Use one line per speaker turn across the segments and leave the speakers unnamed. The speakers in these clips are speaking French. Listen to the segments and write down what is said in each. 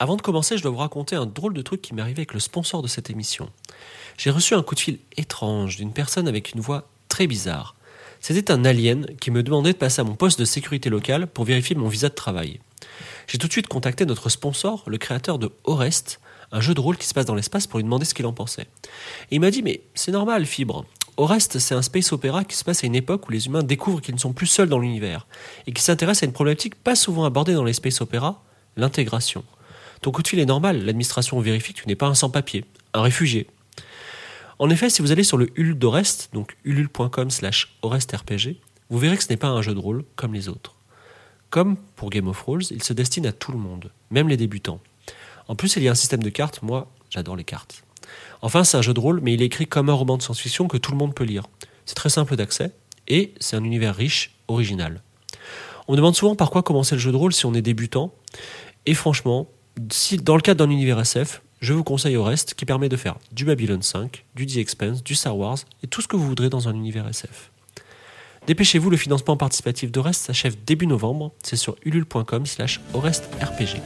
Avant de commencer, je dois vous raconter un drôle de truc qui m'est arrivé avec le sponsor de cette émission. J'ai reçu un coup de fil étrange d'une personne avec une voix très bizarre. C'était un alien qui me demandait de passer à mon poste de sécurité locale pour vérifier mon visa de travail. J'ai tout de suite contacté notre sponsor, le créateur de Orest, un jeu de rôle qui se passe dans l'espace pour lui demander ce qu'il en pensait. Et il m'a dit mais c'est normal, fibre. Orest, c'est un space opéra qui se passe à une époque où les humains découvrent qu'ils ne sont plus seuls dans l'univers et qui s'intéresse à une problématique pas souvent abordée dans les space opéras, l'intégration. Ton coup de fil est normal, l'administration vérifie que tu n'es pas un sans-papier, un réfugié. En effet, si vous allez sur le Ulule d'Orest, donc ulule.com slash orestrpg, vous verrez que ce n'est pas un jeu de rôle comme les autres. Comme pour Game of Thrones, il se destine à tout le monde, même les débutants. En plus, il y a un système de cartes, moi j'adore les cartes. Enfin, c'est un jeu de rôle, mais il est écrit comme un roman de science-fiction que tout le monde peut lire. C'est très simple d'accès, et c'est un univers riche, original. On me demande souvent par quoi commencer le jeu de rôle si on est débutant, et franchement, si dans le cadre d'un univers SF, je vous conseille Orest qui permet de faire du Babylon 5, du The Expanse, du Star Wars et tout ce que vous voudrez dans un univers SF. Dépêchez-vous, le financement participatif d'Orest s'achève début novembre, c'est sur ulule.com slash orestrpg.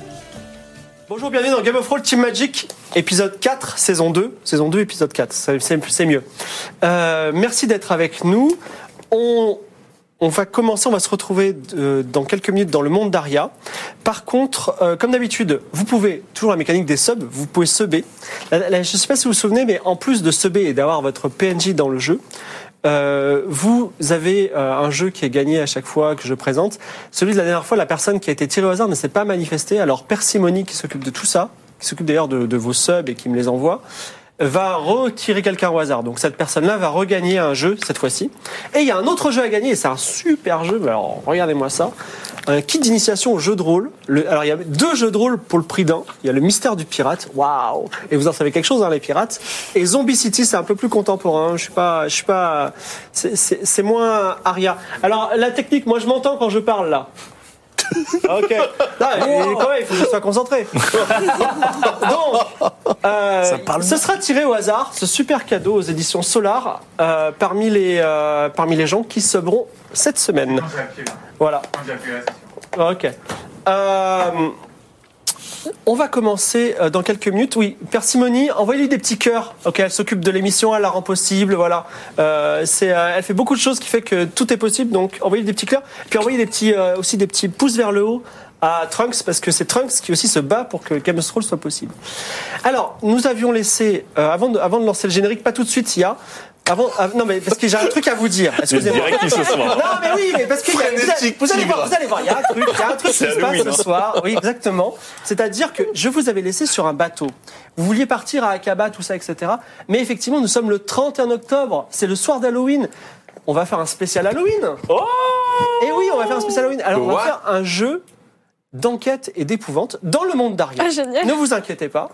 Bonjour, bienvenue dans Game of Thrones Team Magic, épisode 4, saison 2, saison 2, épisode 4, c'est- c'est c'est mieux. Euh, merci d'être avec nous. On, on va commencer, on va se retrouver euh, dans quelques minutes dans le monde d'Aria. Par contre, euh, comme d'habitude, vous pouvez, toujours la mécanique des subs, vous pouvez subber. Là, là, je ne sais pas si vous vous souvenez, mais en plus de subber et d'avoir votre PNJ dans le jeu, euh, vous avez euh, un jeu qui est gagné à chaque fois que je présente. Celui de la dernière fois, la personne qui a été tirée au hasard ne s'est pas manifestée. Alors Persimony, qui s'occupe de tout ça, qui s'occupe d'ailleurs de, de vos subs et qui me les envoie, va retirer quelqu'un au hasard. Donc cette personne-là va regagner un jeu cette fois-ci. Et il y a un autre jeu à gagner, et c'est un super jeu, mais alors regardez-moi ça. Un kit d'initiation au jeu de rôle. Le- alors il y a deux jeux de rôle pour le prix d'un. Il y a le mystère du pirate, waouh Et vous en savez quelque chose, hein, les pirates. Et Zombie City, c'est un peu plus contemporain. Je suis pas, je suis pas, c'est- c'est c'est moins Aria. Alors la technique, moi je m'entends quand je parle là. Ah, ok. Non, mais quand même, il faut que je sois concentré. Donc, euh, ce sera tiré au hasard, ce super cadeau aux éditions Solar, euh, parmi, les, euh, parmi les gens qui subront cette semaine. Voilà. Ah, Ok. Euh, on va commencer euh, dans quelques minutes. Oui, Persimony, envoyez-lui des petits cœurs. Ok, elle s'occupe de l'émission, elle la rend possible. Voilà, Euh, c'est, euh, elle fait beaucoup de choses qui fait que tout est possible. Donc envoyez des petits cœurs, puis envoyez des petits, euh, aussi des petits pouces vers le haut à Trunks parce que c'est Trunks qui aussi se bat pour que Game of Thrones soit possible. Alors, nous avions laissé euh, avant de, avant de lancer le générique, pas tout de suite, il y a avant, av- non mais parce que j'ai un truc à vous dire. Excusez-moi.
ce soir.
Non, mais oui, mais parce que il y a- vous, allez,
Frénétique
vous allez voir,
tigre.
vous allez voir, il y a un truc, il y a un truc qui
C'est
se passe
Halloween,
ce
hein.
soir. Oui, exactement. C'est-à-dire que je vous avais laissé sur un bateau. Vous vouliez partir à Akaba, tout ça, etc. Mais effectivement, nous sommes le 31 octobre. C'est le soir d'Halloween. On va faire un spécial Halloween. Oh Et oui, on va faire un spécial Halloween. Alors, on va
What
faire un jeu d'enquête et d'épouvante dans le monde d'Aria.
Ah, génial.
Ne vous inquiétez pas.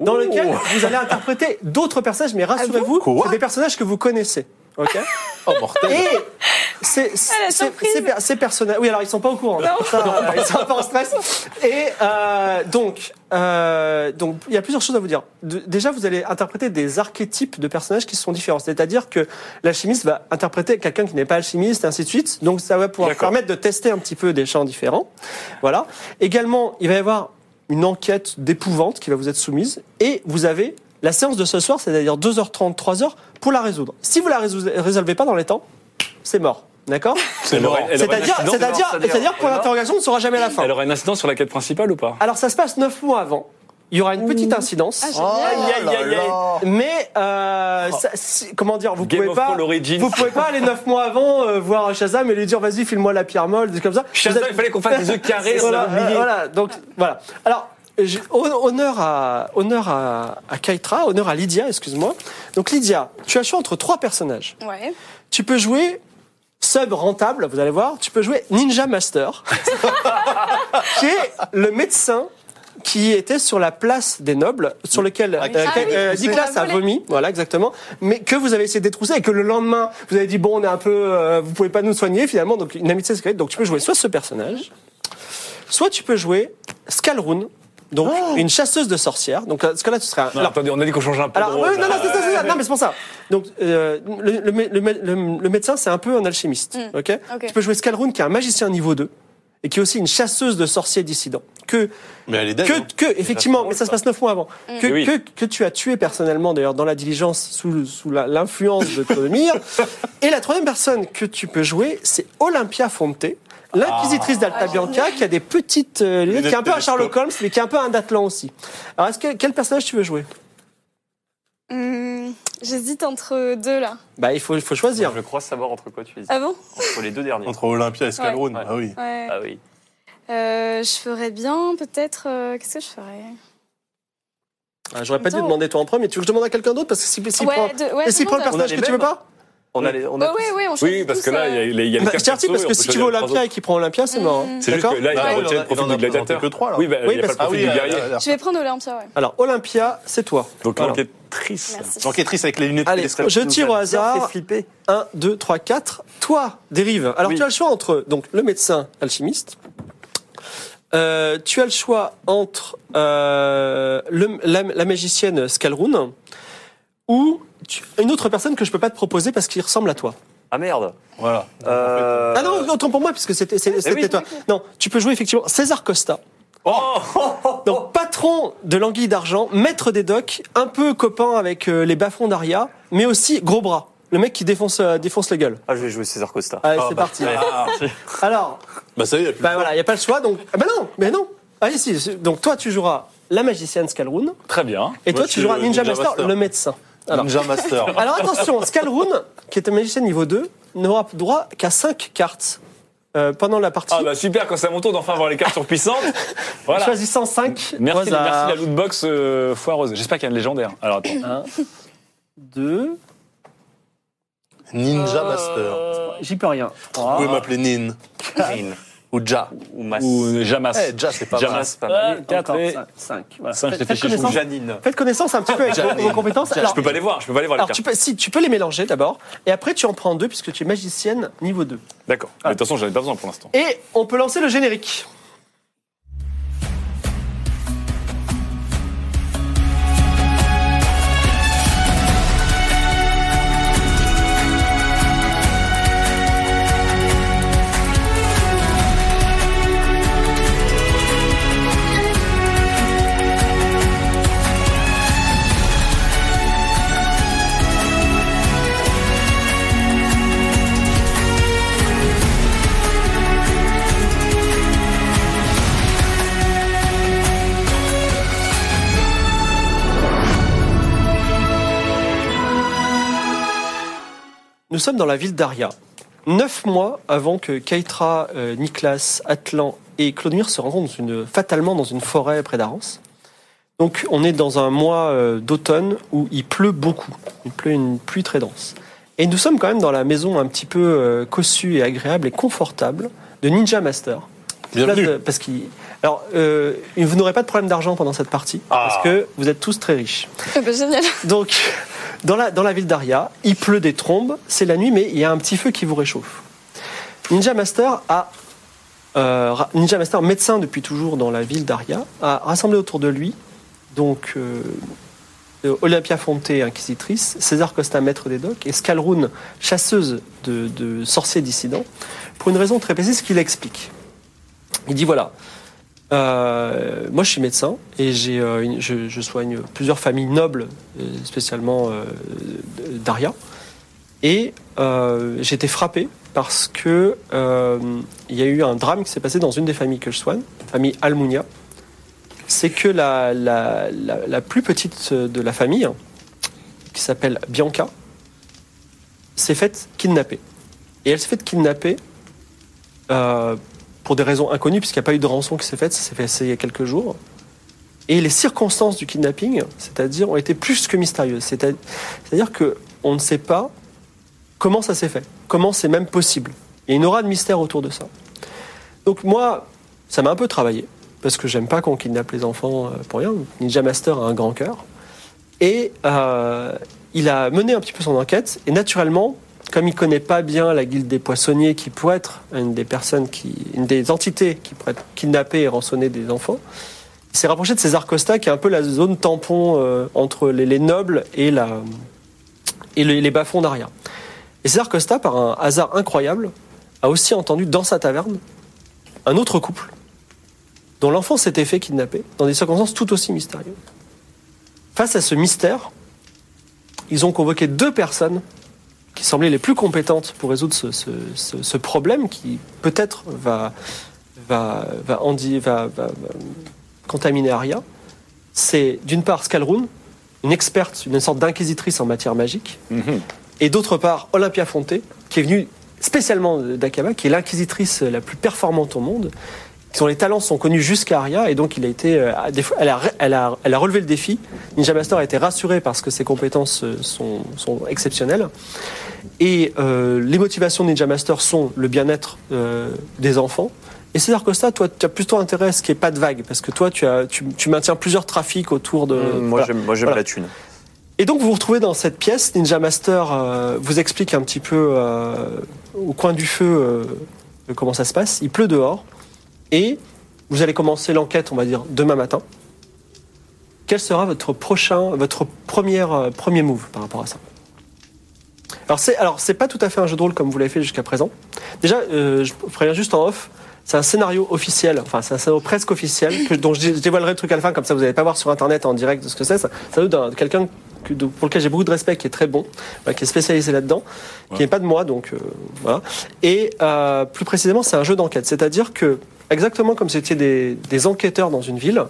Dans lequel vous allez interpréter d'autres personnages, mais rassurez-vous, c'est des personnages que vous connaissez. Ok Et c'est- c'est- c'est-
surprise.
ces per- ces personnages. Oui, alors ils sont pas au courant. Ça, euh, ils sont un peu en stress. Et euh, donc, euh, donc il y a plusieurs choses à vous dire. De- déjà, vous allez interpréter des archétypes de personnages qui sont différents. C'est-à-dire que l'alchimiste va interpréter quelqu'un qui n'est pas alchimiste, et ainsi de suite. Donc ça va pouvoir
D'accord.
permettre de tester un petit peu des champs différents. Voilà. Également, il va y avoir une enquête d'épouvante qui va vous être soumise et vous avez la séance de ce soir, c'est-à-dire 2h30, 3h, pour la résoudre. Si vous la résou- résolvez pas dans les temps, c'est mort. D'accord
C'est mort. Elle aura une
C'est-à-dire
incidence-
c'est-à-dire- c'est-à-dire que pour l'interrogation, on ne saura jamais la fin.
Elle aura un incident sur la quête principale ou pas
Alors ça se passe 9 mois avant. Il y aura une petite incidence.
génial.
Aïe, aïe, aïe, aïe. Mais euh, ça- si- comment dire, vous
Oh. Game
pouvez
of
pas,
Thrones Origins.
vous pouvez pas aller 9 mois avant euh, voir Shazam et lui dire vas-y file-moi la pierre molle, des trucs comme ça.
Shazam,
Vous
il fallait qu'on fasse des œufs carrés, ça
voilà,
va
euh,
oublier.
voilà, donc voilà. Alors je- hon- honneur à honneur à, à Kaitra, honneur à Lydia, excuse-moi. Donc Lydia, tu as choix entre trois personnages.
Ouais.
Tu peux jouer sub rentable, vous allez voir, tu peux jouer Ninja Master, qui est le médecin qui était sur la place des nobles, sur lequel euh,
Ah oui,
euh,
c'est
Nicolas
un
a
volet.
vomi, voilà exactement, mais que vous avez essayé de détrousser et que le lendemain, vous avez dit, bon, on est un peu, euh, vous pouvez pas nous soigner finalement, donc une amitié secrète, donc tu peux jouer soit ce personnage, soit tu peux jouer Skalrun, donc
Oh.
une chasseuse de sorcières, donc euh, parce que là tu serais un...
Non,
alors,
attendez, on a dit qu'on changeait un peu.
alors,
de rôle,
oui, non, non,
là.
c'est ça, c'est ça. Non, mais c'est pour ça. Donc, euh, le, le mé- le mé- le- le médecin, c'est un peu un alchimiste. ok
Ok.
Tu peux jouer Skalrun, qui est un magicien niveau 2 et qui est aussi une chasseuse de sorciers dissidents. Que,
Mais elle est dingue. hein.
que, que effectivement, mais ça se passe neuf mois avant. Que,
Eh oui.
que, que tu as tué personnellement, d'ailleurs, dans la diligence, sous, sous la- l'influence de Clodomir. et la troisième personne que tu peux jouer, c'est Olympia Fonte. L'inquisitrice
Ah.
d'Alta Bianca qui a des petites euh, lunettes, qui est un peu un Sherlock Holmes, mais qui est un peu un Datlan aussi. Alors, est-ce que, quel personnage tu veux jouer
Hum, J'hésite entre deux là.
Bah, il faut, il faut choisir.
Je crois savoir entre quoi tu hésites.
Ah bon
Entre les deux derniers.
Entre Olympia et Scalrune.
Ouais.
Ah oui.
Ouais.
Ah oui.
Euh, je ferais bien peut-être. euh, Qu'est-ce que je ferais
Ah, J'aurais pas dû
Attends.
demander toi en premier, mais tu veux que je demande à quelqu'un d'autre Parce que si, si
Ouais,
prend,
de- ouais,
et s'il
demande
prend le
à-
personnage
On a
que
les
tu veux
mêmes. hein.
pas
On a les. On a
Ouais, ouais, ouais, on choisit
Oui, parce
tous,
que là,
euh,
il y a- il y a- il y a le
bah, Je t'ai dit, parce que si tu veux Olympia et qu'il prend Olympia, c'est mort. hein.
C'est juste que
Bah,
là, il
Ah,
a
oui,
retiré
il en
le
a- il
profil
en a
du gladiateur.
présenté que trois, là. Ah
Oui, bah,
Oui, euh,
il n'y a
parce-
pas le profil du guerrier.
euh,
Je vais prendre Olympia, ouais.
Alors, Olympia, c'est toi.
Donc,
Voilà.
enquêtrice.
Merci.
L'enquêtrice avec les lunettes.
Allez,
téléstrelles.
je tire au hasard.
flippé.
1, 2, 3, 4. Toi, dérive. Alors,
Oui.
tu as le choix entre donc, le médecin alchimiste. Euh, tu as le choix entre euh, le- la, la magicienne Skalrun ou tu- une autre personne que je peux pas te proposer parce qu'il ressemble à toi.
Ah merde.
Voilà.
Euh, Eh
Ah non, autant pour moi, puisque c'était c'est- c'était
oui.
toi. Non, tu peux jouer effectivement César Costa. Donc patron de l'anguille d'argent, maître des docks, un peu copain avec euh, les bas-fonds d'Aria, mais aussi gros bras. Le mec qui défonce, euh, défonce la gueule.
Ah, je vais jouer César Costa.
Allez,
Ah,
c'est
bah,
parti.
ah.
Alors,
Bah ça y est, il y a plus
bah voilà, il n'y a pas le choix, donc... Ah bah non, mais non Allez, si, si. donc toi tu joueras la magicienne Skalrun,
Très bien.
et
Moi, je
toi tu
suis
joueras
le
Ninja,
Ninja
Master,
Master.
le médecin. Alors,
Ninja Master.
alors attention, Skalrun, qui est un magicien niveau 2, n'aura droit qu'à 5 cartes euh, pendant la partie.
Ah bah super, quand c'est à mon tour d'enfin voir les cartes surpuissantes. Voilà.
Choisissant 5,
Merci, merci la lootbox euh, foireuse. J'espère qu'il y a une légendaire. Alors attends.
2,
Ninja Master.
j'y peux rien.
Vous
Trois.
pouvez m'appeler Nin
Green.
ou Ja.
Ou Mas.
Ou euh, Jamas.
Eh, Ja, c'est pas mal.
Jamas.
Euh,
Mas, pas mal.
4 et
5.
5, je t'ai fait
Faites
chier.
connaissance,
Janine.
faites connaissance un petit peu avec vos, vos compétences. Alors,
Je peux pas les voir, je peux pas les voir les
alors, tu
cartes.
peux, si, tu peux les mélanger d'abord, et après tu en prends deux puisque tu es magicienne niveau 2.
D'accord.
Ah.
Mais De toute façon, j'en ai pas besoin pour l'instant.
Et on peut lancer le générique. Nous sommes dans la ville d'Aria. Neuf mois avant que Keitra, euh, Niklas, Atlan et Clodomir se rencontrent dans une- fatalement dans une forêt près d'Arance. Donc on est dans un mois euh, d'automne où il pleut beaucoup. Il pleut une pluie très dense. Et nous sommes quand même dans la maison un petit peu euh, cossue et agréable et confortable de Ninja Master.
Bienvenue.
Place de- parce qu'il. Alors, euh, vous n'aurez pas de problème d'argent pendant cette partie parce que vous êtes tous très riches.
Ah bah, génial.
Donc, dans la, dans la ville d'Aria, il pleut des trombes, c'est la nuit, mais il y a un petit feu qui vous réchauffe. Ninja Master a. euh, ra- Ninja Master, médecin depuis toujours dans la ville d'Aria, a rassemblé autour de lui, donc. euh, euh, Olympia Fonte, inquisitrice, César Costa, maître des docks, et Skalrun, chasseuse de, de sorciers dissidents, pour une raison très précise qu'il explique. Il dit voilà, euh, moi, je suis médecin et j'ai, euh, une- je, je soigne plusieurs familles nobles, euh, spécialement euh, d'Aria. Et euh, j'ai été frappé parce que euh, il y a eu un drame qui s'est passé dans une des familles que je soigne, famille Almunia. C'est que la, la- la- la plus petite de la famille, qui s'appelle Bianca, s'est faite kidnapper. Et elle s'est faite kidnapper euh, pour des raisons inconnues, puisqu'il n'y a pas eu de rançon qui s'est faite, ça s'est fait essayer il y a quelques jours. Et les circonstances du kidnapping, c'est-à-dire, ont été plus que mystérieuses. C'est-à- C'est-à-dire que on ne sait pas Comment ça s'est fait Comment c'est même possible Il y a une aura de mystère autour de ça. Donc moi, ça m'a un peu travaillé, parce que j'aime pas qu'on kidnappe les enfants euh, pour rien. Ninja Master a un grand cœur. Et euh, il a mené un petit peu son enquête, et naturellement, comme il connaît pas bien la guilde des poissonniers, qui pourrait être une des personnes, qui, une des entités qui pourrait être kidnapper et rançonner des enfants, il s'est rapproché de César Costa, qui est un peu la zone tampon euh, entre les, les nobles et, la, et les, les bas-fonds d'Aria. Et César Costa, par un hasard incroyable, a aussi entendu dans sa taverne un autre couple dont l'enfant s'était fait kidnapper dans des circonstances tout aussi mystérieuses. Face à ce mystère, ils ont convoqué deux personnes qui semblaient les plus compétentes pour résoudre ce, ce- ce- ce problème qui peut-être va, va, va, handi- va- va- va contaminer Arya. C'est d'une part Skalrun, une experte, une sorte d'inquisitrice en matière magique, et d'autre part Olympia Fonté, qui est venue spécialement d'Akaba, qui est l'inquisitrice la plus performante au monde, dont les talents sont connus jusqu'à Aria, et donc il a été, euh, à des fois- elle, a, re- elle, a, elle a relevé le défi. Ninja Master a été rassuré parce que ses compétences euh, sont, sont exceptionnelles. Et euh, les motivations de Ninja Master sont le bien-être euh, des enfants. Et César Costa, toi, tu as plutôt intérêt à ce qui est pas de vague, parce que toi, tu, as, tu, tu maintiens plusieurs trafics autour de.
Moi,
voilà.
j'aime moi, j'aime
Voilà.
la thune.
Et donc vous vous retrouvez dans cette pièce, Ninja Master euh, vous explique un petit peu euh, au coin du feu euh, comment ça se passe. Il pleut dehors et vous allez commencer l'enquête, on va dire, demain matin. Quel sera votre prochain, votre première, euh, premier move par rapport à ça Alors c'est, alors c'est pas tout à fait un jeu de rôle comme vous l'avez fait jusqu'à présent. Déjà, euh, je préviens juste en off. C'est un scénario officiel, enfin c'est un scénario presque officiel, que, dont je dé- je dévoilerai le truc à la fin, comme ça vous n'allez pas voir sur internet en direct de ce que c'est. Ça, ça doit d'un- quelqu'un que- de- pour lequel j'ai beaucoup de respect, qui est très bon, voilà, qui est spécialisé là-dedans, qui n'est pas de moi, donc euh, voilà. Et euh, plus précisément, c'est un jeu d'enquête, c'est-à-dire que exactement comme si vous étiez des, des enquêteurs dans une ville,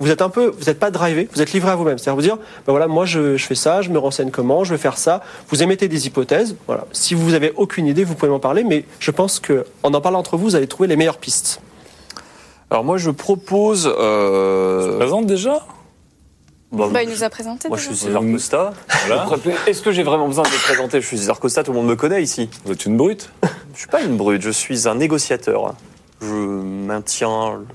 vous êtes un peu, vous n'êtes pas drivé, vous êtes livré à vous-même. C'est-à-dire vous dire, ben voilà, moi je, je fais ça, je me renseigne comment, je vais faire ça. Vous émettez des hypothèses. Voilà. Si vous avez aucune idée, vous pouvez m'en parler, mais je pense que en en parlant entre vous, vous allez trouver les meilleures pistes.
Alors moi, je propose. euh,
Présente déjà
Bah, il nous a présenté
Moi, je
déjà.
suis César Costa.
Voilà.
Est-ce que j'ai vraiment besoin de me présenter Je suis César Costa, tout le monde me connaît ici.
Vous êtes une brute
Je suis pas une brute, je suis un négociateur. Je maintiens le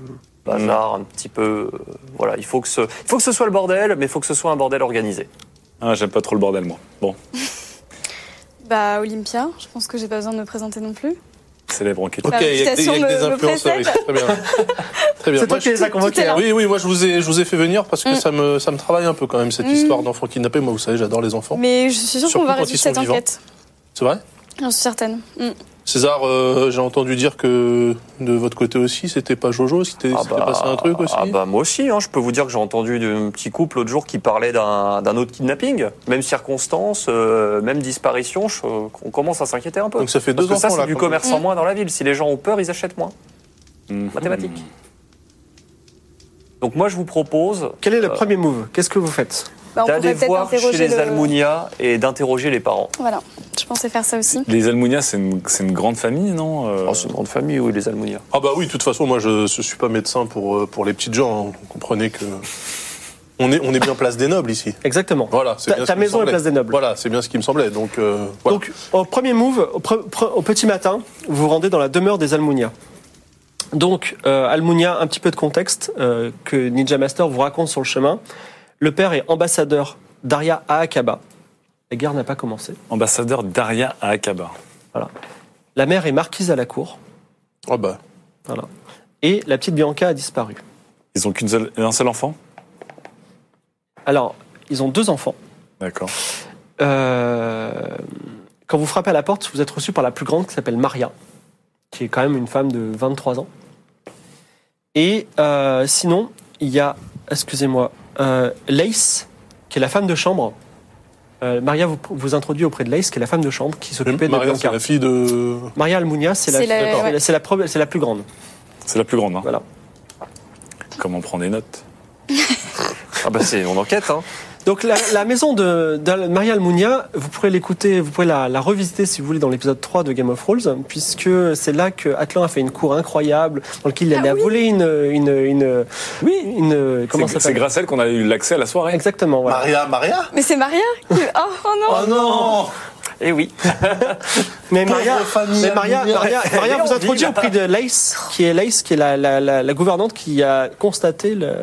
bazar un petit peu. euh, Voilà, il faut, que ce, il faut que ce soit le bordel, mais il faut que ce soit un bordel organisé.
Ah, j'aime pas trop le bordel, moi. Bon,
Bah, Olympia, je pense que j'ai pas besoin de me présenter non plus.
célèbre enquête.
La
Ok, il y a que des- il y a que des
citation me- me
influenceurs ici.
précède.
Très bien. Très bien.
C'est toi
Moi,
qui
je-
les as convoqués.
tout est là.
hein.
Oui, oui, moi je vous ai, je vous ai fait venir parce que
Mm.
ça, me, ça me travaille un peu quand même cette
Mm.
histoire d'enfants kidnappés. Moi, vous savez, j'adore les enfants.
Mais je suis sûre
Surtout
qu'on va
quand ils
résoudre
sont
cette
vivants.
enquête.
C'est vrai
J'en suis certaine. Mm.
César, euh, j'ai entendu dire que de votre côté aussi, c'était pas Jojo, c'était
Ah
c'était
bah-
passé un truc aussi.
Ah bah moi aussi, hein, je peux vous dire que j'ai entendu d'un petit couple l'autre jour qui parlait d'un d'un autre kidnapping. Même circonstance, euh, même disparition, je- on commence à s'inquiéter un peu.
Donc ça fait
Parce
deux
que ça,
enfants,
c'est
là,
du
quand même.
commerce en moins dans la ville. Si les gens ont peur, ils achètent moins.
Mhm.
Mathématiques. Donc moi, je vous propose
Quel est le
Euh,
premier move Qu'est-ce que vous faites
Bah, on pourrait
d'aller
peut-être
voir chez
interroger
les
le...
Almunia et d'interroger les parents.
Voilà, je pensais faire ça aussi.
Les Almunia, c'est une, c'est une grande famille, non Euh,
Oh, c'est une grande famille, oui, les Almunia.
Ah bah oui, de toute façon, moi je, je suis pas médecin pour, euh, pour les petites gens. hein. Vous comprenez que on est, on est bien place des nobles ici.
Exactement.
Voilà, c'est
Ta-
bien ce
ta
qui me
maison est
semblait.
place des nobles.
Voilà, c'est bien ce qui me semblait. Donc, euh, voilà.
Donc, au premier move, au, pre- pre- au petit matin, vous vous rendez dans la demeure des Almunia. Donc, euh, Almunia, un petit peu de contexte euh, que Ninja Master vous raconte sur le chemin. Le père est ambassadeur d'Aria à Akaba. La guerre n'a pas commencé.
Ambassadeur Daria à Akaba.
La mère est marquise à la cour.
Ah bah,
Voilà. Et la petite Bianca a disparu.
Ils ont qu'un seul, un seul enfant
Alors, ils ont deux enfants.
D'accord.
Euh, quand vous frappez à la porte, vous êtes reçu par la plus grande qui s'appelle Maria, qui est quand même une femme de 23 ans. Et euh, sinon, il y a, excusez-moi, euh, Lace, qui est la femme de chambre. Euh, Maria vous, vous introduit auprès de Lace, qui est la femme de chambre, qui s'occupait de
Maria, c'est
Bianca.
la fille de.
Maria Almunia, c'est la,
C'est la-
c'est la-
ouais.
c'est la pro- c'est la plus grande.
C'est la plus grande, hein
Voilà.
Comment on prend des notes
Ah bah c'est, on enquête, hein.
Donc la, la maison de, de Maria Almunia, vous pourrez l'écouter, vous pourrez la, la revisiter si vous voulez dans l'épisode 3 de Game of Thrones, puisque c'est là que Atlan a fait une cour incroyable dans laquelle il allait voler une une une Ah oui une comment
C'est-
ça
C'est
s'appelle
grâce à elle qu'on a eu l'accès à la soirée.
exactement voilà.
Maria, Maria
Ah
Mais c'est Maria qui- Oh, oh non
Oh Ah non
Eh oui.
Mais Maria,
Pauvre famille
mais Maria,
Amelia.
Maria, Maria
Et on
vous introduit
dit,
au prix de Lace, qui est Lace, qui est la, la- la- la gouvernante qui a constaté le,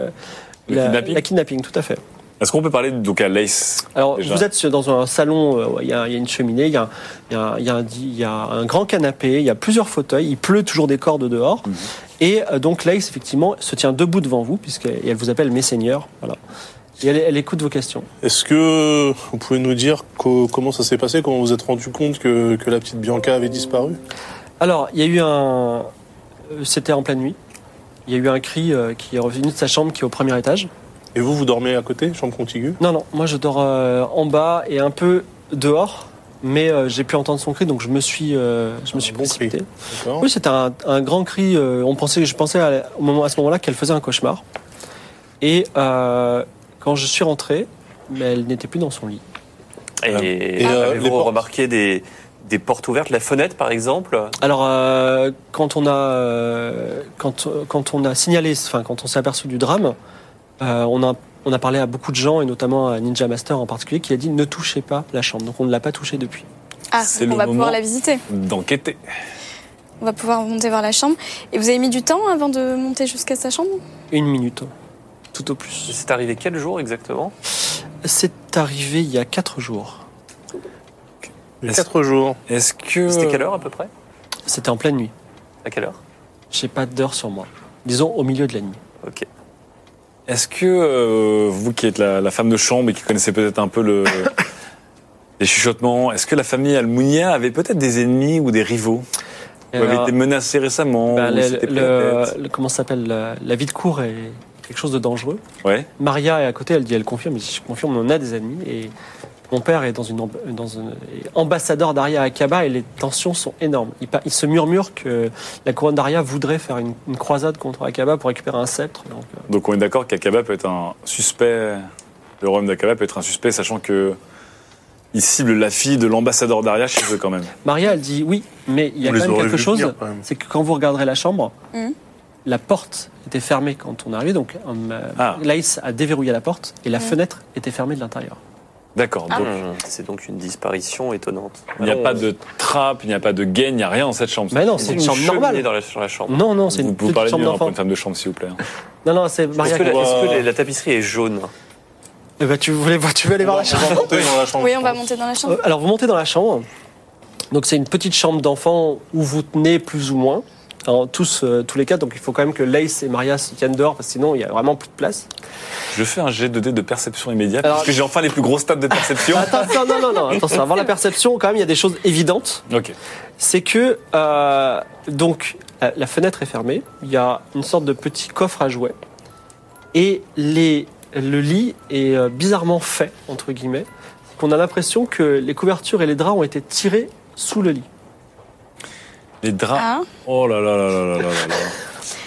Le
la-
kidnapping
la kidnapping, tout à fait.
Est-ce qu'on peut parler de donc à Lace
Alors,
Déjà.
vous êtes sur- dans un salon, euh, il y, a il y a une cheminée, il y a, il y a un- il y a un di- il y a un grand canapé, il y a plusieurs fauteuils, il pleut toujours des cordes dehors.
Mhm.
Et euh, donc, Lace, effectivement, se tient debout devant vous, puisqu'elle et elle vous appelle Messeigneurs. Voilà. Et elle, elle écoute vos questions.
Est-ce que vous pouvez nous dire co- comment ça s'est passé, comment vous vous êtes rendu compte que, que la petite Bianca avait disparu
Alors, il y a eu un. euh, C'était en pleine nuit. Il y a eu un cri euh, qui est revenu de sa chambre qui est au premier étage.
Et vous, vous dormez à côté, chambre contiguë
Non, non, moi je dors euh, en bas et un peu dehors, mais euh, j'ai pu entendre son cri, donc je me suis, euh, je me
Un
suis
bon cri.
précipité.
D'accord.
Oui, c'était un, un grand cri. euh, on pensait, je pensais à, la- au moment, à ce moment-là qu'elle faisait un cauchemar. Et euh, quand je suis rentré, mais elle n'était plus dans son lit.
Et,
Et, euh, les
avez-vous
portes
remarqué des, des portes ouvertes, la fenêtre par exemple
Alors, euh, quand on a, euh, quand, quand on a signalé, enfin, quand on s'est aperçu du drame, euh, on a on a parlé à beaucoup de gens et notamment à Ninja Master en particulier qui a dit ne touchez pas la chambre. Donc on ne l'a pas touchée depuis.
Ah,
C'est
on
le
va
moment.
pouvoir la visiter.
D'enquêter.
On va pouvoir monter vers la chambre. Et vous avez mis du temps avant de monter jusqu'à sa chambre
Une minute, tout au plus.
C'est arrivé quel jour exactement
C'est arrivé il y a 4 jours.
Il y a Quatre jours.
Est-ce
Euh,
que
C'était quelle heure à peu près
C'était en pleine nuit.
À quelle heure
J'ai pas d'heure sur moi. Disons au milieu de la nuit.
Ok.
Est-ce que euh, vous qui êtes la, la femme de chambre et qui connaissez peut-être un peu le les chuchotements, est-ce que la famille Almunia avait peut-être des ennemis ou des rivaux Vous avez
Alors,
été menacés récemment
bah,
ou
le-
c'était pris
le-
la tête
le- comment ça s'appelle la, la vie de cour est quelque chose de dangereux.
Ouais.
Maria est à côté, elle dit, elle confirme, je confirme, on a des ennemis. Et mon père est dans une, amb- dans une- est ambassadeur d'Aria Akaba et les tensions sont énormes. Il, pa- il se murmure que la couronne d'Aria voudrait faire une, une croisade contre Akaba pour récupérer un sceptre. Donc, euh,
Donc on est d'accord qu'Akaba peut être un suspect. Le royaume d'Akaba peut être un suspect, sachant que il cible la fille de l'ambassadeur d'Aria chez eux quand même.
Maria, elle dit oui, mais il y a quand
On les
même
aurait
quelque
vus
chose,
venir, quand même.
c'est que quand vous regarderez la chambre,
Mhm.
la porte était fermée quand on arrivait, donc euh,
Ah.
Laïs a déverrouillé la porte et la fenêtre était fermée de l'intérieur.
D'accord.
Ah.
Donc
Hum, C'est donc une disparition étonnante.
il n'y a
Alors,
pas
on-
de trappe, il n'y a pas de gaine, il n'y a rien dans cette chambre.
Mais Bah non, c'est une chambre
cheminée
normale.
dans la, dans la chambre.
Non, non, c'est
Vous
une
pouvez
petite
parler
chambre
mieux hein, pour
d'enfant.
une femme de chambre, s'il vous plaît.
Non, non, c'est
Est-ce
Maria.
que, la,
qui-
est-ce que les- la tapisserie est jaune
Eh ben, tu voulais, voir- tu veux aller
On
voir
va
la chambre
monter dans la chambre.
Oui, on va monter dans la chambre.
Euh, Alors vous montez dans la chambre. Donc c'est une petite chambre d'enfant où vous tenez plus ou moins. Alors, tous, euh, tous les quatre, donc il faut quand même que Lace et Maria se tiennent dehors parce que sinon il y a vraiment plus de place.
Je fais un jet de dé de perception immédiate,
Alors-
puisque j'ai enfin les plus grosses stats de perception.
Attention, non, non, non, attention. Avant la perception, quand même, il y a des choses évidentes.
ok.
c'est que euh, donc la, la fenêtre est fermée, il y a une sorte de petit coffre à jouets et les, le lit est euh, bizarrement fait entre guillemets, qu'on a l'impression que les couvertures et les draps ont été tirés sous le lit.
Les draps.
Ah,
Oh là là là là là là là là.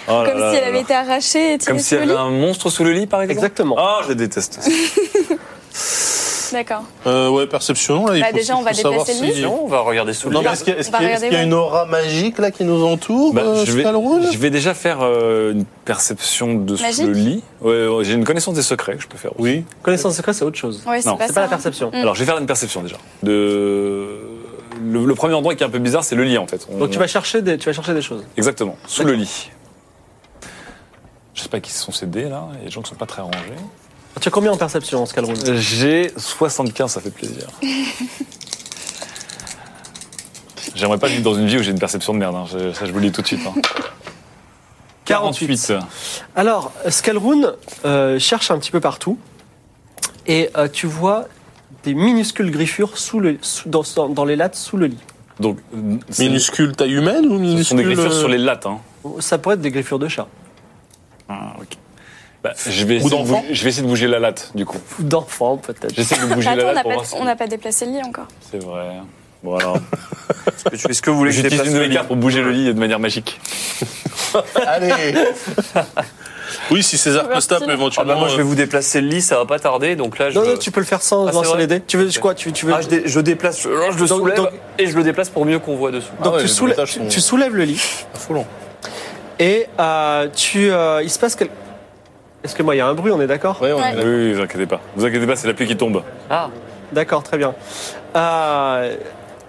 Oh là
comme
là
si elle
là
avait
là.
été arrachée et tirée
Comme
sous
s'il y avait
le lit.
un monstre sous le lit, par exemple.
Exactement.
Ah, je déteste. ça.
D'accord.
Euh, ouais, perception. Là, il
Bah,
faut-
déjà, on
il
va
faut savoir
déplacer le
si-
Non, on va regarder sous le
Non,
lit.
mais est-ce qu'il y a, est-ce
On va
qu'il y a- est-ce qu'il y a
regarder,
une aura magique là qui nous entoure
Oh,
Bah,
euh,
je, vais,
Stalroon
je vais déjà faire euh, une perception de sous
Magique
le lit. Ouais, ouais, j'ai une connaissance des secrets que je peux faire. aussi.
Oui.
Connaissance secrète, c'est autre chose.
Ouais, c'est
Non,
pas
c'est pas
ça.
la
hein.
perception.
Alors, je vais faire une perception déjà. De... Le, le premier endroit qui est un peu bizarre, c'est le lit en fait. On-
Donc tu vas chercher des, tu vas chercher des choses.
Exactement, sous le lit. Je sais pas qui se sont ces dés là, il y a des gens qui sont pas très rangés.
Tu as combien en perception, Scalroon
Euh, J'ai 75, ça fait plaisir. J'aimerais pas vivre dans une vie où j'ai une perception de merde, hein. Je- ça je vous le dis tout de suite. hein. 48.
Alors, Skalroon euh, cherche un petit peu partout et euh, tu vois des minuscules griffures sous le, sous- dans, dans- dans les lattes sous le lit.
Donc, euh, c'est-
Minuscule taille humaine ou minuscule
ce sont des griffures
euh,
sur les lattes. Hein.
Ça pourrait être des griffures de chat,
Ah, ok. Bah, je, vais
Ou
essayer de
d'enfant.
bouger- je vais essayer de bouger la latte du coup.
ou d'enfants peut-être.
J'essaie de bouger
Bah,
la
Attends, on n'a
latte pour
pas,
voir si
on n'a pas déplacé le lit encore.
c'est vrai. Voilà.
Est-ce que tu- Est-ce que vous voulez que je
J'utilise
déplace
une
le
nouvelle
lit
carte pour bouger le lit de manière magique.
Allez Oui, si César Costa peut
Ah bah
éventuellement. euh,
moi je vais vous déplacer le lit, ça va pas tarder, donc là je...
Non, non, tu peux le faire sans
Ah, c'est
lancer
vrai
les dés. Tu veux quoi tu, tu veux
Ah, je, dé- je déplace, je, je le
Donc-
soulève
donc-
et je le déplace pour mieux qu'on voit dessous.
Donc
Ah ouais,
tu,
les
soulè-
étages
tu-
sont-
tu soulèves le lit
euh, affolant.
et euh, tu, euh, il se passe quelque... Est-ce que moi il y a un bruit, on est d'accord
Ouais, on est
Ouais.
Ah Oui,
d'accord.
oui, vous inquiétez pas. Vous inquiétez pas, c'est la pluie qui tombe.
Ah,
D'accord, très bien. Euh,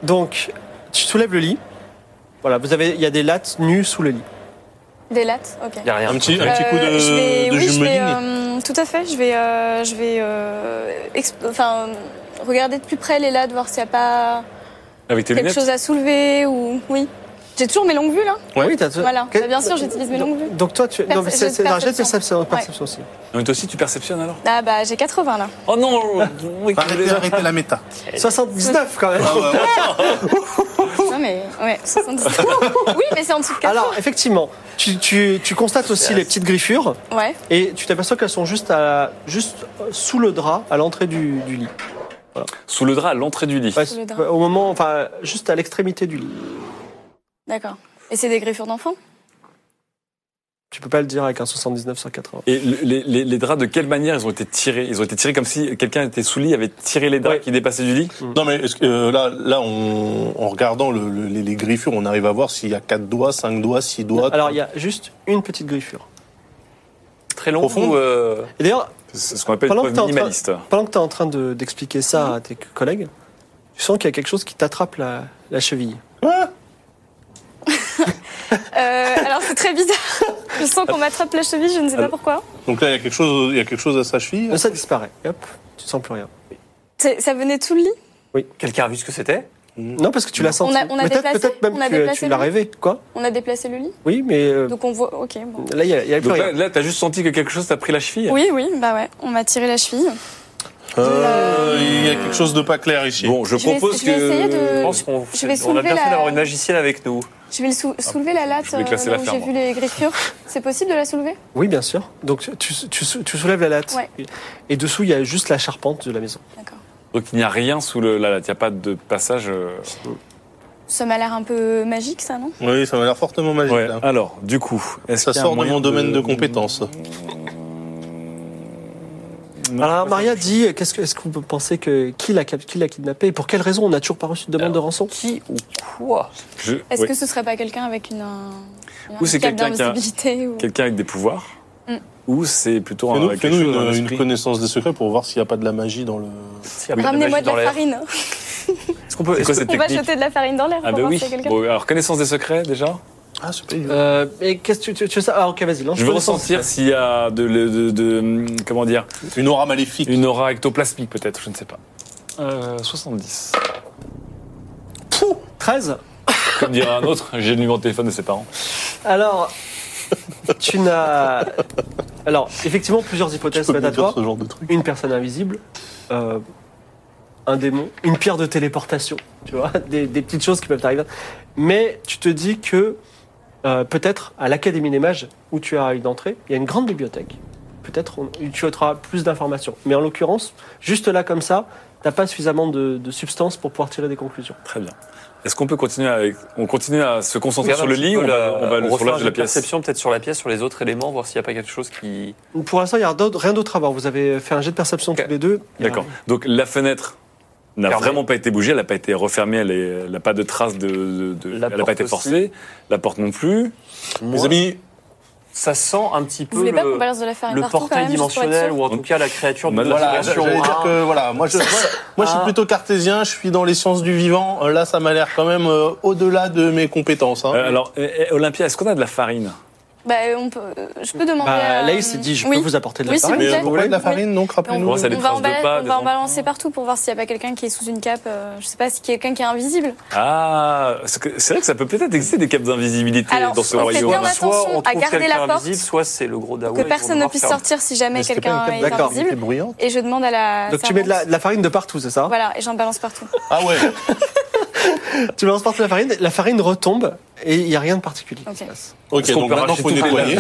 Donc, tu soulèves le lit. Voilà, vous avez, il y a des lattes nues sous le lit.
Des lattes Ok.
Il n'y a rien.
Un petit, un petit coup
Euh, je vais-
de, de
oui, je vais,
jumeling.
euh, tout à fait. Je vais, euh, je vais euh, exp- enfin, euh, regarder de plus près les lattes, voir s'il n'y a pas
Avec tes
quelque
lunettes
chose à soulever ou oui. J'ai toujours mes longues vues là.
Ouais.
Oui, t'as-
Voilà.
Euh, que-
Bah, bien sûr, j'utilise mes
donc-
longues vues.
Donc toi, tu non,
Perce-
mais c'est
j'ai
c'est un jet de perception,
perception.
perception aussi.
Non, mais toi aussi, tu perceptionnes alors
Ah bah j'ai 80 là.
Oh non oui, que je les
Arrêtez,
ai.
arrêtez la méta.
79 quand même.
Non mais ouais, 70. oui mais c'est en dessous de 80.
Alors effectivement, tu, tu- tu constates aussi les petites griffures
Ouais.
et tu t'aperçois qu'elles sont juste à juste euh, sous le drap à l'entrée du, du lit.
Sous le drap à l'entrée du lit.
Ouais,
Sous le
c'est-
drap.
au moment, enfin juste à l'extrémité du lit.
D'accord. Et c'est des griffures d'enfant
Tu peux pas le dire avec un 79 sur 80.
Et le- les, les- les draps, de quelle manière ils ont été tirés Ils ont été tirés comme si quelqu'un était sous le lit, avait tiré les draps
Ouais.
qui dépassaient du lit
Non mais est-ce que, euh, là, là, on, en regardant le- le- les, les griffures, on arrive à voir s'il y a quatre doigts, cinq doigts, six doigts.
Alors il y a juste une petite griffure.
Très long
Profond.
ou, euh,
Et d'ailleurs,
C'est ce qu'on appelle une
Pendant que
preuve
t'es en train-
minimaliste.
pendant que tu es en train de- d'expliquer ça à tes collègues, tu sens qu'il y a quelque chose qui t'attrape la, la cheville.
Euh, Alors c'est très bizarre. je sens qu'on m'attrape la cheville, je ne sais pas
Alors-
pourquoi.
Donc là, il y a quelque chose, il y a quelque chose à sa cheville.
Mais ça disparaît. Hop, tu sens plus rien.
C'est- Ça venait tout le lit
Quelqu'un a vu ce que c'était
Non, parce que tu l'as senti.
On a- on a
peut-être,
déplacé-
peut-être même
on a
que
déplacé
tu
le
l'as
lit.
rêvé. Quoi
On a déplacé le lit
Oui, mais euh,
Donc on voit... Ok, bon.
là, il n'y a, il y a plus
Donc là,
rien.
là, t'as juste senti que quelque chose t'a pris la cheville
Oui, oui, bah ouais, on m'a tiré la cheville.
Euh, Il y a quelque chose de pas clair ici.
Bon, je
Je vais-
propose
je vais essayer
que...
de-
Je pense qu'on
Je vais
on a bien
soulever
fait
la-
d'avoir une magicienne avec nous.
Je vais le sou- soulever la latte
Ah, je vais classer
euh, là
la
où
ferme, hein.
j'ai vu les griffures. C'est possible de la soulever
Oui, bien sûr. Donc tu, tu, tu- tu soulèves la latte.
Ouais.
Et dessous, il y a juste la charpente de la maison.
D'accord.
Donc il n'y a rien sous le... Là, il n'y a pas de passage... euh,
Ça m'a l'air un peu magique, ça, non
Oui, ça m'a l'air fortement magique.
Ouais,
là.
alors, du coup... est-ce
Ça
qu'il y a
sort de
moyen
mon domaine de compétences.
Ah.
Alors Maria dit euh, qu'est-ce que, est-ce que vous pensez que qui l'a cap- qui l'a kidnappé et pour quelle raison on n'a toujours pas reçu de demande de rançon
Qui ou quoi
Je-
Est-ce
ouais.
que ce serait pas quelqu'un avec une. un- un
Ou c'est
handicap
quelqu'un qui a-
d'invisibilité ou-
Quelqu'un avec des pouvoirs
Mm.
Ou c'est plutôt un...
Fais-nous
quelque
fais-nous
chose dans
une, une
l'esprit
connaissance des secrets pour voir s'il n'y a pas de la magie dans le.
S'il y a pas
Ramenez-moi
magie
de
dans
la
l'air.
farine.
Est-ce qu'on peut.
C'est
est-ce
quoi
que-
cette
On va
technique
jeter de la farine dans l'air
Ah
pour
bah
voir
oui.
s'il y a quelqu'un.
Bon, alors connaissance des secrets déjà.
Ah, c'est pas idiot.
euh, Et qu'est-ce que tu, tu, tu veux ça Alors, ok, vas-y, lance
Je veux
ton sens.
ressentir s'il y a de, de- de- de- comment dire
Une aura maléfique.
une aura ectoplasmique peut-être, je ne sais pas. Euh, 70.
Pouh, 13
Comme dirait un autre, j'ai le numéro de téléphone de ses parents.
Alors, tu n'as. Alors, effectivement, plusieurs
Je
hypothèses
peux
sont à
bien dire
toi.
ce genre de truc.
une personne invisible, euh, un démon, une pierre de téléportation, tu vois, des, des petites choses qui peuvent t'arriver. Mais tu te dis que euh, peut-être à l'Académie des Mages, où tu as une entrée, il y a une grande bibliothèque. Peut-être on- tu auras plus d'informations. Mais en l'occurrence, juste là comme ça, t'as pas suffisamment de, de substance pour pouvoir tirer des conclusions.
Très bien. Est-ce qu'on peut continuer avec on continue à se concentrer sur
Regarde
le
un petit
lit
peu
ou on va, on va le- sur
refait un
l'âge
jeu
de la pièce
perception peut-être sur la pièce, sur les autres éléments, voir s'il n'y a pas quelque chose qui.
Pour l'instant, il y a d'autres- rien d'autre à voir. Vous avez fait un jet de perception
Ok.
tous les deux. Il y a-
D'accord. Donc la fenêtre n'a
Fermée.
vraiment pas été bougée, elle n'a pas été refermée, elle n'a pas de traces de, de- de-
La
elle n'a pas été
porte aussi.
forcée, la porte non plus.
Mes
Moi,
amis,
ça sent un petit
Vous
peu
voulez pas qu'on
le,
balance de la farine
le
partout quand
portail
même, juste pour être
dimensionnel
sûr
ou en tout cas la créature
On a
de
de la
voilà,
dimension
Ah, j'allais dire
1.
que voilà, moi je, moi, moi, je suis
hein. Ah.
plutôt cartésien, je suis dans les sciences du vivant. Euh, Là, ça m'a l'air quand même euh, au-delà de mes compétences.
oh.
hein.
Euh, alors euh, euh, Olympia, est-ce qu'on a de la farine
Bah, on peut... Je peux demander.
Bah,
à-
Laïs s'est dit, je
Oui.
peux vous apporter de la
Oui, s'il
farine.
Mais
vous
euh,
plaît.
pourquoi de la
Oui.
farine Donc,
Et On,
rappelez-nous.
Bon, ça
on
les
va, en
traces de
bala-
pas,
on
des
va en
enfants.
balancer partout pour voir s'il n'y a pas quelqu'un qui est sous une cape. euh, je sais pas, si quelqu'un qui est invisible.
Ah, parce que c'est vrai que ça peut peut-être exister des capes d'invisibilité
Alors,
dans ce
on fait
royaume.
bien
Soit
attention
on
à
trouve
garder la
quelqu'un
porte,
invisible, soit c'est le gros dawa.
que personne ne puisse sortir si jamais
Mais c'était pas
quelqu'un
une cape-
est
d'accord,
invisible.
c'était bruyant.
Et je demande à la.
Donc tu mets de la,
servante.
de la farine de partout, c'est ça hein
Voilà, et j'en balance partout.
Ah ouais.
Tu balances partout la farine, la farine retombe et il n'y a rien de particulier qui se
Ok.
passe.
Ok, donc maintenant faut nettoyer.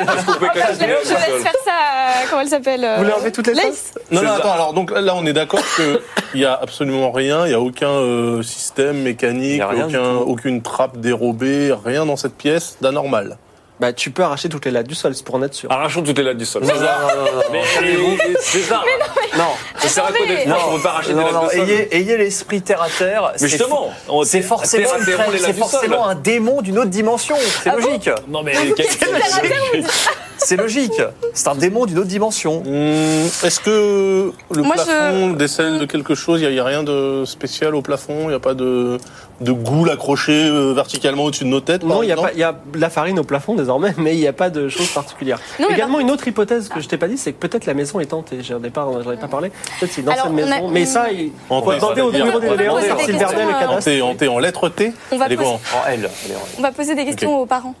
Je, la- je laisse faire ça à. Comment elle s'appelle euh,
Vous leur enlevez toutes les
Lace
Non, non,
C'est ça.
attends. Alors donc là, on est d'accord que il y a absolument rien, il y a aucun euh, système
Il y
mécanique,
a rien du
aucun,
tout.
aucune trappe dérobée, rien dans cette pièce d'anormal.
Bah, tu peux arracher toutes les lattes du sol, c'est pour en être sûr.
Arrachons toutes les lattes du sol.
Mais
C'est ça.
non,
Ça sert à quoi d'être
Attendez.
Non, on ne peut pas arracher des
non,
lattes
non,
du sol.
ayez, ayez l'esprit terre à terre.
Mais
c'est
justement, on-
fo- c'est forcément,
terre à
une
terre,
crème,
on les lave
c'est
du sol.
forcément un démon d'une autre dimension. C'est
Ah bon
logique.
Non mais quel-
Qu'est-ce que t'as à la terre, vous dites
c'est
C'est logique. C'est un démon d'une autre dimension.
Hum, Est-ce que le
Moi, je-
plafond décèle de quelque chose Il n'y a, rien de spécial au plafond Il n'y a pas de, de goule accrochée euh, verticalement au-dessus de nos têtes par
Non, il y, a
exemple
pas- il y a de la farine au plafond désormais, mais il n'y a pas de choses particulières.
Non, Ah. mais
Également, une autre hypothèse que je t'ai pas dit, c'est que peut-être la maison est tentée. J'en ai pas, j'en ai pas parlé. Peut-être c'est une
Alors,
ancienne
on a-
maison. Mais ça, il
En
faut
T, ça
demander au
veut dire-
bureau des
on peut
délégués.
poser des
si le
questions,
bordel est
euh,
En
cadastre.
T, en T, en lettres T
On va
Elle est
poser-
grand.
En L. elle est en L.
On va poser des questions aux parents.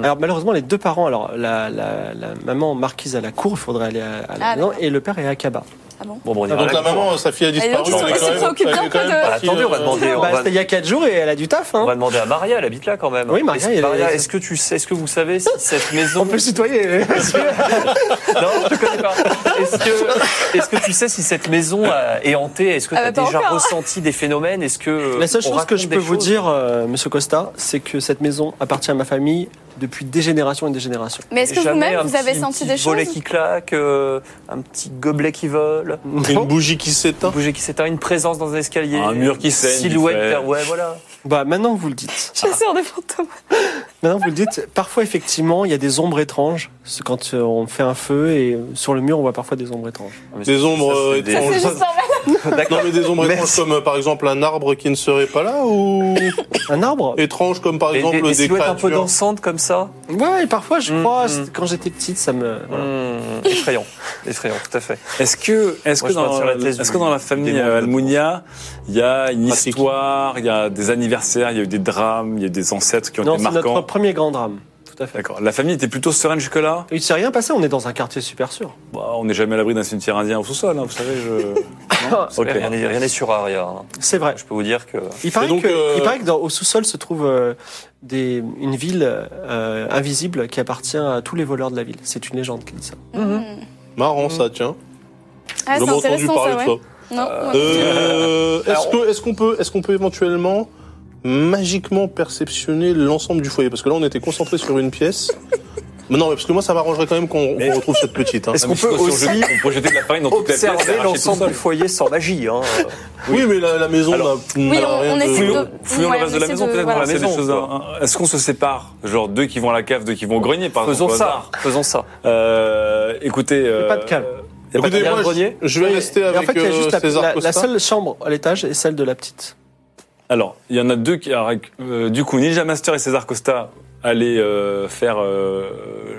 Alors malheureusement, les deux parents, alors la, la- la maman marquise à la cour, il faudrait aller à, à la
Ah,
maison,
d'accord.
et le père est à Cabas.
Bon, bon, on
Ah,
ira
donc la
là.
maman, sa fille a
donc,
disparu.
ils sont-
on est
ils se
quand même-
préoccupent
elle est
d'un
quand
peu
même
de-
Bah,
partie,
attendez, on va
euh,
demander. on
Bah,
va-
C'était il y a 4 jours et elle a du taf. Hein.
On va demander à Maria, elle habite là quand même.
Oui, Maria,
Est-ce-
elle est-
est-ce que tu sais, est-ce que vous savez si cette maison.
On peut le citoyer.
Non, je connais pas. Est-ce que, est-ce que tu sais si cette maison euh, est hantée Est-ce que tu
Ah
as
bah, pas
déjà
encore.
ressenti des phénomènes Est-ce que euh,
La seule
on
chose que
raconte
je
des
peux vous
choses
dire, euh, Monsieur Costa, c'est que cette maison appartient à ma famille depuis des générations et des générations.
Mais est-ce que
Jamais
vous-même,
un
vous avez
petit-
senti
petit
des
volet
choses
qui claque, euh, un petit gobelet qui vole,
Une bougie qui
un
s'éteint.
bouger qui s'éteint, une présence dans un escalier,
Un mur qui saigne,
s'éteint,
qui
silhouette,
fait-
per- ouais, voilà.
Bah maintenant que vous le dites.
Chasseur de fantômes.
Maintenant que vous le dites, parfois effectivement, il y a des ombres étranges. C'est quand euh, on fait un feu et euh, sur le mur, on voit parfois des ombres
Ah,
étranges.
Des ombres euh,
c'est des-
C'est
étranges.
juste normal.
Non, mais des ombres
Merci.
étranges comme euh, par exemple un arbre qui ne serait pas là ou
Un arbre
étrange comme par
Des,
exemple
des- des
des,
silhouettes un peu
créatures.
dansantes comme ça.
Ouais, et parfois je
Mm,
crois,
mm.
c'est- quand j'étais petite, ça me... voilà.
Hmm, effrayant, effrayant, tout à fait.
Est-ce que, est-ce
Moi,
que,
je pars
dans,
sur la thèse
est-ce
du-
que dans la famille
des membres
euh, Almunia, il y a une
Pratique.
histoire, il y a des anniversaires, il y a eu des drames, il y a eu des ancêtres qui ont
Non,
été
c'est notre
marquants
premier grand drame. Tout à fait.
D'accord. La famille était plutôt sereine jusque-là
Il ne s'est rien passé, on est dans un quartier super sûr.
Bah, On n'est jamais à l'abri d'un cimetière indien au sous-sol, hein, vous savez. Je... Non Ok.
Rien n'est rien n'est sur Aria. hein.
C'est vrai.
Je peux vous dire que
Il paraît,
Et donc,
que,
euh,
il paraît que dans- au sous-sol se trouve euh, des, une ville euh, invisible qui appartient à tous les voleurs de la ville. C'est une légende qui dit ça.
Marrant ça, tiens.
Ah,
J'ai
c'est
jamais entendu
intéressant
parler
ça, ouais.
de ça.
Non, ouais.
Euh, est-ce que- est-ce qu'on peut, est-ce qu'on peut éventuellement magiquement perceptionner l'ensemble du foyer Parce que là, on était concentré sur une pièce. Mais non, mais parce que moi, ça m'arrangerait quand même qu'on qu'on retrouve cette petite. hein.
Est-ce
Non, mais
qu'on
si
peut
on- si on
aussi
jette- on peut jeter de la farine dans toute la pièce, et
observer
arracher tout
l'ensemble
seul.
du foyer sans magie. Hein.
Oui, mais la, la maison
Alors,
n'a n'a
Oui, on-
rien
on
de-
essaie
Fouillons,
de-
fouillons
ouais,
le reste de
on
la
essaie
maison,
de-
peut-être.
voilà.
on va essayer des
Maison,
choses
quoi.
à- Est-ce qu'on se sépare Genre deux qui vont à la cave, deux qui vont au grenier, par
Faisons
exemple. au
ça,
hasard.
faisons ça.
Euh, écoutez. euh,
pas de cave.
y a pas de
Écoutez,
cave.
moi, je,
grenier
je vais
Et-
rester
et
avec
en fait, il y a
euh,
juste la-
César
la, la
Costa.
seule chambre à l'étage est celle de la petite.
Alors, il y en a deux qui. alors, euh, du coup, Ninja Master et César Costa allaient euh, faire euh,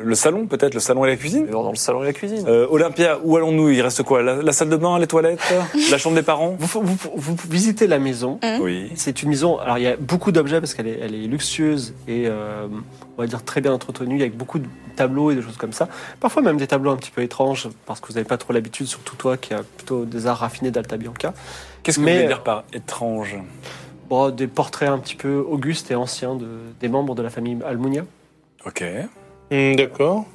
le salon, peut-être, le salon et la cuisine.
Dans dans le salon et la cuisine.
Euh, Olympia, où allons-nous Il reste quoi la, la salle de bain, les toilettes, la chambre des parents
Vous, vous- vous visitez la maison.
Oui.
C'est une maison. Alors il y a beaucoup d'objets parce qu'elle est, elle est luxueuse et euh, on va dire très bien entretenue avec beaucoup de tableaux et de choses comme ça. Parfois même des tableaux un petit peu étranges parce que vous n'avez pas trop l'habitude, surtout toi qui as plutôt des arts raffinés d'Alta Bianca.
Qu'est-ce que
Mais-
vous voulez dire par étrange
Bon, des portraits un petit peu augustes et anciens de, des membres de la famille Almunia.
Ok.
Hmm, D'accord.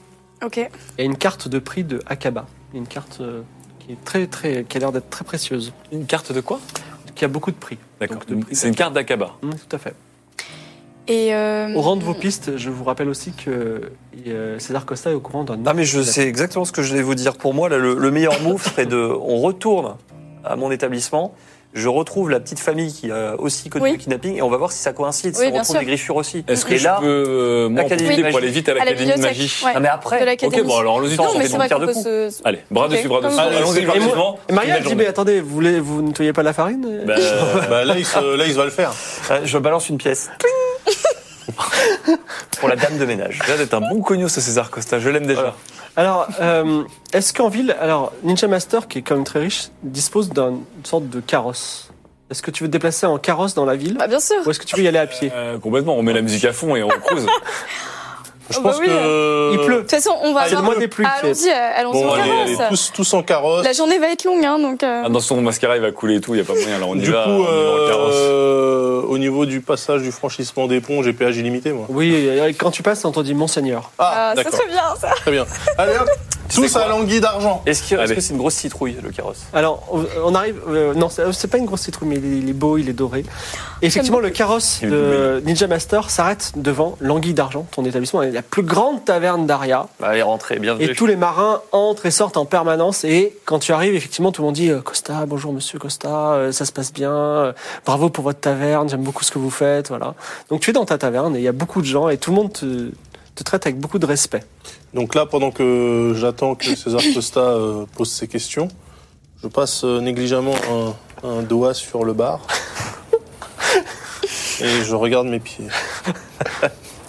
Ok.
Il y a une carte de prix de Akaba, une carte euh, qui est très très qui a l'air d'être très précieuse,
Une carte de quoi
qui a beaucoup de prix.
D'accord.
Donc, de prix.
C'est une carte d'Akaba.
Mm, tout à fait.
Et. euh,
Au rang de vos pistes, je vous rappelle aussi que euh, César Costa est au courant d'un.
Non mais je
autre-
sais exactement ce que je vais vous dire. Pour moi, là, le, le meilleur move serait de, on retourne à mon établissement, je retrouve la petite famille qui a aussi connu
Oui.
le kidnapping et on va voir si ça coïncide, si
Oui,
on
bien
retrouve
sûr.
les griffures aussi.
Est-ce que
et
je
là,
peux euh, moi, en
l'Académie
profiter
de
pour
magie.
aller vite à
à la
l'Académie de
bibliothèque.
magie
ouais,
non mais après,
De l'académie.
Ok, bon, alors allons-y.
Non,
on
mais
fait
c'est
une
vrai
pierre
qu'on
de
peut
coups.
se.
Allez, bras
Ok.
dessus, bras dessous.
Comme vous
Allons-y
voulez. Et moi-
gratuitement.
Et Maria,
Belle
elle dit
journée.
mais attendez, vous voulez, vous nettoyez pas la farine
Bah,
Bah, là, il se, là, il se va le faire.
euh, je balance une pièce. Pour la dame de ménage.
Là, d'être un bon cognos, ce César Costa, je l'aime déjà.
Voilà.
Alors, euh, est-ce qu'en ville, alors Ninja Master, qui est quand même très riche, dispose d'une sorte de carrosse. Est-ce que tu veux te déplacer en carrosse dans la ville
Bah, bien sûr.
ou est-ce que tu veux y aller à pied
Euh, complètement, on met la musique à fond et on cruise.
Je
Oh,
pense
bah oui.
que.
Euh,
Il
De
pleut.
toute façon, on va.
C'est le
voir-
mois des pluies.
Ah,
c'est-
Allons-y, euh, allons-y
Bon,
en
allez, allez,
carrosse.
tous, tous en carrosse.
La journée va être longue, hein, donc. euh,
Ah, dans son mascara, il va couler et tout, il n'y a pas moyen, alors on y
Du
va.
coup,
on y va en carrosse.
euh, au niveau du passage du franchissement des ponts, j'ai péage illimité, moi.
Oui, et quand tu passes, on dit Monseigneur.
Ah,
Ah, ça
d'accord,
serait bien, ça.
très bien. Allez hop, tous
quoi
à l'anguille d'argent.
Est-ce qu'il- est-ce
Allez.
que c'est une grosse citrouille, le carrosse
Alors, on- on arrive. euh, non, c'est c'est pas une grosse citrouille, mais il est- il est beau, il est doré. Et effectivement, le carrosse
Il est
de Ninja Master s'arrête devant l'Anguille d'Argent, ton établissement. est la plus grande taverne d'Aria.
bah, Allez, rentrez, bienvenue.
Et tous les marins entrent et sortent en permanence. Et quand tu arrives, effectivement, tout le monde dit euh, Costa, bonjour monsieur Costa, euh, ça se passe bien, euh, bravo pour votre taverne, j'aime beaucoup ce que vous faites. Voilà. Donc tu es dans ta taverne et il y a beaucoup de gens et tout le monde te,
te traite avec beaucoup de respect.
Donc là, pendant que j'attends que César Costa euh, pose ses questions, je passe euh, négligemment un, un doigt sur le bar. Et je regarde mes pieds.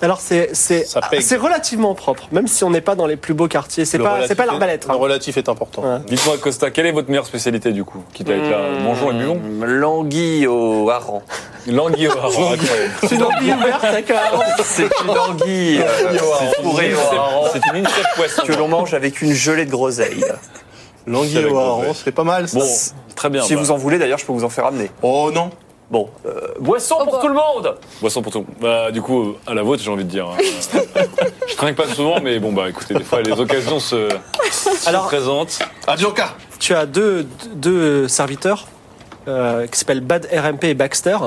Alors c'est c'est
Ça pègue.
c'est relativement propre, même si on n'est pas dans les plus beaux quartiers. C'est
Le
pas
relatif
c'est pas
est-
l'arbalète. hein.
Le relatif est important.
Ouais.
Dites-moi, Costa, quelle est votre meilleure spécialité du coup Quitte à être
Hmm.
là, bonjour et buvons.
Mmh, L'anguille au hareng.
L'anguille au hareng, incroyable.
C'est une envie ouverte hein, avec un-
Ah
C'est une anguille euh, fourrée au hareng
C'est une chef poisson.
que l'on mange avec une gelée de groseille.
L'anguille
Avec
au hareng,
Beauvais.
c'est pas mal. ça.
Bon, très bien.
si
bah,
vous en voulez, d'ailleurs, je peux vous en faire amener.
Oh non
Bon, euh, boisson pour
bah.
tout le monde
Boisson pour tout. Bah, du coup, euh, à la vôtre, j'ai envie de dire. hein. je trinque pas souvent, mais bon, bah écoutez, des fois, les occasions se, se
Alors-
présentent.
Ah, Bianca
tu as deux, deux serviteurs euh, qui s'appellent Bad RMP et Baxter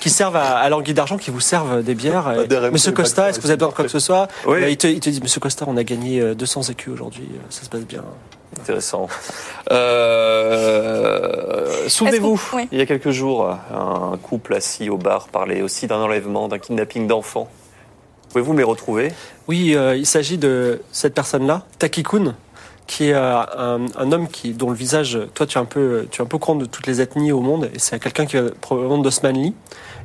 qui servent à, à l'anguille d'argent, qui vous servent des bières. Et,
Bad RMP,
Monsieur Costa,
Baxter,
est-ce que vous avez besoin de quoi que ce soit
Oui.
Et Ils te, ils te disent, Monsieur Costa, on a gagné euh, 200 écus aujourd'hui, euh, ça se passe bien.
Intéressant. Euh, Souvenez-vous,
Est-ce qu'on- oui.
il y a quelques jours, un couple assis au bar parlait aussi d'un enlèvement, d'un kidnapping d'enfants. Pouvez-vous me les retrouver
Oui, euh, il s'agit de cette personne-là, Taki Kun, qui est euh, un, un homme qui, dont le visage, toi tu es un peu, tu es un peu au courant de toutes les ethnies au monde, et c'est quelqu'un qui vient probablement d'Osmanli,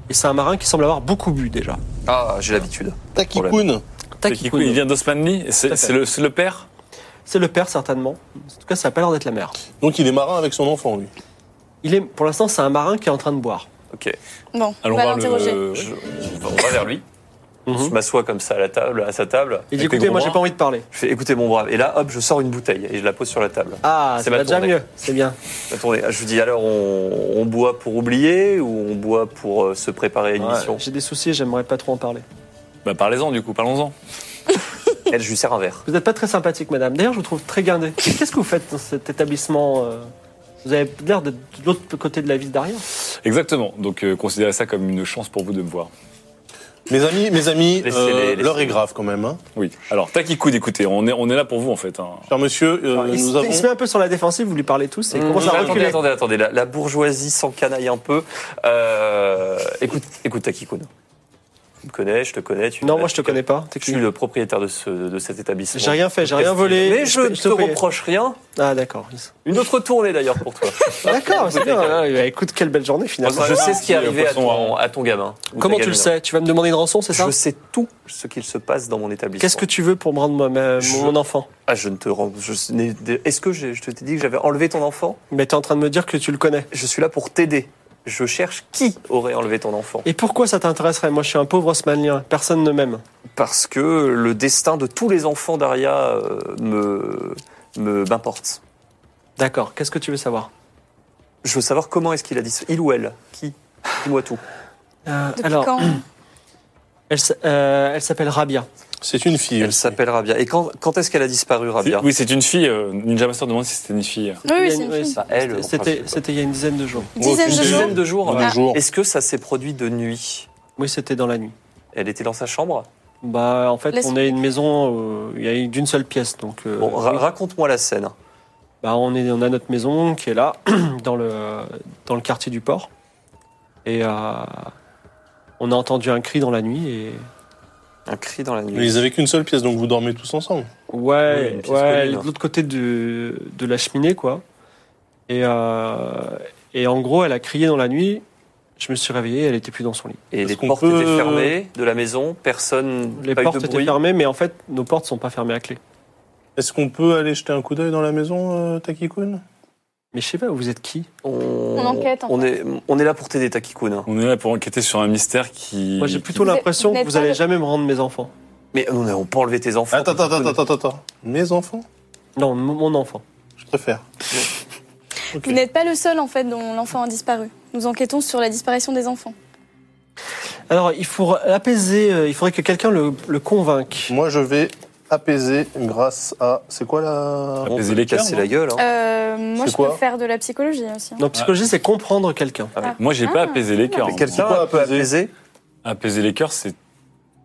et c'est un marin qui semble avoir beaucoup bu déjà.
Ah, j'ai l'habitude.
Taki
Problème.
Kun
Taki
Du coup, il
Kun,
vient d'Osmanli, et c'est c'est le, c'est le père
c'est le père certainement, en tout cas ça a pas l'air d'être la mère.
Donc il est marin avec son enfant, lui.
Il est, pour l'instant, c'est un marin qui est en train de boire.
Ok.
Bon,
Allons
on va
voir
l'interroger.
le.
Je- on va vers lui.
Mhm.
Je m'assois comme ça à, la table, à sa table.
Il dit,
Avec tes
écoutez,
gros
moi, j'ai
bras
pas envie de parler.
Je fais écoutez mon brave. Et là, hop, je sors une bouteille et je la pose sur la table.
Ah,
C'est
c'est
ma
déjà
tournée.
mieux. C'est bien.
Attendez, je vous dis alors, on, on boit pour oublier ou on boit pour euh, se préparer à une mission
J'ai des soucis, j'aimerais pas trop en parler.
Bah, parlez-en, du coup, parlons-en.
Elle, je lui sers un verre.
Vous n'êtes pas très sympathique, madame. D'ailleurs, je vous trouve très guindé. Qu'est-ce que vous faites dans cet établissement euh, Vous avez l'air d'être de l'autre côté de la ville derrière.
Exactement. Donc, euh, considérez ça comme une chance pour vous de me voir.
Mes amis, mes amis,
Laissez-les,
euh,
laissez-les.
l'heure est grave quand même. hein.
Oui. Alors, Takikoud, écoutez, on est, on est là pour vous, en fait. hein.
Cher monsieur, euh,
Alors, il,
nous
se, il se
avons...
met un peu sur la défensive, vous lui parlez tous et il commence à
Mmh, attendez,
reculer.
attendez, attendez, la, la bourgeoisie s'encanaille un peu. Euh, écoute, écoute Takikoun. Tu me connais, je te connais. Tu
Non, moi, je te connais pas. T'es
Je suis
qui
le propriétaire de, ce, de cet établissement.
J'ai rien fait, j'ai rien volé.
Mais je ne
te
te
paye.
reproche rien.
Ah, d'accord.
Une autre tournée d'ailleurs pour toi.
D'accord, c'est bien. Ah, bah, écoute, quelle belle journée finalement.
je sais ce qui est arrivé à
poisson
ton, à ton gamin. ou
Comment
ta
tu le
gamine.
sais Tu vas me demander une rançon, c'est ça
Je sais tout ce qu'il se passe dans mon établissement.
Qu'est-ce que tu veux pour me rendre ma- ma-
Je-
mon enfant
Ah, je ne te rends. je n'ai- Est-ce que j'ai- je te t'ai dit que j'avais enlevé ton enfant
Mais t'es en train de me dire que tu le connais.
Je suis là pour t'aider. Je cherche qui aurait enlevé ton enfant.
Et pourquoi ça t'intéresserait Moi, je suis un pauvre Osmanlien. Personne ne m'aime.
Parce que le destin de tous les enfants d'Aria euh, me me- m'importe.
D'accord. Qu'est-ce que tu veux savoir
Je veux savoir comment est-ce qu'il a dit ce... Il ou elle Qui Dis-moi tout.
Depuis
Euh, Alors,
quand
elle, s- euh, elle s'appelle Rabia.
C'est une fille.
Elle s'appelle Rabia. Et quand, quand est-ce qu'elle a disparu, Rabia
Oui, c'est une fille. euh, Ninja Master demande si c'était une fille.
Oui,
Il y a
oui, c'est
une-
une
oui,
fille.
Bah, elle, en
C'était
principe.
c'était il y a une dizaine de jours.
Dizaine de
Aucune
jours.
Dizaine de jours.
Un jour.
Est-ce que ça s'est produit de nuit
Oui, c'était dans la nuit.
Elle était dans sa chambre
Bah, en fait,
Laisse-
on est une maison. euh, Il y a d'une seule pièce, donc. euh,
Bon, ra-
oui.
raconte-moi la scène.
Bah, on est, on a notre maison qui est là, dans le dans le quartier du port, et euh, on a entendu un cri dans la nuit et.
Un cri dans la nuit.
Mais ils avaient qu'une seule pièce, donc vous dormez tous ensemble.
Oui, une hein.
Ouais,
pièce
ouais,
commune.
de l'autre côté de, de la cheminée, quoi. Et, euh, et en gros, elle a crié dans la nuit. Je me suis réveillé, elle était plus dans son lit.
Et
Est-ce
les
qu'on
portes
peut-
étaient fermées de la maison, personne,
Les
pas eu
portes
de
étaient
bruit.
fermées, mais en fait, nos portes sont pas fermées à clé.
Est-ce qu'on peut aller jeter un coup d'œil dans la maison, euh, Takikun
Mais je sais pas, vous êtes qui
On enquête, en
on est, on est là pour t'aider, Takikoun.
On est là pour enquêter sur un mystère qui.
Moi, j'ai
qui-
plutôt
Vous êtes-
l'impression
vous
que
n'êtes
vous
pas
allez
le-
jamais me rendre mes enfants.
Mais on n'a pas enlevé tes enfants.
Attends, attends, attends, attends, attends. Mes enfants
Non, mon- mon enfant.
Je préfère. Ok.
Vous n'êtes pas le seul, en fait, dont l'enfant a disparu. Nous enquêtons sur la disparition des enfants.
Alors, il faut apaiser, euh, il faudrait que quelqu'un le, le convainque.
Moi, je vais apaiser grâce à... C'est quoi la...
On
Apaiser
peut
les cœurs,
casser
non
la gueule. hein.
Euh, moi,
C'est
je
quoi
peux faire de la psychologie aussi.
Non, psychologie, c'est comprendre quelqu'un.
Moi, j'ai pas
Ah.
apaisé les cœurs.
Mais
hein.
Quelqu'un
quoi,
peut apaiser
Apaiser les cœurs, c'est.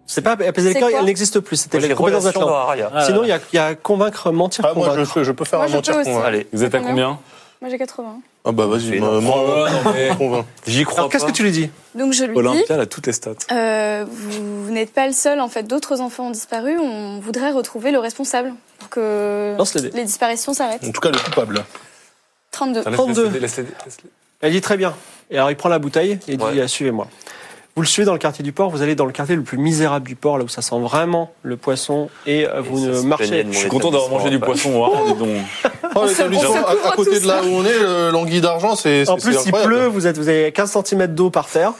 C'est pas apaiser
C'est
les cœurs,
quoi
elle n'existe plus. C'était
Moi, j'ai
les compétences
relation
d'Atlan.
dans Aria.
Ah,
Sinon, il y a, il y a convaincre, mentir,
Ah, moi,
convaincre.
je, fais- je peux faire
Moi,
un
je
mentir
peux
convaincre.
aussi.
Allez,
Vous êtes à
Combien
combien
Moi, j'ai 80.
Ah bah vas-y,
C'est
moi,
Oh
moi,
là là, non, mais-
convainc.
J'y crois
Alors, qu'est-ce
pas.
que tu lui dis
Donc je lui dis,
Olympia elle a toutes les stats.
euh, vous, vous n'êtes pas le seul, en fait, d'autres enfants ont disparu, on voudrait retrouver le responsable pour que
Lance les dés.
les disparitions s'arrêtent.
En tout cas, le coupable.
32.
Attends, laisse-
32.
laisse-les, laisse-les, laisse-les.
Elle dit très bien. Et alors il prend la bouteille et dit
Ouais.
suivez-moi. Vous le suivez dans le quartier du port, vous allez dans le quartier le plus misérable du port, là où ça sent vraiment le poisson et euh, vous
ça
ne
se
marchez.
plaignait de
Je
mon
suis content d'avoir mangé du poisson au Havre, dis donc.
Oh,
se-
l'établissement,
on se couvre
à, à côté
tous.
de là où on est, le- l'anguille d'argent, c'est c'est-
En plus,
c'est
il
incroyable.
pleut, vous, êtes, vous avez 15 cm d'eau par terre.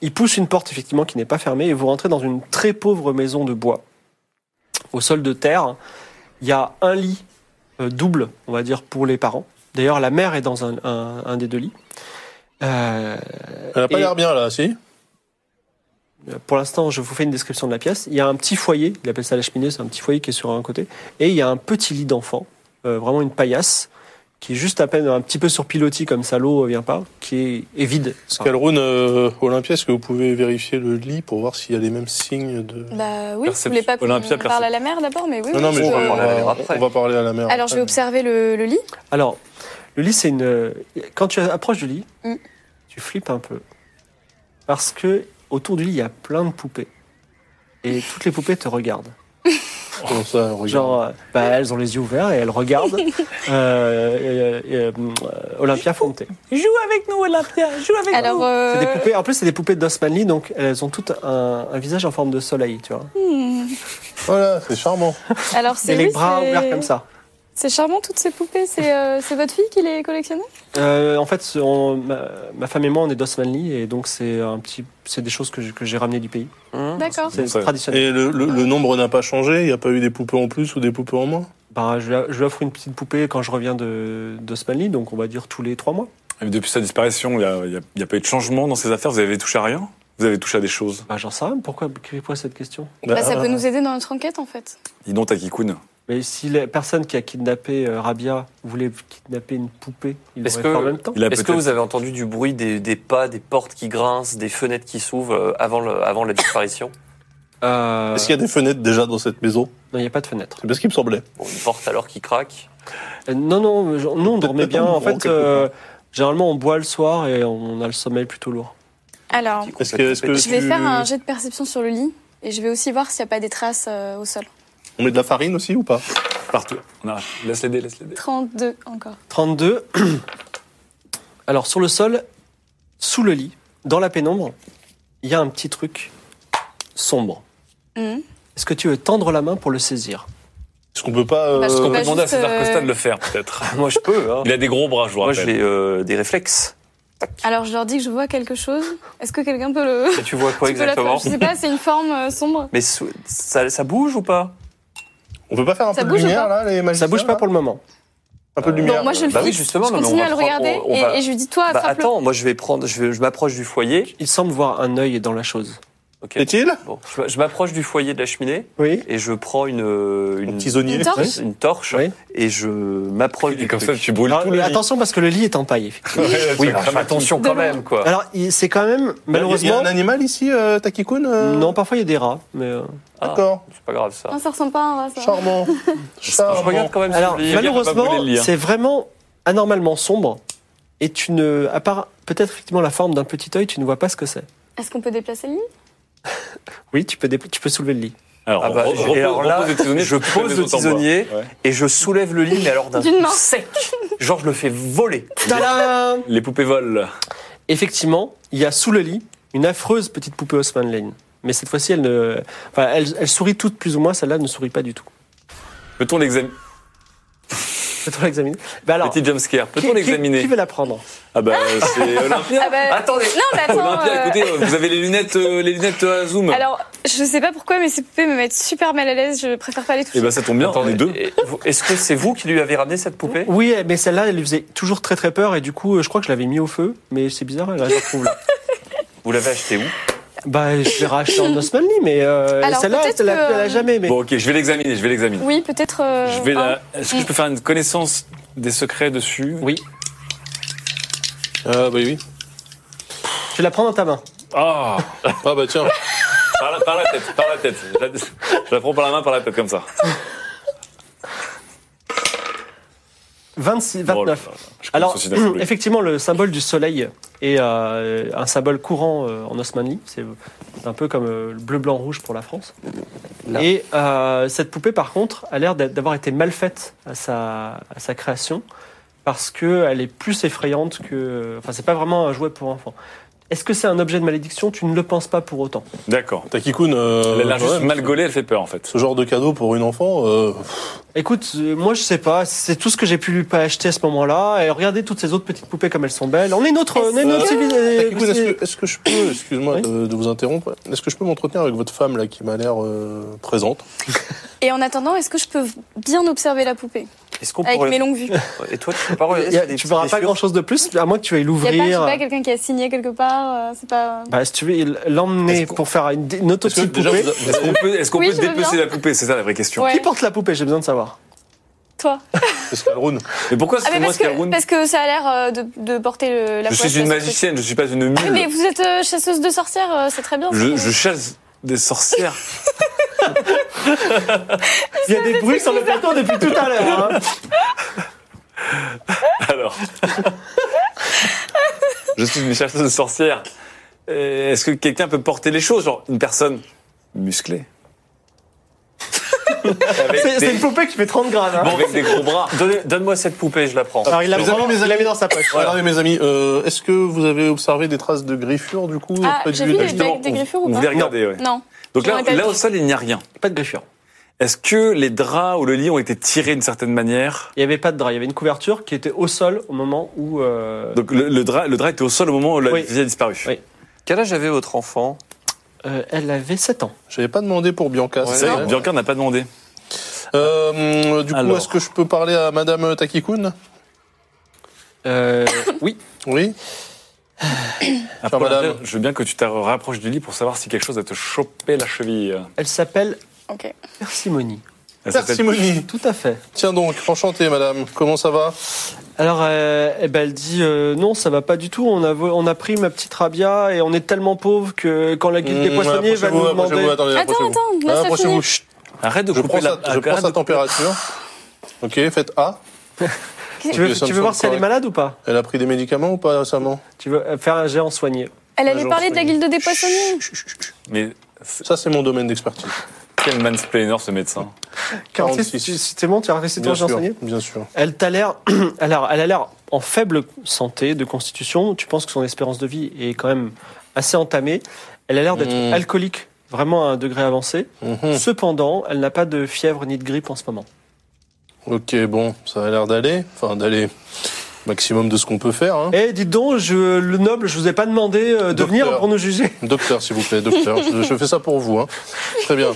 Il pousse une porte, effectivement, qui n'est pas fermée, et vous rentrez dans une très pauvre maison de bois. Au sol de terre, il y a un lit euh, double, on va dire, pour les parents. D'ailleurs, la mère est dans un, un- un des deux lits. Euh,
Elle a pas
Et-
l'air bien là, si
pour l'instant, je vous fais une description de la pièce. Il y a un petit foyer, il appelle ça la cheminée, c'est un petit foyer qui est sur un côté, et il y a un petit lit d'enfant, euh, vraiment une paillasse, qui est juste à peine un petit peu sur pilotis comme ça, l'eau vient pas, qui est, est vide. Enfin,
Calrune euh, Olympia, est-ce que vous pouvez vérifier le lit pour voir s'il y a les mêmes signes de.
Bah oui, vous
Perception.
voulez pas qu'on
Olympia,
parle à la mère d'abord, mais oui.
Non, non,
oui,
mais
je-
je- on,
vais parler à la mère
va,
après.
on va parler à la mère.
Alors je vais
après.
observer le, le lit.
Alors, le lit, c'est une. Euh, Quand tu approches du lit,
Mm.
tu flippes un peu. Parce que autour du lit, il y a plein de poupées. Et toutes les poupées te regardent.
Comment ça, regarde
Genre, euh, bah, elles ont les yeux ouverts et elles regardent euh, et, euh, euh, Olympia Fonte.
Alors, euh,
C'est des poupées. En plus, c'est des poupées d'Osmanli, donc elles ont toutes un, un visage en forme de soleil, tu vois.
Voilà, c'est charmant.
alors
Et
c'est
les
oui,
bras
c'est-
ouverts comme ça.
C'est charmant toutes ces poupées. C'est euh, c'est votre fille qui les collectionnait
Euh, en fait, on- ma, ma femme et moi, on est d'Osmanli, et donc c'est un petit, c'est des choses que j'ai- que j'ai ramenées du pays.
Hein
D'accord.
C'est
ça-
traditionnel.
Et le, le- le nombre n'a pas changé Il n'y a pas eu des poupées en plus ou des poupées en moins
Bah, je, lui- je lui offre une petite poupée quand je reviens de, de Spanley, donc on va dire tous les trois mois.
Et Depuis sa disparition, il n'y a, il y a- il y a pas eu de changement dans ses affaires. Vous avez touché à rien Vous avez touché à des choses.
Bah, j'en sais rien, pourquoi, pourquoi cette question
Bah, ça peut nous aider dans notre enquête en fait.
Dis donc, Takikun.
Mais si la personne qui a kidnappé euh, Rabia voulait kidnapper une poupée, il
Est-ce
l'aurait
que-
fait en même temps
Il a
Est-ce
peut-être.
que vous avez entendu du bruit des, des pas, des portes qui grincent, des fenêtres qui s'ouvrent euh, avant, le- avant la disparition
Euh,
Est-ce qu'il y a des fenêtres déjà dans cette maison
Non, il n'y a pas de fenêtre.
C'est parce qu'il me semblait.
Bon, Une porte alors qui craque.
Euh, non, non, je- nous on dormait bien. En fait,
quelque
euh, généralement on boit le soir et on a le sommeil plutôt lourd.
Alors,
Est-ce que, est-ce que
je vais
tu-
faire un jet de perception sur le lit et je vais aussi voir s'il n'y a pas des traces euh, au sol.
On met de la farine aussi ou pas
Partout. On arrête. Laisse les dés, laisse les dés.
32 encore.
32. Alors, sur le sol, sous le lit, dans la pénombre, il y a un petit truc sombre.
Mhm.
Est-ce que tu veux tendre la main pour le saisir
Est-ce qu'on peut pas. euh,
Bah, je-
Est-ce qu'on peut
Bah,
demander à
juste,
César
euh,
Costa de le faire, peut-être
Moi je peux. Hein.
Il a des gros bras, je vous
Moi
rappelle.
j'ai euh, des réflexes.
Alors je leur dis que je vois quelque chose. Est-ce que quelqu'un peut le.
Et tu vois quoi
Tu peux la faire
exactement
Je sais pas, c'est une forme euh, sombre.
Mais sou- ça, ça bouge ou pas
On peut pas faire un
Ça
peu de
bouge ou
lumière
pas
là, les magiciens
Bah, Ça hein. bouge pas
là
pour le moment.
Un peu de lumière.
Non, moi je le
Bah oui,
fixe.
justement,
je
non, mais on
continue
va
à le
prendre-
regarder
on- on
et,
va-
et je lui dis toi
Bah
attrape-le.
attends, moi je vais prendre, je, vais- je m'approche du foyer.
Il semble voir un œil dans la chose.
Ok.
Est-il
Bon, je, m'a- je m'approche du foyer de la cheminée
Oui.
et je prends une
Un
une,
petit zonier.
Une torche
oui.
une torche
Oui.
et je m'approche
Et
du
comme ça,
truc.
tu brûles tout le lit.
attention parce que Ah, le lit est en paille. effectivement.
Oui, bah, fais attention quand
Demain.
même quoi.
Alors, il- c'est quand même
Il y a
malheureusement.
un animal ici, euh, Takikun euh
Non, parfois il y a des rats, mais euh,
Ah,
D'accord.
c'est pas grave ça.
Non, ça ressemble pas hein, à un rat, ça.
Charmant.
Je regarde
Charmant.
quand même.
Alors,
si je-
malheureusement,
pas brûler le lien.
c'est vraiment anormalement sombre. Et tu ne, à part peut-être effectivement la forme d'un petit œil, tu ne vois pas ce que c'est.
Est-ce qu'on peut déplacer le lit
Oui, tu peux, dépla- tu peux soulever le lit.
Alors,
Ah bah,
re-
et
repose-
alors là,
repose le tisonnier,
je
tu fais
pose
les
le
autres en bas.
tisonnier
Ouais.
et je soulève le lit, mais alors d'un
D'une
coup
main.
sec. Genre, je le fais voler.
Tadam
Les poupées volent.
Effectivement, il y a sous le lit une affreuse petite poupée Osman Lane. Mais cette fois-ci, elle ne, enfin, elle, elle sourit toutes plus ou moins. Celle-là ne sourit pas du tout.
Peut-on l'examiner
Peut-on l'examiner Ben alors,
Petit jumpscare.
qui,
Peut-on
qui-
l'examiner
qui veut la prendre
Ah bah, c'est Olympia.
Ah bah-
Attendez.
Non, mais attends.
Olympia,
euh,
écoutez, euh, vous avez les lunettes, euh, les lunettes à zoom.
Alors, je sais pas pourquoi, mais ces poupées me mettent super mal à l'aise. Je préfère pas les toucher.
Eh ben, ça tombe bien, on est
Attendez,
deux.
et euh, vous- Est-ce que c'est vous qui lui avez ramené cette poupée
Oui, mais celle-là, elle lui faisait toujours très très peur. Et du coup, je crois que je l'avais mis au feu. Mais c'est bizarre, elle la retrouve là.
Vous l'avez acheté où
Bah, je l'ai racheté en Osmanli, mais euh,
Alors,
celle-là,
peut-être
elle l'a
que,
elle l'a
euh,
jamais. Mais
Bon, ok, je vais l'examiner, je vais l'examiner.
Oui, peut-être. euh,
Je vais
un.
la... Est-ce que je peux faire une connaissance des secrets dessus
oui,
Ah, bah oui.
tu la prends dans ta main.
Ah
Ah, bah tiens.
par, la, par la tête, par la tête. Je la, je la prends par la main, par la tête, comme ça.
26,
Oh là
29.
là. Je
Alors, euh,
aussi d'absolu.
effectivement, le symbole du soleil est euh, un symbole courant euh, en Osmanli. C'est c'est un peu comme euh, le bleu, blanc, rouge pour la France. Et euh, cette poupée, par contre, a l'air d'a- d'avoir été mal faite à sa, à sa création parce qu'elle est plus effrayante que. Enfin, c'est pas vraiment un jouet pour enfants. Est-ce que c'est un objet de malédiction Tu ne le penses pas pour autant.
D'accord.
Takikun, euh,
Elle a l'air
quand
juste
même,
mal gaulée, elle fait peur en fait.
ce genre de cadeau pour une enfant, euh,
Écoute, euh, moi je sais pas, c'est tout ce que j'ai pu lui pas acheter à ce moment-là. Et regardez toutes ces autres petites poupées comme elles sont belles. On est une autre, on est une autre
Est-ce Takikun,
civilisation.
est-ce que, est-ce que je peux, excuse-moi
Euh, Oui.
de, de vous interrompre, est-ce que je peux m'entretenir avec votre femme là qui m'a l'air euh, présente
Et en attendant, est-ce que je peux bien observer la poupée
Est-ce qu'on
avec
pourrait.
mes longues vues
Et toi, tu peux pas regarder
Y a-
s'il y a des
tu
petites
verras pas
blessures
grand chose de plus, à moins que tu ailles
Il n'y a pas, je sais
l'ouvrir.
pas, quelqu'un qui a signé quelque part euh, C'est pas.
Bah, si tu veux il- l'emmener
Est-ce qu'on-
pour faire une, une
Est-ce que
autopsie de
déjà,
poupée.
vous-
Est-ce qu'on peut, est-ce qu'on
Oui,
peut
je veux
dépecer
bien.
la poupée C'est ça la vraie question.
Ouais.
Qui porte la poupée J'ai besoin de savoir.
Toi
est-ce qu'elle roule
Mais pourquoi
Ah,
c'est
mais
moi
parce
qui
que,
roule
parce que ça a l'air euh, de, de porter le, la
Je
poisse,
suis une
là, ce truc.
magicienne, je suis pas une
Oui, mais
mule.
vous êtes euh, chasseuse de sorcières, euh, c'est très bien.
Je, je chasse des sorcières.
Il y a des bruits sur le plateau depuis tout à l'heure. hein.
Alors, je suis une chasseuse de sorcières. Euh, Est-ce que quelqu'un peut porter les choses, genre une personne musclée Avec
C'est
des-
c'est une poupée qui fait 30 grammes. hein.
Bon, avec des gros bras.
Donne- Donne-moi cette poupée, je la prends.
Ah,
Alors il l'a
Mes
vraiment-
amis, mes
il l'a mis dans sa poche.
Regardez mes amis, euh, est-ce que vous avez observé des traces de griffures du coup
Ah,
auprès
j'ai
du-
vu
du-
les- Avec des
on-
griffures ou
on
pas
devait regarder, ouais.
Non.
Donc
On
là,
aurait pas
là
vu.
au sol, il n'y a rien.
Pas de griffure.
Est-ce que les draps ou le lit ont été tirés d'une certaine manière
Il n'y avait pas de drap, il y avait une couverture qui était au sol au moment où. euh,
Donc le, le drap, le drap était au sol au moment où la
Oui.
vie a disparu.
Oui.
Quel âge avait votre enfant
euh, elle avait 7 ans.
J'avais pas demandé pour Bianca.
C'est
c'est
vrai
vrai.
que Bianca n'a pas demandé.
Euh, du coup,
Alors.
est-ce que je peux parler à Madame Takikun
Euh, oui.
Oui.
Après,
madame.
Je veux bien que tu te rapproches du lit pour savoir si quelque chose a te choper la cheville.
Elle s'appelle
Ok.
Persimony.
Elle s'appelle-
Persimony.
Tout à fait.
Tiens donc, enchanté Madame. Comment ça va
Alors, euh, eh ben, elle dit euh, non, ça va pas du tout. On a, vo- on a pris ma petite rabia et on est tellement pauvre que quand la guilde des
Mmh,
poissonniers va
approchez-vous,
nous
approchez-vous,
demander.
attendez,
Attends,
approchez-vous.
attends, laisse-la
Ah, approchez-vous.
finir.
Chut,
Arrête de
Je
couper
prends
la
sa, je prends
arrête
sa
de couper-
température. Ok, faites A.
Tu veux, tu veux voir si elle est malade ou pas
Elle a pris des médicaments ou pas récemment
Tu veux euh, faire un géant soigné
Elle
Un
allait
jour,
parler de la
je
guilde des poissonniers.
Mais
Ça, c'est mon domaine d'expertise.
quel mansplainer ce médecin
46.
tu- C'est bon, tu as réussi ton
Bien
géant
sûr,
soigné
bien sûr.
Elle t'a l'air. Alors, elle a l'air en faible santé de constitution. Tu penses que son espérance de vie est quand même assez entamée. Elle a l'air d'être
Mmh.
alcoolique, vraiment à un degré avancé.
Mhm.
Cependant, elle n'a pas de fièvre ni de grippe en ce moment.
Ok, bon, ça a l'air d'aller. Enfin, d'aller maximum de ce qu'on peut faire. hein.
Eh, dites donc, je, le noble, je vous ai pas demandé euh, de
Docteur.
venir pour nous juger.
Docteur, s'il vous plaît, docteur. je, je fais ça pour vous. hein. Très bien.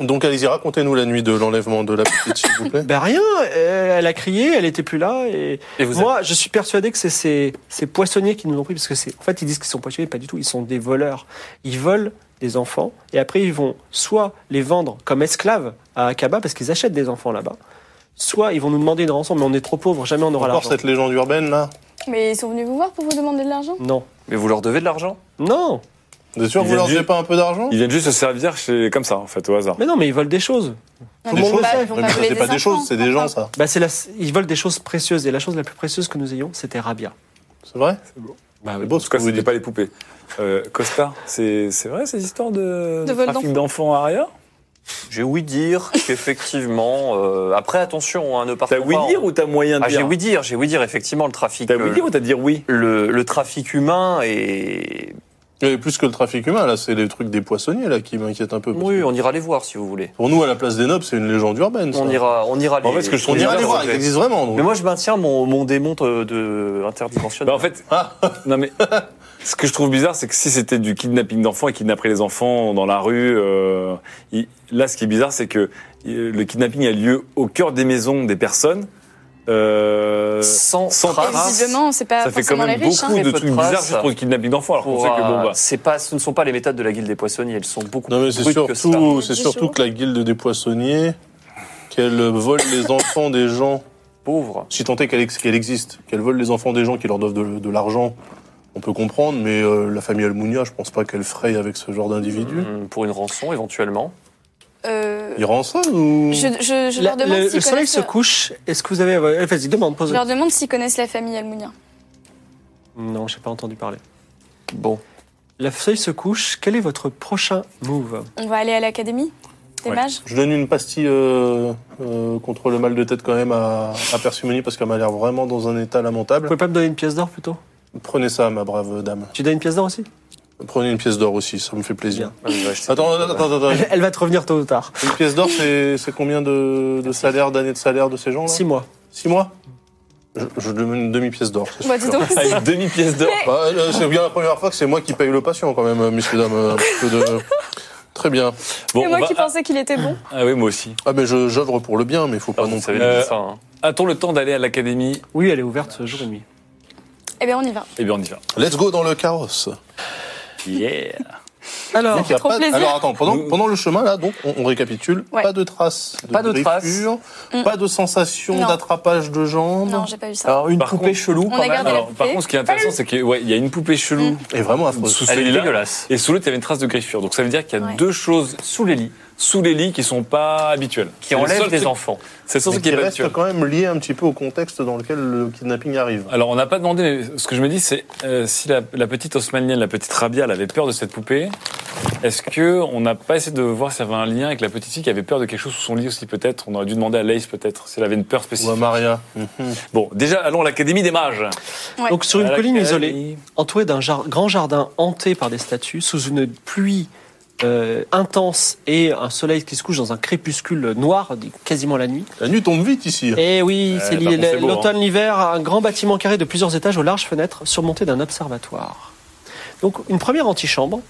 Donc, allez-y, racontez-nous la nuit de l'enlèvement de la petite, s'il vous plaît.
Ben rien, euh, elle a crié, elle était plus là. Et,
Et vous
moi, je suis persuadé que c'est ces, ces poissonniers qui nous ont pris, parce que c'est, en fait, ils disent qu'ils sont poissonniers, pas du tout, ils sont des voleurs. Ils volent des enfants, et après, ils vont soit les vendre comme esclaves à Akaba, parce qu'ils achètent des enfants là-bas, soit ils vont nous demander une rançon, mais on est trop pauvres, jamais on aura
Encore
l'argent.
cette légende urbaine, là
Mais ils sont venus vous voir pour vous demander de l'argent
Non,
Mais vous leur devez de l'argent
non,
Vous êtes sûr
Il
que vous
vient
leur
du-
donnez pas un peu d'argent
Ils viennent juste se servir chez... comme ça, en fait, au hasard.
mais non, mais ils volent des choses.
Non,
Des
mais ils vont
choses
pas- ils vont
Ouais,
pas
mais ça,
voler
c'est pas des choses,
enfants.
c'est des gens, ça.
Bah, c'est la, ils volent des choses précieuses, et la chose la plus précieuse que nous ayons, c'était Rabia.
C'est vrai
Bah,
C'est beau,
en
ce
tout
que
cas,
vous
c'était
dites.
pas les poupées. Euh, Costa, c'est c'est vrai ces histoires de,
De vol
trafic d'enfants à Aria
J'ai oui dire qu'effectivement. euh, après, attention, hein, ne partons
T'as
pas.
oui dire
en-
ou t'as moyen de
Ah, j'ai
dire
oui dire, j'ai oui dire, effectivement, le trafic.
T'as oui
euh,
dire ou t'as dire oui
le, le trafic humain et
Il y avait plus que le trafic humain, là, c'est les trucs des poissonniers, là, qui m'inquiètent un peu. parce
oui
que
on ira les voir si vous voulez
Pour nous, à la place des nobles, c'est une légende urbaine, ça.
on ira on ira les,
En fait, ce que je
On
trouve
ira
bizarre,
les voir, ils existent vraiment, donc.
mais moi je maintiens mon, mon démon de, de interdimensionnel
Bah, en fait,
Ah.
non mais ce que je trouve bizarre, c'est que si c'était du kidnapping d'enfants et kidnapper les enfants dans la rue, euh, il- là, ce qui est bizarre, c'est que euh, le kidnapping a lieu au cœur des maisons des personnes. Euh,
sans,
sans
trace,
trace,
Visiblement, c'est pas
ça fait quand
forcément les
même
riches.
beaucoup
hein.
de
hein. Très peu de
trucs bizarres
traces.
juste pour le kidnapping d'enfants. Alors qu'on
pour,
sait que bon,
euh,
bah,
c'est pas ce ne sont pas les méthodes de la guilde des poissonniers elles sont beaucoup
Non, mais
plus
c'est
brutes que ça
surtout, c'est
Des
surtout
choses.
que la guilde des poissonniers, qu'elle vole les enfants des gens,
pauvre
si tant est qu'elle ex- qu'elle existe, qu'elle vole les enfants des gens qui leur doivent de, de l'argent, on peut comprendre, mais euh, la
Mm.
famille Almunia, je pense pas qu'elle fraye avec ce genre d'individu.
Hum, pour une rançon éventuellement
Euh,
Ils rentrent ensemble ou...
Je, je, je
La-
leur demande
le,
s'ils
le soleil
connaissent. euh,
se couche. Est-ce que vous avez. euh, Vas-y, demande,
Je
pose.
leur demande s'ils connaissent la famille Almunia.
Non, j'ai pas entendu parler.
Bon.
Le soleil se couche. Quel est votre prochain move
On va aller à l'académie des
Ouais.
mages.
Je donne une pastille euh, euh, contre le mal de tête quand même à, à Persimony parce qu'elle m'a l'air vraiment dans un état
Vous
lamentable.
pouvez pas me donner une pièce d'or plutôt
Prenez ça, ma brave dame.
Tu donnes une pièce d'or aussi
Prenez une pièce d'or aussi, ça me fait plaisir.
Ah,
Je vais acheter-
Attends, attends, attends, attends.
elle, elle va te revenir tôt ou tard.
Une pièce d'or, c'est c'est combien de, de salaire, d'années de salaire de ces gens-là
Six mois.
Six mois je, je demande une demi-pièce d'or. c'est
Bah,
sûr.
dis donc,
Ah, une demi-pièce d'or.
Bah, euh, c'est bien la première fois que c'est moi qui paye le patient quand même, euh, messieurs, dames. euh, un peu de- Très bien.
Bon,
c'est
on
moi
va-
qui pensais qu'il était bon.
Ah oui, moi aussi.
Ah mais je- j'œuvre pour le bien, mais il faut pas
Ah,
non
vous
plus.
savez
Euh,
ça. hein.
A-t-on le temps d'aller à l'académie
Oui, elle est ouverte ce jour et nuit.
Eh bien, on y va.
Eh bien, on y va.
Let's go dans le carrosse.
Yeah
Alors,
Donc, il y a
trop
pas de-
plaisir.
Alors attends, pendant, pendant le chemin là, donc on, on récapitule,
Ouais.
pas de traces, de
Pas de traces.
griffures,
Mm.
pas de sensation
Non.
d'attrapage de jambes.
Non, j'ai pas eu ça.
Alors, une
Par
poupée
contre-
chelou.
On a gardé la
Alors,
poupée. Mm.
par contre, ce qui est intéressant, c'est qu'il ouais, il y a une poupée chelou
Et vraiment affreuse.
sous
Elle est
celui-là.
dégueulasse.
Et sous l'autre, il y avait une trace de griffure. Donc ça veut dire qu'il y a
Ouais.
deux choses sous les lits, sous les lits qui sont pas habituelles.
Qui enlève des enfants.
C'est le
Mais
seul truc qui
qui
est pas
reste
habituel.
quand même lié un petit peu au contexte dans lequel le kidnapping arrive.
Alors on n'a pas demandé, mais ce que je me dis, c'est euh, si la, la petite osmanienne, la petite Rabia, elle avait peur de cette poupée, est-ce que on n'a pas essayé de voir s'il y avait un lien avec la petite fille qui avait peur de quelque chose sous son lit aussi peut-être On aurait dû demander à Lace peut-être si elle avait une peur
Ou à
spécifique.
Maria.
Bon, déjà allons à l'académie des mages.
donc sur une
À
colline
l'académie.
isolée, entouré d'un jar- grand jardin hanté par des statues, sous une pluie euh, intense et un soleil qui se couche dans un crépuscule noir, quasiment la nuit.
La nuit tombe vite ici.
Eh oui, c'est
par contre,
l'hi-
c'est beau, hein.
l'automne, l'hiver, un grand bâtiment carré de plusieurs étages aux larges fenêtres surmonté d'un observatoire. Donc une première antichambre.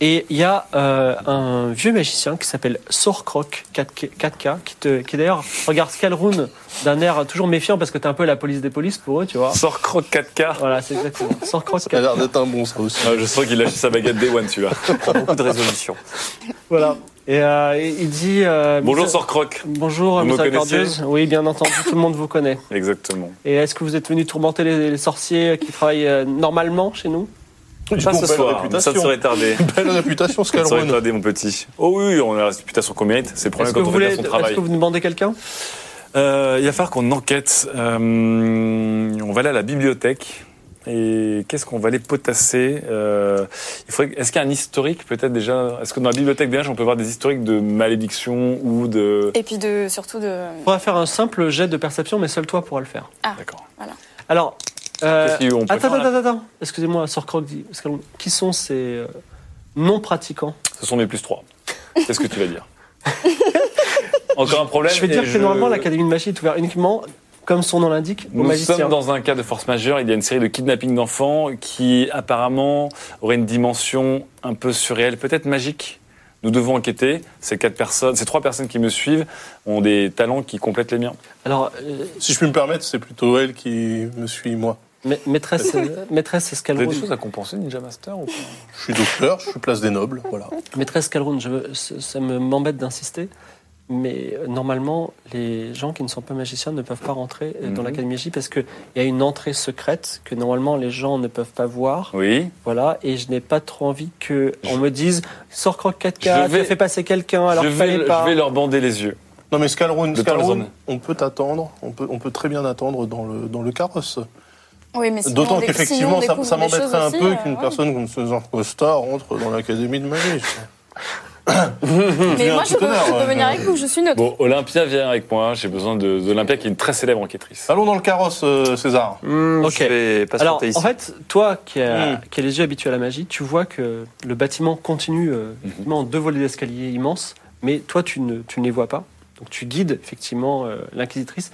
Et il y a euh, un vieux magicien qui s'appelle Sorcroc 4K, 4K, qui, te- qui d'ailleurs regarde Calroun d'un air toujours méfiant parce que t'es un peu la police des polices pour eux, tu vois.
Sors croc 4K.
Voilà, c'est exactement. Sorcroc
Ça a
4K.
l'air d'être un bon ça aussi.
Ah, je sens qu'il lâche sa baguette Day One, tu vois.
Beaucoup de résolution.
Voilà. Et euh, et il dit... euh,
Bonjour
mis-
Sors croc.
Bonjour,
Vous me
miséricordieuse. Oui, bien entendu, tout le monde vous connaît.
Exactement.
Et est-ce que vous êtes venu tourmenter les, les sorciers qui travaillent euh, normalement chez nous
Du
Pas
coup,
ce
belle
soir, mais ça
réputation.
ne serait tardé.
Belle réputation,
Ça ne serait
Scalrone.
tardé, mon petit. Oh oui, on a la réputation qu'on mérite. C'est le
Est-ce
problème
que,
quand
vous
on fait
voulez,
bien son
est-ce
travail.
que vous demandez quelqu'un
Euh, il va falloir qu'on enquête. Euh, on va aller à la bibliothèque. Et qu'est-ce qu'on va aller potasser Euh, il faudrait- Est-ce qu'il y a un historique peut-être déjà Est-ce que dans la bibliothèque des mages, on peut voir des historiques de malédiction ou de...
Et puis de, surtout de.
On va faire un simple jet de perception, mais seul toi pourra le faire.
D'accord.
Alors, euh,
Qu'est-ce qu'on peut
attends,
faire, là
attends, attends, excusez-moi, Sir Croc dit, parce que- qui sont ces euh, non-pratiquants
Ce sont mes plus 3. Qu'est-ce que tu vas dire Encore un problème euh,
Je vais dire
et
que normalement, l'Académie de magie est ouverte uniquement, comme son nom l'indique, aux
Nous
magiciens.
sommes dans un cas de force majeure. Il y a une série de kidnappings d'enfants qui apparemment aurait une dimension un peu surréelle, peut-être magique. Nous devons enquêter. Ces quatre personnes, ces trois personnes qui me suivent ont des talents qui complètent les miens.
Alors, euh,
Si je puis me permettre, c'est plutôt elle qui me suit, moi.
ma- maîtresse, euh, maîtresse
Vous avez des
Escalroun,
choses à compenser, Ninja Master ou pas
Je suis docteur, je suis place des nobles, voilà.
Maîtresse Calroun, je veux- ça ça me- m'embête d'insister, mais euh, normalement, les gens qui ne sont pas magiciens ne peuvent pas rentrer euh, dans
Mhm.
l'Académie de magie parce qu'il y a une entrée secrète que normalement les gens ne peuvent pas voir.
Oui.
Voilà, et je n'ai pas trop envie qu'on me dise sors croque 4K,
Je
tu
vais-
as fait passer quelqu'un alors
je,
qu'il fallait
vais,
pas.
je vais leur bander les yeux.
Non mais Scalrone,
De temps en
Scalrone,
temps.
on peut t'attendre, on peut, on peut très bien attendre dans le, dans le carrosse.
Oui, mais sinon, on
D'autant
dé-
qu'effectivement,
sinon,
ça,
on
ça
découvre des
m'embêterait un
choses
peu
aussi,
qu'une
euh,
personne comme ce genre costard entre dans l'académie de magie.
ouais. Mais
un euh,
moi,
petit
je peux,
honneur,
je peux
ouais.
venir avec vous, je suis neutre.
Bon, Olympia vient avec moi. J'ai besoin de- d'Olympia qui est une très célèbre enquêtrice.
Allons dans le carrosse, euh, César.
Mmh,
Hmm, Ok.
Je vais patienter
Alors,
ici.
en fait, toi qui as,
Mm.
qui as les yeux habitués à la magie, tu vois que le bâtiment continue euh, effectivement, en deux volets d'escalier immenses, mais toi, tu ne, tu ne les vois pas. Donc, tu guides effectivement euh, l'inquisitrice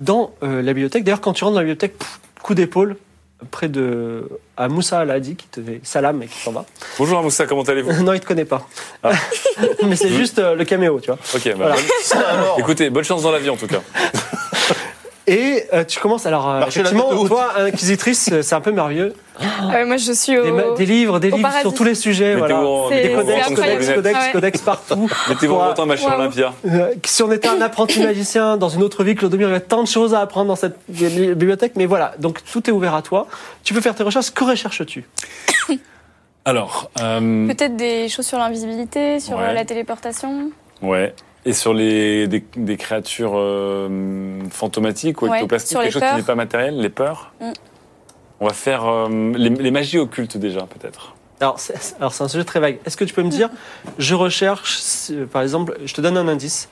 dans euh, la bibliothèque. D'ailleurs, quand tu rentres dans la bibliothèque, pff, coup d'épaule près de à Moussa Al-Hadi qui te fait salam et qui s'en va.
Bonjour à Moussa, comment allez-vous
non, il te connaît pas. mais c'est juste euh, le caméo, tu vois.
Ok, bah,
Voilà.
bonne-
Ça, alors,
écoutez, bonne chance dans la vie en tout cas.
Et euh, tu commences alors euh,
Marcher la tête
effectivement,
haute.
toi, inquisitrice, euh, c'est un peu merveilleux.
Ah ouais, moi, je suis au.
Des, ma- des livres, des
au
livres sur
paradis.
tous les sujets,
Mettez-vous
voilà.
en-
C'est-
Des
mettez-vous en
codex,
fonction de vos
codex,
incroyable.
lunettes.
codex,
Ah ouais.
codex partout.
Mettez-vous
Pour,
en temps, ma chère
Ouais, ouais.
Olympia.
euh, si on était un apprenti magicien dans une autre vie, Clodomir, il y a tant de choses à apprendre dans cette bibli- bibliothèque, mais voilà, donc tout est ouvert à toi. Tu peux faire tes recherches, que recherches-tu
Alors, euh,
Peut-être des choses sur l'invisibilité, sur
Ouais.
euh, la téléportation.
Ouais. Et sur les, des, des créatures euh, fantomatiques ou
Ouais,
ectoplastiques,
sur les
quelque chose
peurs.
qui n'est pas matériel, les peurs
Mm.
On va faire euh, les, les magies occultes déjà, peut-être.
Alors, c'est alors, c'est un sujet très vague. Est-ce que tu peux me dire, je recherche, si- euh, par exemple, je te donne un indice,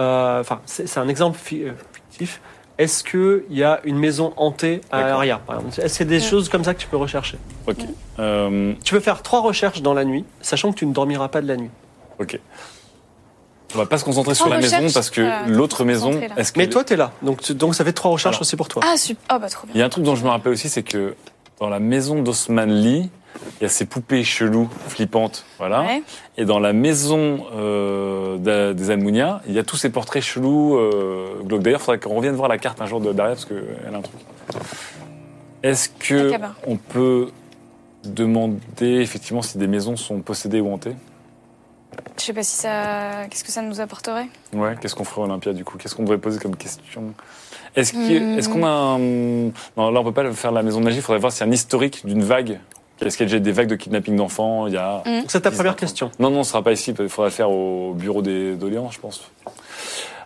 Euh, enfin, c'est c'est un exemple fi- euh, fictif. Est-ce qu'il y a une maison hantée à
D'accord.
Aria, par exemple Est-ce que c'est des choses comme ça que tu peux rechercher
Ok.
Mm.
Euh,
Tu peux faire trois recherches dans la nuit, sachant que tu ne dormiras pas de la nuit.
on va pas se concentrer sur
Trois
la maison
recherches,
parce que
euh,
l'autre maison.
concentré, là.
Est-ce que
Mais toi, tu es là, donc, tu- donc ça fait trois recherches
Alors.
aussi pour toi.
Ah, super. Ah, bah, trop bien.
Il y a un truc dont je me rappelle aussi, c'est que dans la maison d'Osman Lee, il y a ces poupées cheloues, flippantes, voilà.
Ouais.
Et dans la maison euh, d'a- des Almunia, il y a tous ces portraits chelous. Euh, glauques. D'ailleurs, il faudrait qu'on revienne voir la carte un jour de derrière parce qu'elle a un truc. Est-ce que
Ah, cabin.
on peut demander effectivement si des maisons sont possédées ou hantées
Je sais pas si ça. Qu'est-ce que ça nous apporterait
Ouais, qu'est-ce qu'on ferait Olympia du coup Qu'est-ce qu'on devrait poser comme question Est-ce qu'il-
Hmm.
est-ce qu'on a un... Non, là on peut pas faire la maison de magie, il faudrait voir s'il y a un historique d'une vague. Est-ce qu'il y a déjà des vagues de kidnapping d'enfants Il y a...
Donc c'est ta
10,
première
20.
question.
Non, non, on sera pas ici, il faudra le faire au bureau des doléances, je pense.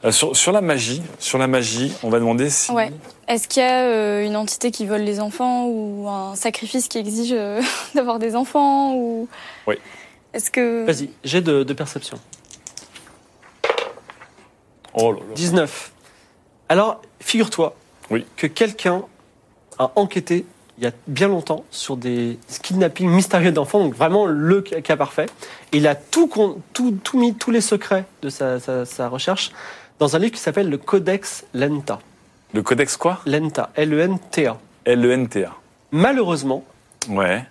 Euh, sur, sur la magie, sur la magie, on va demander si...
Ouais. Est-ce qu'il y a euh, une entité qui vole les enfants ou un sacrifice qui exige euh, d'avoir des enfants ou
Oui.
Est-ce que
Vas-y, j'ai de, de perception.
Oh là là.
19. Alors, figure-toi
Oui.
que quelqu'un a enquêté il y a bien longtemps sur des kidnappings mystérieux d'enfants, donc vraiment le ca- cas parfait. Il a tout, con- tout, tout mis, tous les secrets de sa, sa- sa recherche dans un livre qui s'appelle le Codex Lenta.
Le codex quoi E
Lenta, E L-E-N-T-A.
L-E-N-T-A.
Malheureusement,
Ouais.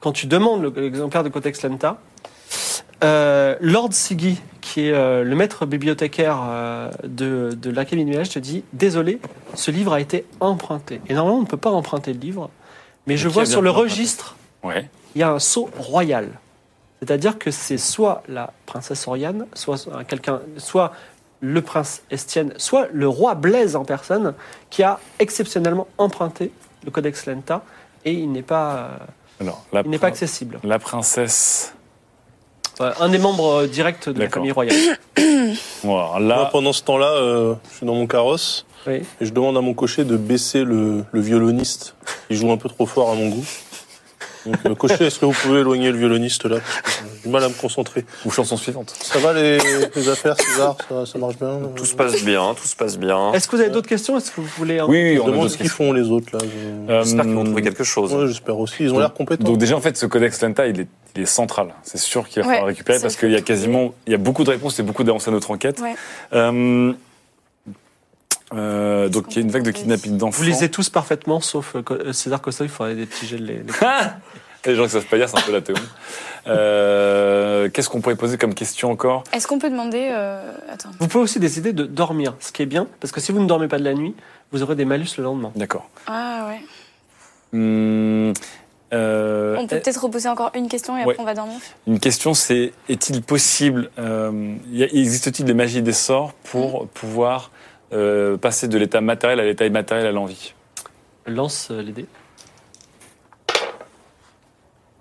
quand tu demandes le- l'exemplaire de Codex Lenta, euh, Lord Siggy, qui est euh, le maître bibliothécaire euh, de, de l'Académie de Nuages, te dit Désolé, ce livre a été emprunté. Et normalement, on ne peut pas emprunter le livre, mais je
qui
vois
a bien
sur le
pu l'emprunter
registre,
Ouais.
il y a un sceau royal. C'est-à-dire que c'est soit la princesse Oriane, soit un- quelqu'un, soit le prince Estienne, soit le roi Blaise en personne, qui a exceptionnellement emprunté le Codex Lenta, et il n'est pas, euh,
Alors, la,
il n'est pas
prin-
accessible.
la princesse...
Ouais, un des membres euh, directs de la
D'accord.
famille royale.
Bon, alors
Moi,
là...
pendant ce temps-là, euh, je suis dans mon carrosse
Oui.
et je demande à mon cocher de baisser le, le violoniste. Il joue un peu trop fort à mon goût. Donc, euh, cocher, est-ce que vous pouvez éloigner le violoniste là Parce que J'ai du mal à me concentrer.
Ou chanson suivante.
Ça va les, les affaires, César ça, ça marche bien euh,
Tout se passe bien, tout se passe bien.
Est-ce que vous avez d'autres questions Est-ce que vous voulez hein, un-
Hein Euh. Oui, oui,
Je
on a
demande
d'autres
ce qu'ils
questions.
font les autres là. Je-
Euh,
J'espère qu'ils vont trouver quelque chose.
Ouais, j'espère aussi. Ils ont l'air compétents.
Donc déjà en fait ce codex lenta il est, il est central. C'est sûr qu'il va falloir
Ouais,
récupérer
ça,
parce
il
qu'il
faut
y a
trouver.
quasiment il y a beaucoup de réponses et beaucoup d'avancées à notre enquête.
Ouais.
Euh, euh, donc
qu'on
il y a une vague de
peut
kidnapping d'enfants.
Vous lisez tous parfaitement, sauf euh, Co- euh, César Costa, il faudrait des petits jets de les- les-
Ah les gens qui savent pas lire c'est un peu la théorie. Euh, Qu'est-ce qu'on pourrait poser comme question encore
est-ce qu'on peut demander euh, Attends.
Vous pouvez aussi décider de dormir, ce qui est bien, parce que si vous ne dormez pas de la nuit, vous aurez des malus le lendemain.
D'accord.
Ah ouais.
Hum, euh,
On peut peut-être reposer encore une question et
Ouais.
après on va dormir.
Une question, c'est est-il possible, euh, y a- existe-t-il des magies des sorts pour
Mm.
pouvoir euh, passer de l'état matériel à l'état immatériel à l'envie
Lance euh, les dés.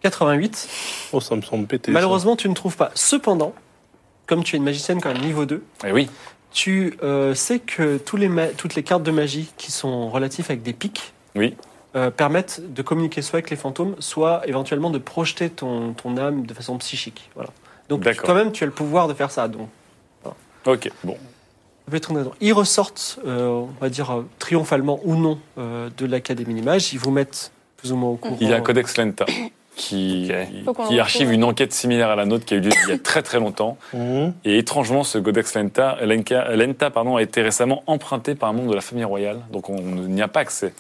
88.
Oh, ça me semble pété. ça.
Malheureusement, tu ne trouves pas. Cependant, comme tu es une magicienne quand même niveau 2,
Eh oui.
tu euh, sais que tous les ma- toutes les cartes de magie qui sont relatives avec des pics
Oui.
euh, permettent de communiquer soit avec les fantômes, soit éventuellement de projeter ton, ton âme de façon psychique. Voilà. Donc tu-
D'accord.
toi-même, tu as le pouvoir de faire ça. Donc,
Ok, bon.
ça peut être une raison. Ils ressortent, euh, on va dire, euh, triomphalement ou non euh, de l'Académie d'Images. Ils vous mettent plus ou moins au courant.
Il y a un Codex Lenta qui,
Oh. Faut qu'on
qui
le
archive
retrouve.
une enquête similaire à la nôtre qui a eu lieu il y a très très longtemps.
Mhm.
Et étrangement, ce Codex Lenta, Lenka- Lenta pardon, a été récemment emprunté par un membre de la famille royale, donc on n'y a pas accès.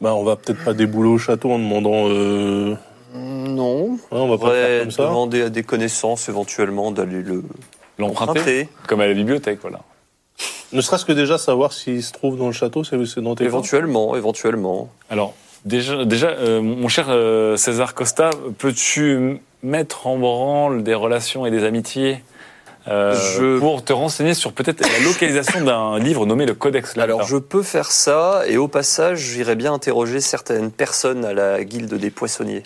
Bah, on va peut-être pas débouler au château en demandant. Euh... ouais,
Non.
on va pas le faire
Après,
comme ça.
demander à des connaissances éventuellement d'aller le
L'emprunter,
emprunter.
comme à la bibliothèque, voilà.
Ne serait-ce que déjà savoir s'il se trouve dans le château, c'est c'est dans tes ventes.
Éventuellement, éventuellement.
Alors, déjà, déjà euh, mon cher euh, César Costa, peux-tu m- mettre en branle des relations et des amitiés euh,
Je-
pour te renseigner sur peut-être la localisation d'un livre nommé le Codex Lenta
Alors je peux faire ça et au passage j'irai bien interroger certaines personnes à la guilde des poissonniers.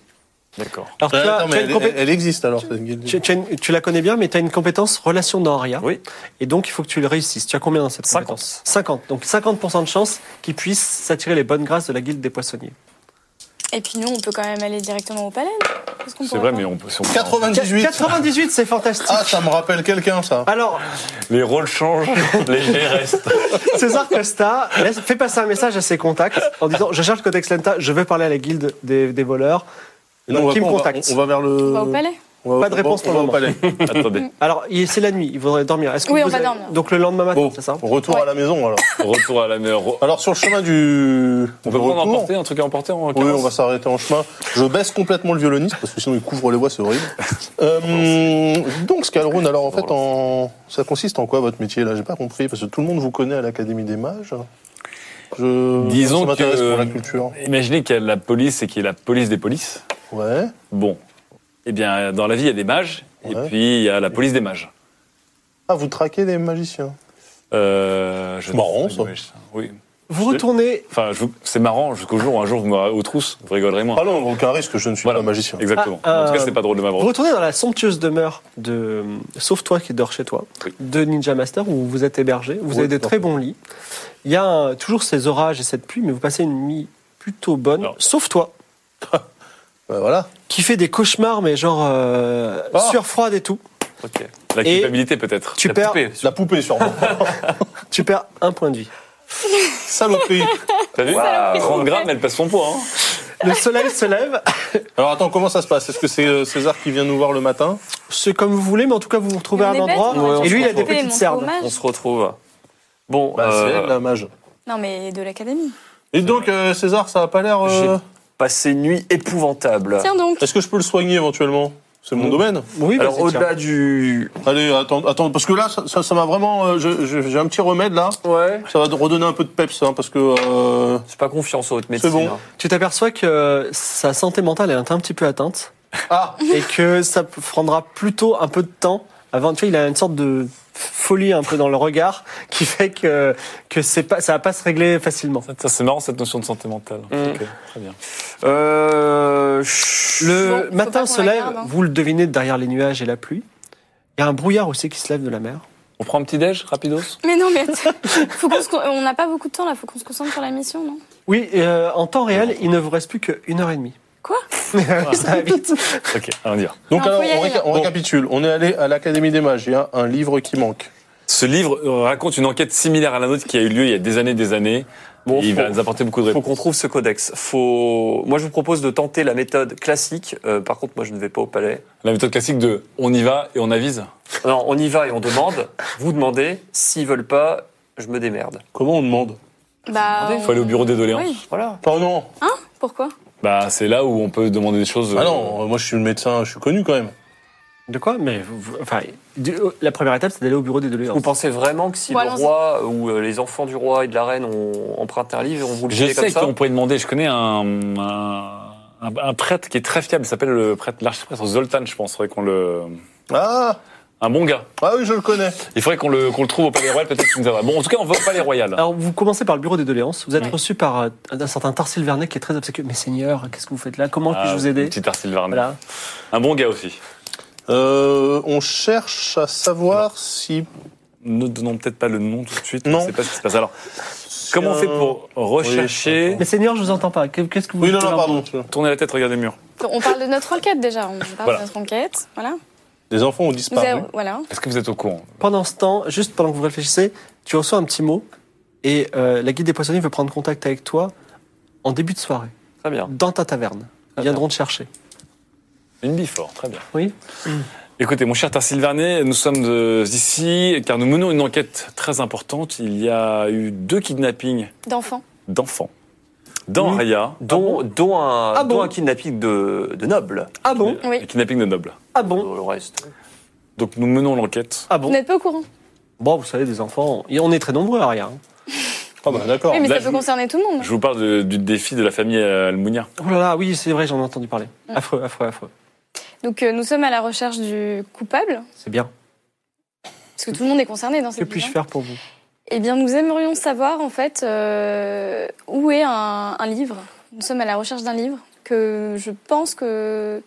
D'accord.
Alors, tu as-
Ah, attends,
tu
mais
as une
elle,
compé-
elle- elle existe alors. cette guilde.
tu- tu as une- tu la connais bien, mais tu as une compétence relation denria.
Oui.
Et donc, il faut que tu le réussisses. Tu as combien dans cette
50.
compétence 50. Donc, 50% de chance qu'il puisse s'attirer les bonnes grâces de la guilde des poissonniers.
Et puis nous, on peut quand même aller directement au palais. Qu'est-ce qu'on
C'est
pourrait
vrai,
pas
mais on peut. si on-
98.
98, c'est fantastique.
Ah, ça me rappelle quelqu'un, ça.
Alors,
Les rôles changent, les jets restent.
César Costa laisse- fait passer un message à ses contacts en disant Je cherche Codex Lenta, je veux parler à la guilde des, des voleurs.
Et donc, on va
qui me
quoi, on va-
contacte
On va vers
On
le.
va au palais.
on va-
Pas de
on va-
réponse
on
pour
va
le
au palais.
Attendez,
Alors, il- c'est la nuit, il faudrait dormir. Est-ce que
Oui,
vous
on va
avez-
dormir.
Donc, le lendemain matin,
Bon,
c'est ça
retour
Ouais.
à la maison alors.
retour à la mer. On
Alors sur le chemin du.
peut
du
prendre à
retour,
emporter, un truc à emporter en
Oui,
carrosse
on va s'arrêter en chemin. Je baisse complètement le violoniste parce que sinon il couvre les voix, c'est horrible. Euh, donc Scalrune, alors en fait, en... ça consiste en quoi votre métier là J'ai pas compris parce que tout le monde vous connaît à l'Académie des Mages. Je...
Disons
ça m'intéresse
que- euh,
pour la culture.
Imaginez qu'il y a la police et qu'il y a la police des polices.
Ouais.
Bon. Eh bien, dans la vie, il y a des mages,
Ouais.
et puis il y a la police des mages.
Ah, vous traquez les magiciens.
Euh, je-
C'est marrant, ça.
Oui, Oui.
Vous retournez
Enfin, je vous- c'est marrant jusqu'au jour, où un jour, vous m'aurez aux trousses, vous rigolerez moins.
Ah non, aucun risque, je ne suis
Voilà.
pas magicien.
Exactement.
Ah,
en tout
euh,
cas, c'est pas drôle de
Vous
m'avoir.
retournez dans la somptueuse demeure de euh, Sauf toi qui dort chez toi,
Oui.
de Ninja Master où vous êtes hébergé. Vous
Oui,
avez des
tout à
très
fait.
bons lits. Il y a euh, toujours ces orages et cette pluie, mais vous passez une nuit plutôt bonne.
Alors.
Sauf toi,
Ouais, voilà.
qui fait des cauchemars, mais genre euh,
Ah.
sueur froide et tout.
Ok.
La
et-
culpabilité, peut-être.
Tu
La
perds,
poupée.
La poupée sûrement.
tu perds un point de vie.
Saloperie.
T'as vu
Saloperie.
30 grammes, elle passe son poids. hein.
Le soleil se lève.
Alors attends, comment ça se passe Est-ce que c'est euh, César qui vient nous voir le matin
C'est comme vous voulez, mais en tout cas, vous vous retrouvez
Mais
à un
on est bêtes,
endroit.
on aurait
et
dû
lui, il a
monter
des petites
monter au
cernes.
mage.
On se retrouve. Bon,
Bah, c'est
euh,
elle, la mage.
Non, mais de l'académie.
Et donc, euh, César, ça a pas l'air. euh,
J'ai- passé une nuit épouvantable.
Tiens donc.
Est-ce que je peux le soigner éventuellement C'est mon domaine.
Oui,
Alors
vas-y, tiens.
au-delà du...
Allez, attends, attends, parce que là, ça- ça ça m'a vraiment. euh, je- je- J'ai un petit remède là.
Ouais.
Ça va te redonner un peu de peps, hein, parce que. euh,
C'est pas confiance aux hautes médecines.
bon.
hein.
tu t'aperçois que sa santé mentale est un petit peu atteinte.
Ah
et que ça prendra plutôt un peu de temps avant. Tu vois, il a une sorte de folie un peu dans le regard qui fait que que c'est pas ça va pas se régler facilement.
Ça, C'est marrant, cette notion de santé mentale.
Mm.
Ok, très bien.
Euh... chut.
Bon,
Le
faut
matin
pas qu'on
se lève,
la garde, hein.
vous le devinez derrière les nuages et la pluie. Il y a un brouillard aussi qui se lève de la mer.
On prend un petit déj, rapidos
Mais non, mais attends. Faut qu'on se con- on n'a pas beaucoup de temps là, faut qu'on se concentre sur la mission, non
Oui, euh, en temps réel, il ne vous reste plus qu'une heure et demie.
Quoi
Ça va vite.
Ok, on y va.
Donc
Non,
alors,
faut y
on,
aller,
réca-
là.
on récapitule. On est allé à l'Académie des Mages. Il y a un livre qui manque.
Ce livre euh, raconte une enquête similaire à la nôtre qui a eu lieu il y a des années des années.
Bon,
Et il
faut-
va nous apporter beaucoup de réponses.
Faut qu'on trouve ce codex. Faut... Moi, je vous propose de tenter la méthode classique. Euh, par contre, moi, je ne vais pas au palais.
La méthode classique de on y va et on avise.
Non, on y va et on demande. Vous demandez. S'ils veulent pas, je me démerde.
Comment on demande
Bah.
Il faut aller au bureau des doléances.
Oui,
Voilà.
Enfin, non.
pourquoi
Bah, c'est là où on peut demander des choses.
Ah
euh,
non, moi je suis le médecin, je suis connu quand même.
De quoi Mais vous- vous- enfin, du- la première étape, c'est d'aller au bureau des doléances.
Vous pensez vraiment que si
Bon,
le
allons-y.
roi ou euh, les enfants du roi et de la reine ont emprunté un livre, on vous le
Je
filez comme
sais
ça
qu'on pourrait demander. Je connais un, un, un- un prêtre qui est très fiable. Il s'appelle le prêtre, l'archiprêtre Zoltan, je pense. Faudrait qu'on le,
Ah
un bon gars.
Ah oui, je le connais.
Il faudrait qu'on le, qu'on le trouve au Palais Royal. Peut-être qu'il nous aidera. Bon, en tout cas, on va au Palais Royal.
Alors, vous commencez par le bureau des doléances. Vous êtes reçu par euh, un certain Tarsil Vernet qui est très obséquieux. Mais seigneur, qu'est-ce que vous faites là Comment
Ah,
puis-je vous aider
Petit Arsil Varnet.
Voilà.
Un bon gars aussi.
Euh, on cherche à savoir si.
Ne donnons peut-être pas le nom tout de suite.
Non.
On sait pas ce qui se passe. Alors, comment on fait pour
Oui,
rechercher
Mais seigneur, je vous entends pas. Que- Qu'est-ce que vous
Oui, non,
voulez
non,
leur-
pardon.
Tourner la tête, regarder le mur.
Donc, On parle de notre enquête déjà, on parle
Voilà.
de notre enquête. Voilà.
Les enfants ont
Nous
disparu.
avons- voilà.
Est-ce que vous êtes au courant
Pendant ce temps, juste pendant que vous réfléchissez, tu reçois un petit mot et euh, la guide des poissonniers veut prendre contact avec toi en début de soirée,
Très
Ah
bien.
dans ta taverne. Ils viendront te chercher.
Une bifort, très bien.
Oui.
Écoutez, mon cher Tarsil Vernet, nous sommes euh, ici car nous menons une enquête très importante. Il y a eu deux kidnappings
D'enfants.
d'enfants. Dans
Oui.
Raya,
Dont, dont un,
Ah
dont
bon
un kidnapping de, de nobles.
Ah bon
le
Oui.
kidnapping de nobles.
Ah bon
Pour Le reste.
Donc nous menons l'enquête.
Ah
Vous
bon
n'êtes pas au courant.
Bon, vous savez, des enfants, et on est très nombreux à rien.
Ah bah d'accord.
Oui, mais
là,
ça
je
peut
vous-
concerner tout le monde.
Je vous parle de- du défi de la famille euh, Almunia.
Oh là là, oui, c'est vrai, j'en ai entendu parler. Affreux, affreux, affreux.
Donc euh, nous sommes à la recherche du coupable,
C'est bien.
parce que tout le monde est concerné dans
Que
cette
puis-je
affaire.
faire pour vous
Eh bien, nous aimerions savoir en fait euh, où est un, un livre. Nous sommes à la recherche d'un livre. que je pense que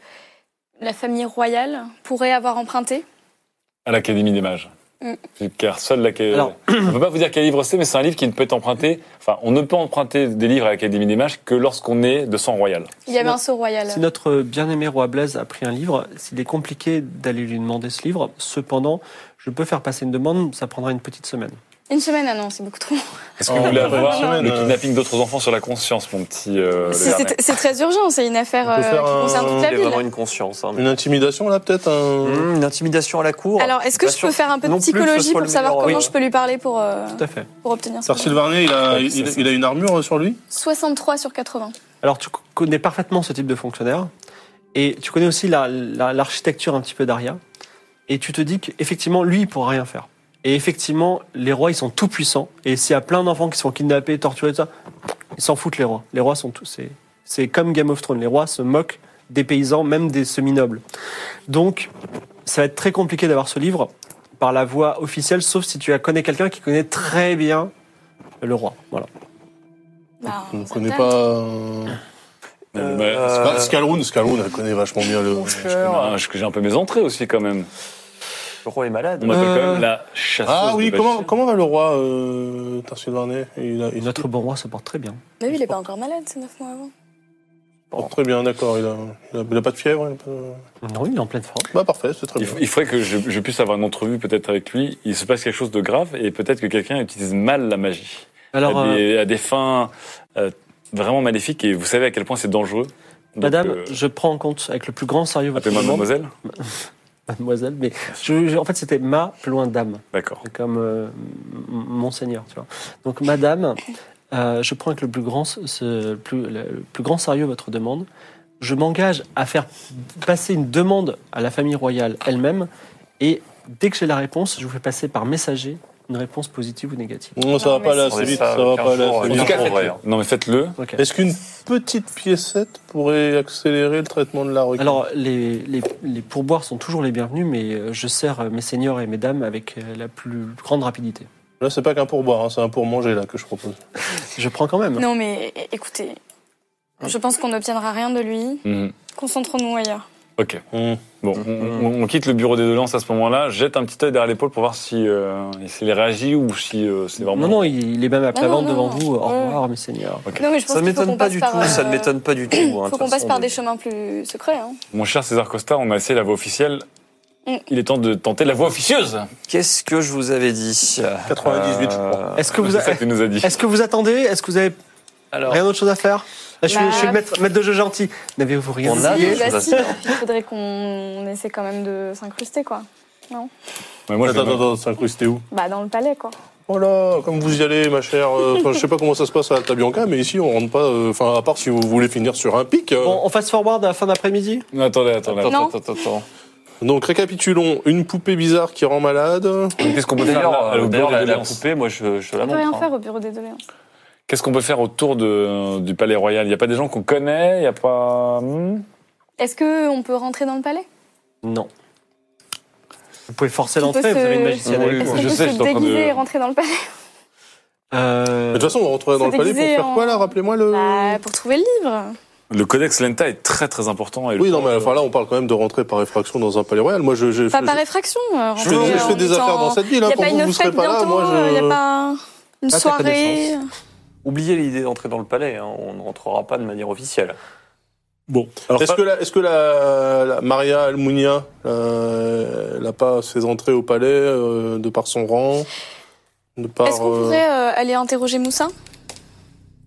la famille royale pourrait avoir emprunté.
À l'Académie des Mages.
Mm.
Car seule l'Académie.
Alors-
On ne peut pas vous dire quel livre c'est, mais c'est un livre qui ne peut être emprunté. Enfin, on ne peut emprunter des livres à l'Académie des Mages que lorsqu'on est de sang royal.
Il y avait
Sinon-
un sceau royal.
Si notre bien-aimé roi Blaise a pris un livre, s'il est compliqué d'aller lui demander ce livre, cependant, je peux faire passer une demande, ça prendra une petite semaine.
Une semaine, ah non, c'est beaucoup trop.
Est-ce que
Oh,
vous voulez
on peut
avoir
pas une semaine,
le
euh.
kidnapping d'autres enfants sur la conscience, mon petit. euh, le
C'est-
Vernet
C'est c'est très urgent, c'est une affaire
On peut
euh,
faire
qui
un-
concerne toute la
Il y a vraiment
ville.
une conscience. hein.
Une intimidation, là, peut-être un...
Mmh, une intimidation à la cour.
Alors, est-ce que
Pas
je
sûr
peux faire un peu de
non plus que ce
psychologie
soit
pour
le
savoir
meilleur,
comment
oui.
je peux lui parler pour, euh,
Tout à fait.
pour obtenir ça
Tarsil Varney, il a,
Ouais,
il,
ça, ça,
il a une armure euh, sur lui
63 sur 80.
Alors, tu connais parfaitement ce type de fonctionnaire, et tu connais aussi la- la- l'architecture un petit peu d'Aria, et tu te dis qu'effectivement, lui, il pourra rien faire. Et effectivement, les rois, ils sont tout puissants, et s'il y a plein d'enfants qui sont kidnappés, torturés, tout ça, ils s'en foutent, les rois. Les rois sont tous. C'est, c'est comme Game of Thrones, les rois se moquent des paysans, même des semi-nobles. Donc, ça va être très compliqué d'avoir ce livre par la voie officielle, sauf si tu connais quelqu'un qui connaît très bien le roi. Voilà.
Bah,
On ne
ça
connaît
me
pas...
donne.
euh,
Euh,
Euh,
Bah, Scalroon, Scalroon, elle connaît vachement bien le...
mon cher, euh, je- J'ai un peu mes entrées aussi, quand même.
Le roi est malade.
On appelle
Euh.
quand même la chasseuse.
Ah oui,
de
comment,
Bachir.
comment va le roi euh, Tarsil Varney il a,
Et
il
notre bon roi se porte très bien.
Mais oui, il est pas encore malade, c'est 9 mois avant.
Oh, très bien, d'accord. Il a, il, a, il a pas de fièvre. il a pas de-
Non, il est en pleine forme.
Bah parfait, c'est très
Il,
bien.
f- il faudrait que je, je puisse avoir une entrevue peut-être avec lui. Il se passe quelque chose de grave et peut-être que quelqu'un utilise mal la magie
Alors,
à,
euh,
des, à des fins euh, vraiment maléfiques et vous savez à quel point c'est dangereux. Donc,
madame,
euh,
je prends en compte avec le plus grand sérieux votre
appelez-moi
demande.
mademoiselle.
mademoiselle. Mais je- je- en fait, c'était ma plus loin dame,
D'accord.
comme euh, m- monseigneur, tu vois. Donc, madame, euh, je prends avec le plus grand, ce- ce- le plus, le- le plus grand sérieux votre demande. Je m'engage à faire passer une demande à la famille royale elle-même, et dès que j'ai la réponse, je vous fais passer par messager une réponse positive ou négative.
Non, ça
Non,
va
mais
pas là,
c'est-
c'est
Ouais,
vite,
ça,
ça va
quinze
pas là.
jours,
c'est
ouais.
vite.
En tout cas, faites-le.
Ouais. Non mais faites-le.
Ok.
Est-ce qu'une petite piécette pourrait accélérer le traitement de la requête
Alors, les, les- les pourboires sont toujours les bienvenus, mais euh, je sers euh, mes seigneurs et mesdames avec euh, la plus grande rapidité.
Là, c'est pas qu'un pour boire, hein, c'est un pour manger là que je propose.
Je prends quand même.
Non, mais é- écoutez, je pense qu'on n'obtiendra rien de lui.
Mhm.
Concentrons-nous ailleurs.
Ok.
Hum.
Bon, on, on- on quitte le bureau des doléances à ce moment-là. Jette un petit œil derrière l'épaule pour voir si euh, s'il réagit ou si euh, c'est vraiment.
Non, non, il, il est même à plat
Ah Non, non,
ventre devant
non.
vous. Au
Ouais.
revoir, mes seigneurs.
Non, mais je pense
Ça
qu'il faut qu'on
m'étonne pas
passe
du tout.
par, euh,
Ça ne m'étonne pas du tout. hein, Il
faut qu'on passe par des chemins plus secrets. hein.
Mon cher César Costa, on a essayé la voie officielle.
Mm.
Il est temps de tenter la voie officieuse. Euh,
Qu'est-ce que je vous avais dit
98, je crois.
Est-ce que, vous
Ah, C'est ça que tu nous as dit.
est que vous attendez Est-ce que vous avez
Alors,
rien d'autre chose à faire Là, je, suis,
Bah,
je suis le maître, maître de jeu gentil. N'avez-vous rien
On a-
Si,
des
bah
choses à
si,
faire.
il faudrait qu'on essaie quand même de s'incruster, quoi.
Ouais, moi, je
attends,
vais-
attends, attends, c'est incrusté où
Bah, dans le palais, quoi.
Oh là, comme vous y allez, ma chère. euh, enfin, je sais pas comment ça se passe à Alta Bianca, mais ici, on rentre pas. euh, Enfin, à part si vous voulez finir sur un pic. euh.
Bon, on fast forward à la fin d'après-midi
Non, attendez, attendez.
attends,
Non.
attends, attends, attends.
Donc, récapitulons une poupée bizarre qui rend malade.
Qu'est-ce qu'on peut faire
D'ailleurs,
là,
euh,
au bureau
d'ailleurs,
des
la, la
doléances
poupée, moi, je, je la
On peut rien
montre. hein.
faire au bureau des doléances.
Qu'est-ce qu'on peut faire autour de, du Palais Royal Il n'y a pas des gens qu'on connaît Il n'y a pas... hmm
Est-ce qu'on peut rentrer dans le palais
Non. Vous pouvez forcer
On peut
l'entrée, vous avez une
se-
magicienne avec
Oui,
Est-ce
vous.
qu'on
je
peut
sais,
se
j'étais en train de-
déguiser et rentrer dans le palais
Euh,
Mais De toute façon, on rentrerait dans
Se
le palais pour
déguiser
faire quoi
en-
là Rappelez-moi le.
hein. Bah, pour trouver le livre.
Le Codex Lenta est très très important. Et le-
Oui, non, mais enfin là, on parle quand même de rentrer par effraction dans un palais royal. Moi, je, je,
Pas
je-
par effraction. euh,
je fais,
rentrer
je fais
en
des
étant-
affaires dans cette ville.
Il
Hein.
n'y a
Pour
pas
vous,
une
vous serez
fête
pas là.
bientôt, euh,
Moi,
il n'y a
je.
pas une
ta
soirée.
Oubliez l'idée d'entrer dans le palais. hein. On ne rentrera pas de manière officielle.
Bon. Est-ce que la, est-ce que la, la Maria Almunia, euh, elle a pas ses entrées au palais euh, de par son rang, de par.
Est-ce qu'on
euh,
pourrait euh, aller interroger Moussin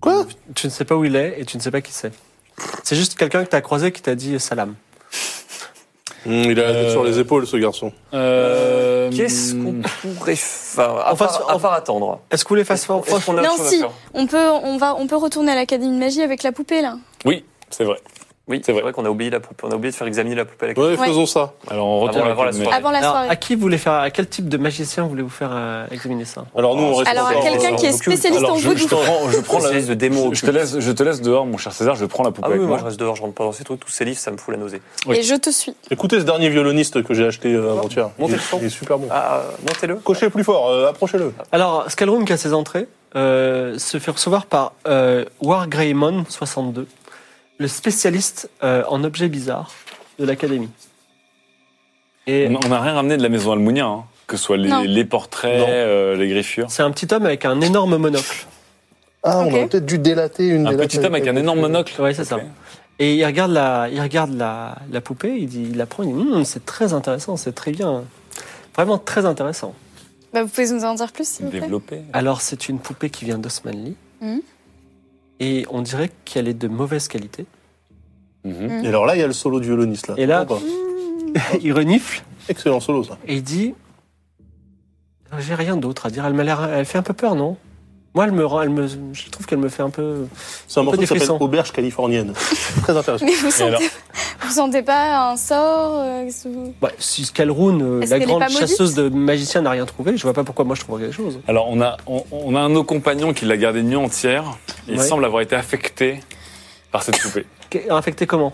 Quoi
Tu ne sais pas où il est et tu ne sais pas qui c'est. C'est juste quelqu'un que tu as croisé qui t'a dit salam.
Hum, Il a la tête
Euh,
sur les épaules, ce garçon.
Euh,
Qu'est-ce qu'on pourrait faire à,
Enfin,
part,
sur-
à
en-
part attendre.
Est-ce que vous voulez fast
Est-ce qu'on-
forward
est-ce qu'on a
Non,
autre chose à
si.
faire
On peut, on va, on peut retourner à l'Académie de magie avec la poupée là.
Oui, c'est vrai.
Oui,
C'est
c'est
vrai.
vrai, qu'on a oublié la poupée. On a oublié de faire examiner la poupée à la
Ouais,
Ouais.
faisons ça.
Alors on retourne
Avant- avant la
cuisine.
soirée.
Avant la
Alors,
soirée.
à qui vous voulez faire, à quel type de magicien voulez-vous faire euh, examiner ça
Alors nous, on reste.
Alors, à
encore,
quelqu'un
euh,
qui est
occulte.
spécialiste
Alors,
en
je-
voodoo.
Je te prends, je prends la-
Spécialiste de démons
je, je te laisse, je te laisse dehors, mon cher César. Je prends la poupée
Ah oui,
avec
moi
moi.
je reste dehors, je rentre pas dans ces trucs, tous ces livres, ça me fout la nausée.
Oui.
Et je te suis.
Écoutez ce dernier violoniste que j'ai acheté euh, avant-hier.
Montez
Il-
le son.
Il est super bon.
Ah, euh, montez-le.
Cochez plus fort, euh, approchez-le.
Alors, Scalroom qui a ses entrées euh, se fait recevoir par euh, War Greymon 62 le spécialiste euh, en objets bizarres de l'académie. Et
On on n'a rien ramené de la maison Almunia, hein, que ce soit
Non.
les, les portraits,
Non.
euh, les griffures.
c'est un petit homme avec un énorme monocle.
Ah, on
Ok.
aurait peut-être dû délater une
Un
des
petit homme avec un énorme monocle.
Ouais, c'est ça.
Ok.
Et il regarde la, il regarde la, la poupée, il, dit, il la prend, il dit Hum, c'est très intéressant, c'est très bien. Vraiment très intéressant.
Bah, vous pouvez nous en dire plus, s'il vous plaît
Développé.
Alors, c'est une poupée qui vient d'Osmanli.
Mhm.
Et on dirait qu'elle est de mauvaise qualité.
Mhm.
Et alors là, il y a le solo du violoniste. Là.
Et là-
Oh, bah,
Mm.
il renifle
excellent solo, ça.
et il dit J'ai rien d'autre à dire. Elle m'a l'air, elle fait un peu peur, non Moi, elle me rend, elle me, je trouve qu'elle me fait un peu.
C'est un
Un peu
morceau qui s'appelle
défrissant.
Auberge californienne. très intéressant.
Mais vous
Et alors
sentez, vous sentez pas un sort euh, qu'est-ce que vous-
Bah, si Scalroon, euh,
Est-ce
la
qu'elle est
grande
pas maudite
chasseuse de magiciens, n'a rien trouvé, je vois pas pourquoi moi je trouverais quelque chose.
Alors, on a, on, on a un de nos compagnons qui l'a gardé une nuit entière. Il
Ouais.
semble avoir été affecté par cette poupée.
Qu'est- Infecté comment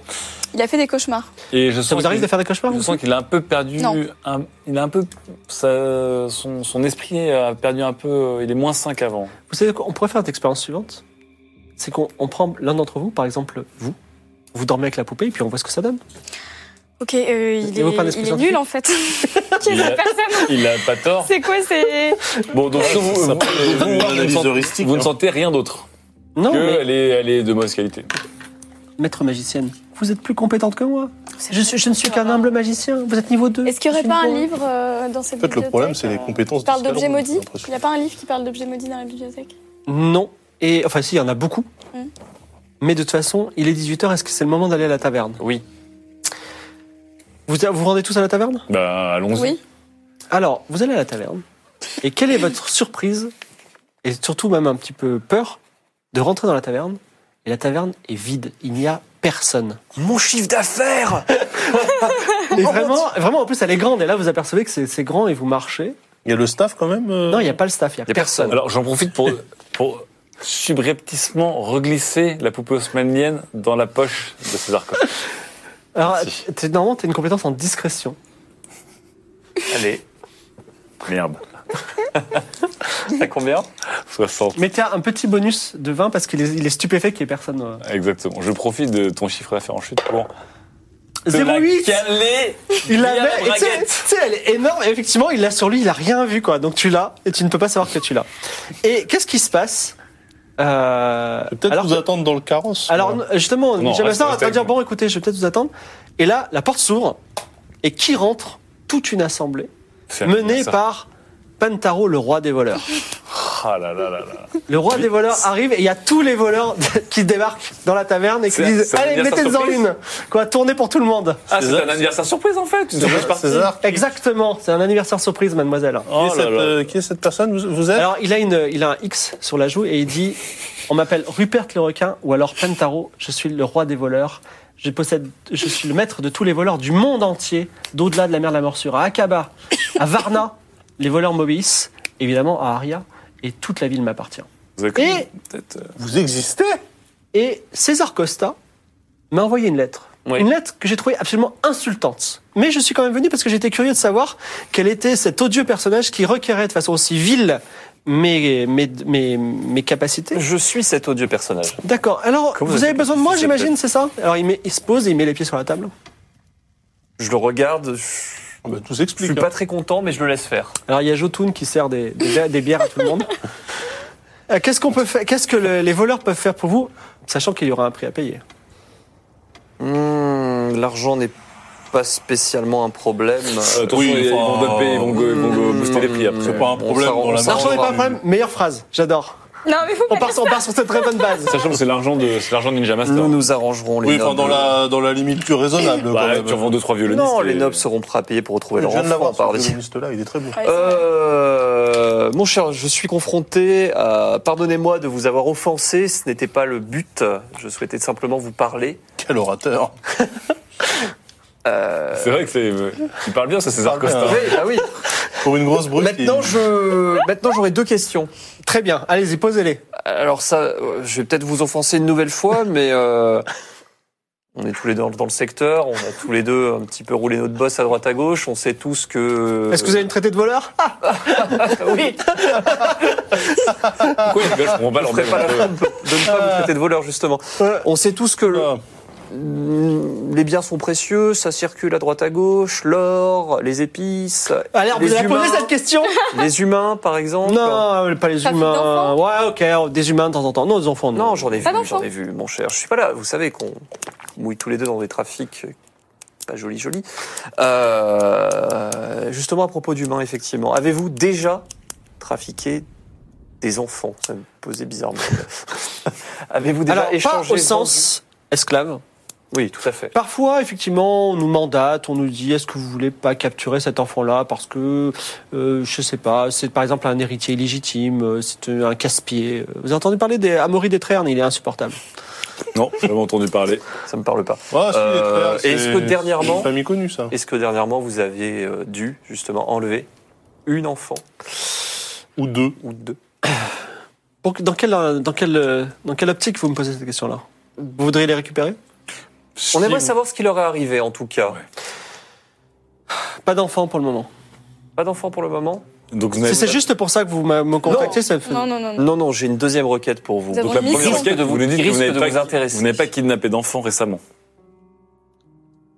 Il a fait des cauchemars.
Et je
Ça
sens
vous arrive
qu'il-
de faire des cauchemars
je sens qu'il a un peu perdu.
Non.
un- il a un peu. sa- son, son esprit a perdu un peu. Il est moins 5 avant.
Vous savez quoi On pourrait faire l'expérience suivante. C'est qu'on on prend l'un d'entre vous, par exemple vous, vous dormez avec la poupée et puis on voit ce que ça donne.
Ok, euh, il,
Et vous parlez
est, il est nul
scientifique
en fait. Qui est
Il a-
cette personne
Il a pas tort.
C'est quoi C'est
Bon, donc vous, vous,
Ça
vous-
peut être
vous-
une
vous ne
analyse
sentez-
heuristique,
vous ne
hein.
sentez rien d'autre
Non,
que
mais-
elle, est, elle est de mauvaise qualité.
maître magicienne, vous êtes plus compétente que moi. Je, suis- je ne suis qu'un humble magicien. Vous êtes niveau 2.
Est-ce qu'il n'y
je
aurait
suis
pas un
niveau un.
livre euh, dans cette
En fait, le
bibliothèque euh,
problème, c'est les compétences. hein,
Qui parle
de
d'objets
Scalron,
maudits
j'ai
Il
l'impression.
n'y a pas un livre qui parle d'objets maudits dans la bibliothèque
Non. Et enfin, si, il y en a beaucoup.
Mm.
Mais de toute façon, il est 18h, est-ce que c'est le moment d'aller à la taverne
Oui.
Vous vous vous rendez tous à la taverne
Bah, allons-y.
Oui.
Alors, vous allez à la taverne. Et quelle est votre surprise, et surtout même un petit peu peur, de rentrer dans la taverne Et la taverne est vide, il n'y a personne.
Mon chiffre d'affaires
Et vraiment, vraiment, en plus, elle est grande. Et là, vous apercevez que c'est c'est grand et vous marchez.
Il y a le staff quand même. euh,
Non, il n'y a pas le staff, il n'y a,
Y a
personne.
Alors j'en profite pour, pour subrepticement reglisser la poupée haussmannienne dans la poche de César Coq.
Alors,
Merci.
t'es- normalement, tu as une compétence en discrétion.
Allez,
Merde.
t'as combien
60.
Mais tu as un petit bonus de 20 parce qu'il est, il est stupéfait qu'il n'y ait personne. euh.
Exactement. Je profite de ton chiffre d'affaires en chute pour. te la
08
caler
Il
via
l'avait,
la
et tu sais- tu
braguette.
sais, elle est énorme, et effectivement, il l'a sur lui, il a rien vu, quoi. Donc tu l'as, et tu ne peux pas savoir que tu l'as. Et qu'est-ce qui se passe Euh,
Peut-être
alors
vous
que-
attendre dans le carrosse.
Alors,
voilà.
justement,
Non,
j'avais
reste-
ça, on va
reste
te
avec
dire,
moi.
bon, écoutez, je vais peut-être vous attendre. Et là, la porte s'ouvre, et qui rentre Toute une assemblée,
C'est un
menée
ça.
par Pantaro, le roi des voleurs.
Ah là là là là.
Le roi des voleurs arrive et il y a tous les voleurs qui débarquent dans la taverne et qui
C'est-
disent
c'est un
Allez,
anniversaire
mettez-en
surprise.
une Quoi, tournez pour tout le monde
Ah, c'est
César-
un anniversaire surprise en fait. Une surprise partie.
César, qui est
Exactement, c'est un anniversaire surprise, mademoiselle.
Oh
cette,
là là.
euh, qui est cette personne Vous vous êtes
Alors, il a, une, il a un X sur la joue et il dit On m'appelle Rupert le requin ou alors Pentaro, je suis le roi des voleurs. Je, possède, je suis le maître de tous les voleurs du monde entier, d'au-delà de la mer de la morsure, à Akaba, à Varna. Les voleurs m'obéissent, évidemment, à Aria, et toute la ville m'appartient.
Vous avez connu,
Et-
peut-être, euh,
Vous existez
Et César Costa m'a envoyé une lettre.
Oui.
Une lettre que j'ai trouvée absolument insultante. Mais je suis quand même venu parce que j'étais curieux de savoir quel était cet odieux personnage qui requérait de façon aussi vile mes, mes, mes, mes capacités.
Je suis cet odieux personnage.
D'accord. Alors,
Comment
vous
ça
avez
fait
besoin de
que
moi,
c'est
j'imagine, c'est ça Alors, il, met- il se pose et il met les pieds sur la table.
Je le regarde, je
Ah bah, Tout
je
s'explique.
suis
hein.
pas très content, mais je le laisse faire.
Alors, il y a Jotun qui sert des, des, bi- des bières à tout le monde. Euh, Qu'est-ce qu'on peut faire Qu'est-ce que le- les voleurs peuvent faire pour vous, sachant qu'il y aura un prix à payer
Hmm, L'argent n'est pas spécialement un problème.
euh, attention,
Oui,
ils, ils vont
enfin, euh,
doper, ils vont, go- ils vont go- booster les prix après.
C'est pas un problème
s'arrange-
dans la
on
L'argent n'est pas un
marge.
problème. Meilleure phrase. J'adore.
Non, mais vous
On part, on part sur cette très bonne base.
Sachant que c'est l'argent de, c'est l'argent de Ninja Master.
Nous nous arrangerons les
Oui,
nobles.
enfin, dans la, dans la limite plus raisonnable. quand
Bah,
même.
tu revends deux trois violonistes.
Non, les
et-
nobles seront prêts à payer pour retrouver
Je
leur
viens de
enfant,
l'avoir, ce
pardi.
violoniste-là, il est très bon.
Ouais, c'est vrai.
Euh, mon cher, je suis confronté à... Pardonnez-moi de vous avoir offensé, ce n'était pas le but. Je souhaitais simplement vous parler.
Quel orateur
C'est vrai que c'est. Il parle bien, ça, César
Parle bien.
Costa.
Oui,
ah oui.
Pour une grosse brute.
Maintenant,
il-
je... Maintenant, j'aurais deux questions.
Très bien. Allez-y, posez-les.
Alors ça, euh, je vais peut-être vous offenser une nouvelle fois, mais euh, On est tous les deux dans- dans le secteur, on a tous les deux un petit peu roulé notre boss à droite à gauche, on sait tous que.
Est-ce que vous avez une traité de voleur Ah,
Euh, Oui,
Pourquoi ils rigolent Je comprends pas
on
leur
ferait pas la faute de ne pas vous traiter de voleur, justement.
Euh,
On sait tous que le- les biens sont précieux, ça circule à droite à gauche, l'or, les épices.
Alors, vous
les
avez posé cette question
Les humains, par exemple.
Non, pas les
Pas
humains. Ouais, ok, oh, des humains de temps en temps. Non, des enfants, non.
Non, j'en ai vu,
Pas d'enfant.
j'en ai vu, mon cher. Je suis pas là. Vous savez qu'on mouille tous les deux dans des trafics pas joli, joli. Euh, justement, à propos d'humains, effectivement, avez-vous déjà trafiqué des enfants Ça me posait bizarrement. avez-vous déjà
Alors, pas
échangé
au sens esclave.
Oui, tout à fait.
Parfois, effectivement, on nous mandate, on nous dit est-ce que vous voulez pas capturer cet enfant-là parce que, euh, je sais pas, c'est par exemple un héritier illégitime, euh, c'est un casse-pied. Euh, Vous avez entendu parler des Amaury des Trernes, il est insupportable.
Non, j'ai jamais entendu parler.
Ça me parle pas.
Ah, si, les
Euh,
frères,
est-ce
c'est-
que dernièrement-
c'est une famille connue, ça.
Est-ce que dernièrement, vous avez euh, dû justement enlever une enfant
Ou deux.
ou deux
Pour- dans, quelle, euh, dans, quelle, euh, dans quelle optique vous me posez cette question-là Vous voudriez les récupérer
On aimerait savoir ce qui leur est arrivé, en tout cas.
Pas d'enfants pour le moment.
Pas d'enfant pour le moment.
Donc, vous
C'est-
n'avez-
C'est juste pour ça que vous m'a- me contactez, ça me fait-
Non, non, non. non.
Non, non, j'ai une deuxième requête pour vous.
Mm. Nous avons
Donc, la
une
première
mission.
enquête, vous nous dites
qui
que vous
risque
n'avez
de
pas,
vous intéresser.
vous n'avez pas kidnappé d'enfant récemment,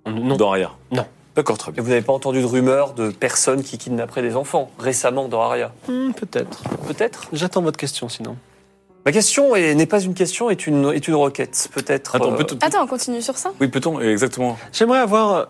Non.
dans Aria.
D'accord, très bien. Et vous n'avez pas entendu de rumeurs de personnes qui kidnapperaient des enfants récemment dans Aria
Hmm, Peut-être.
Peut-être
J'attends votre question sinon.
Ma question est- n'est pas une question, est une, est une requête, peut-être.
Attends,
euh,
peut-on.
Attends, on continue sur ça
Oui, peut-on Exactement.
J'aimerais avoir euh,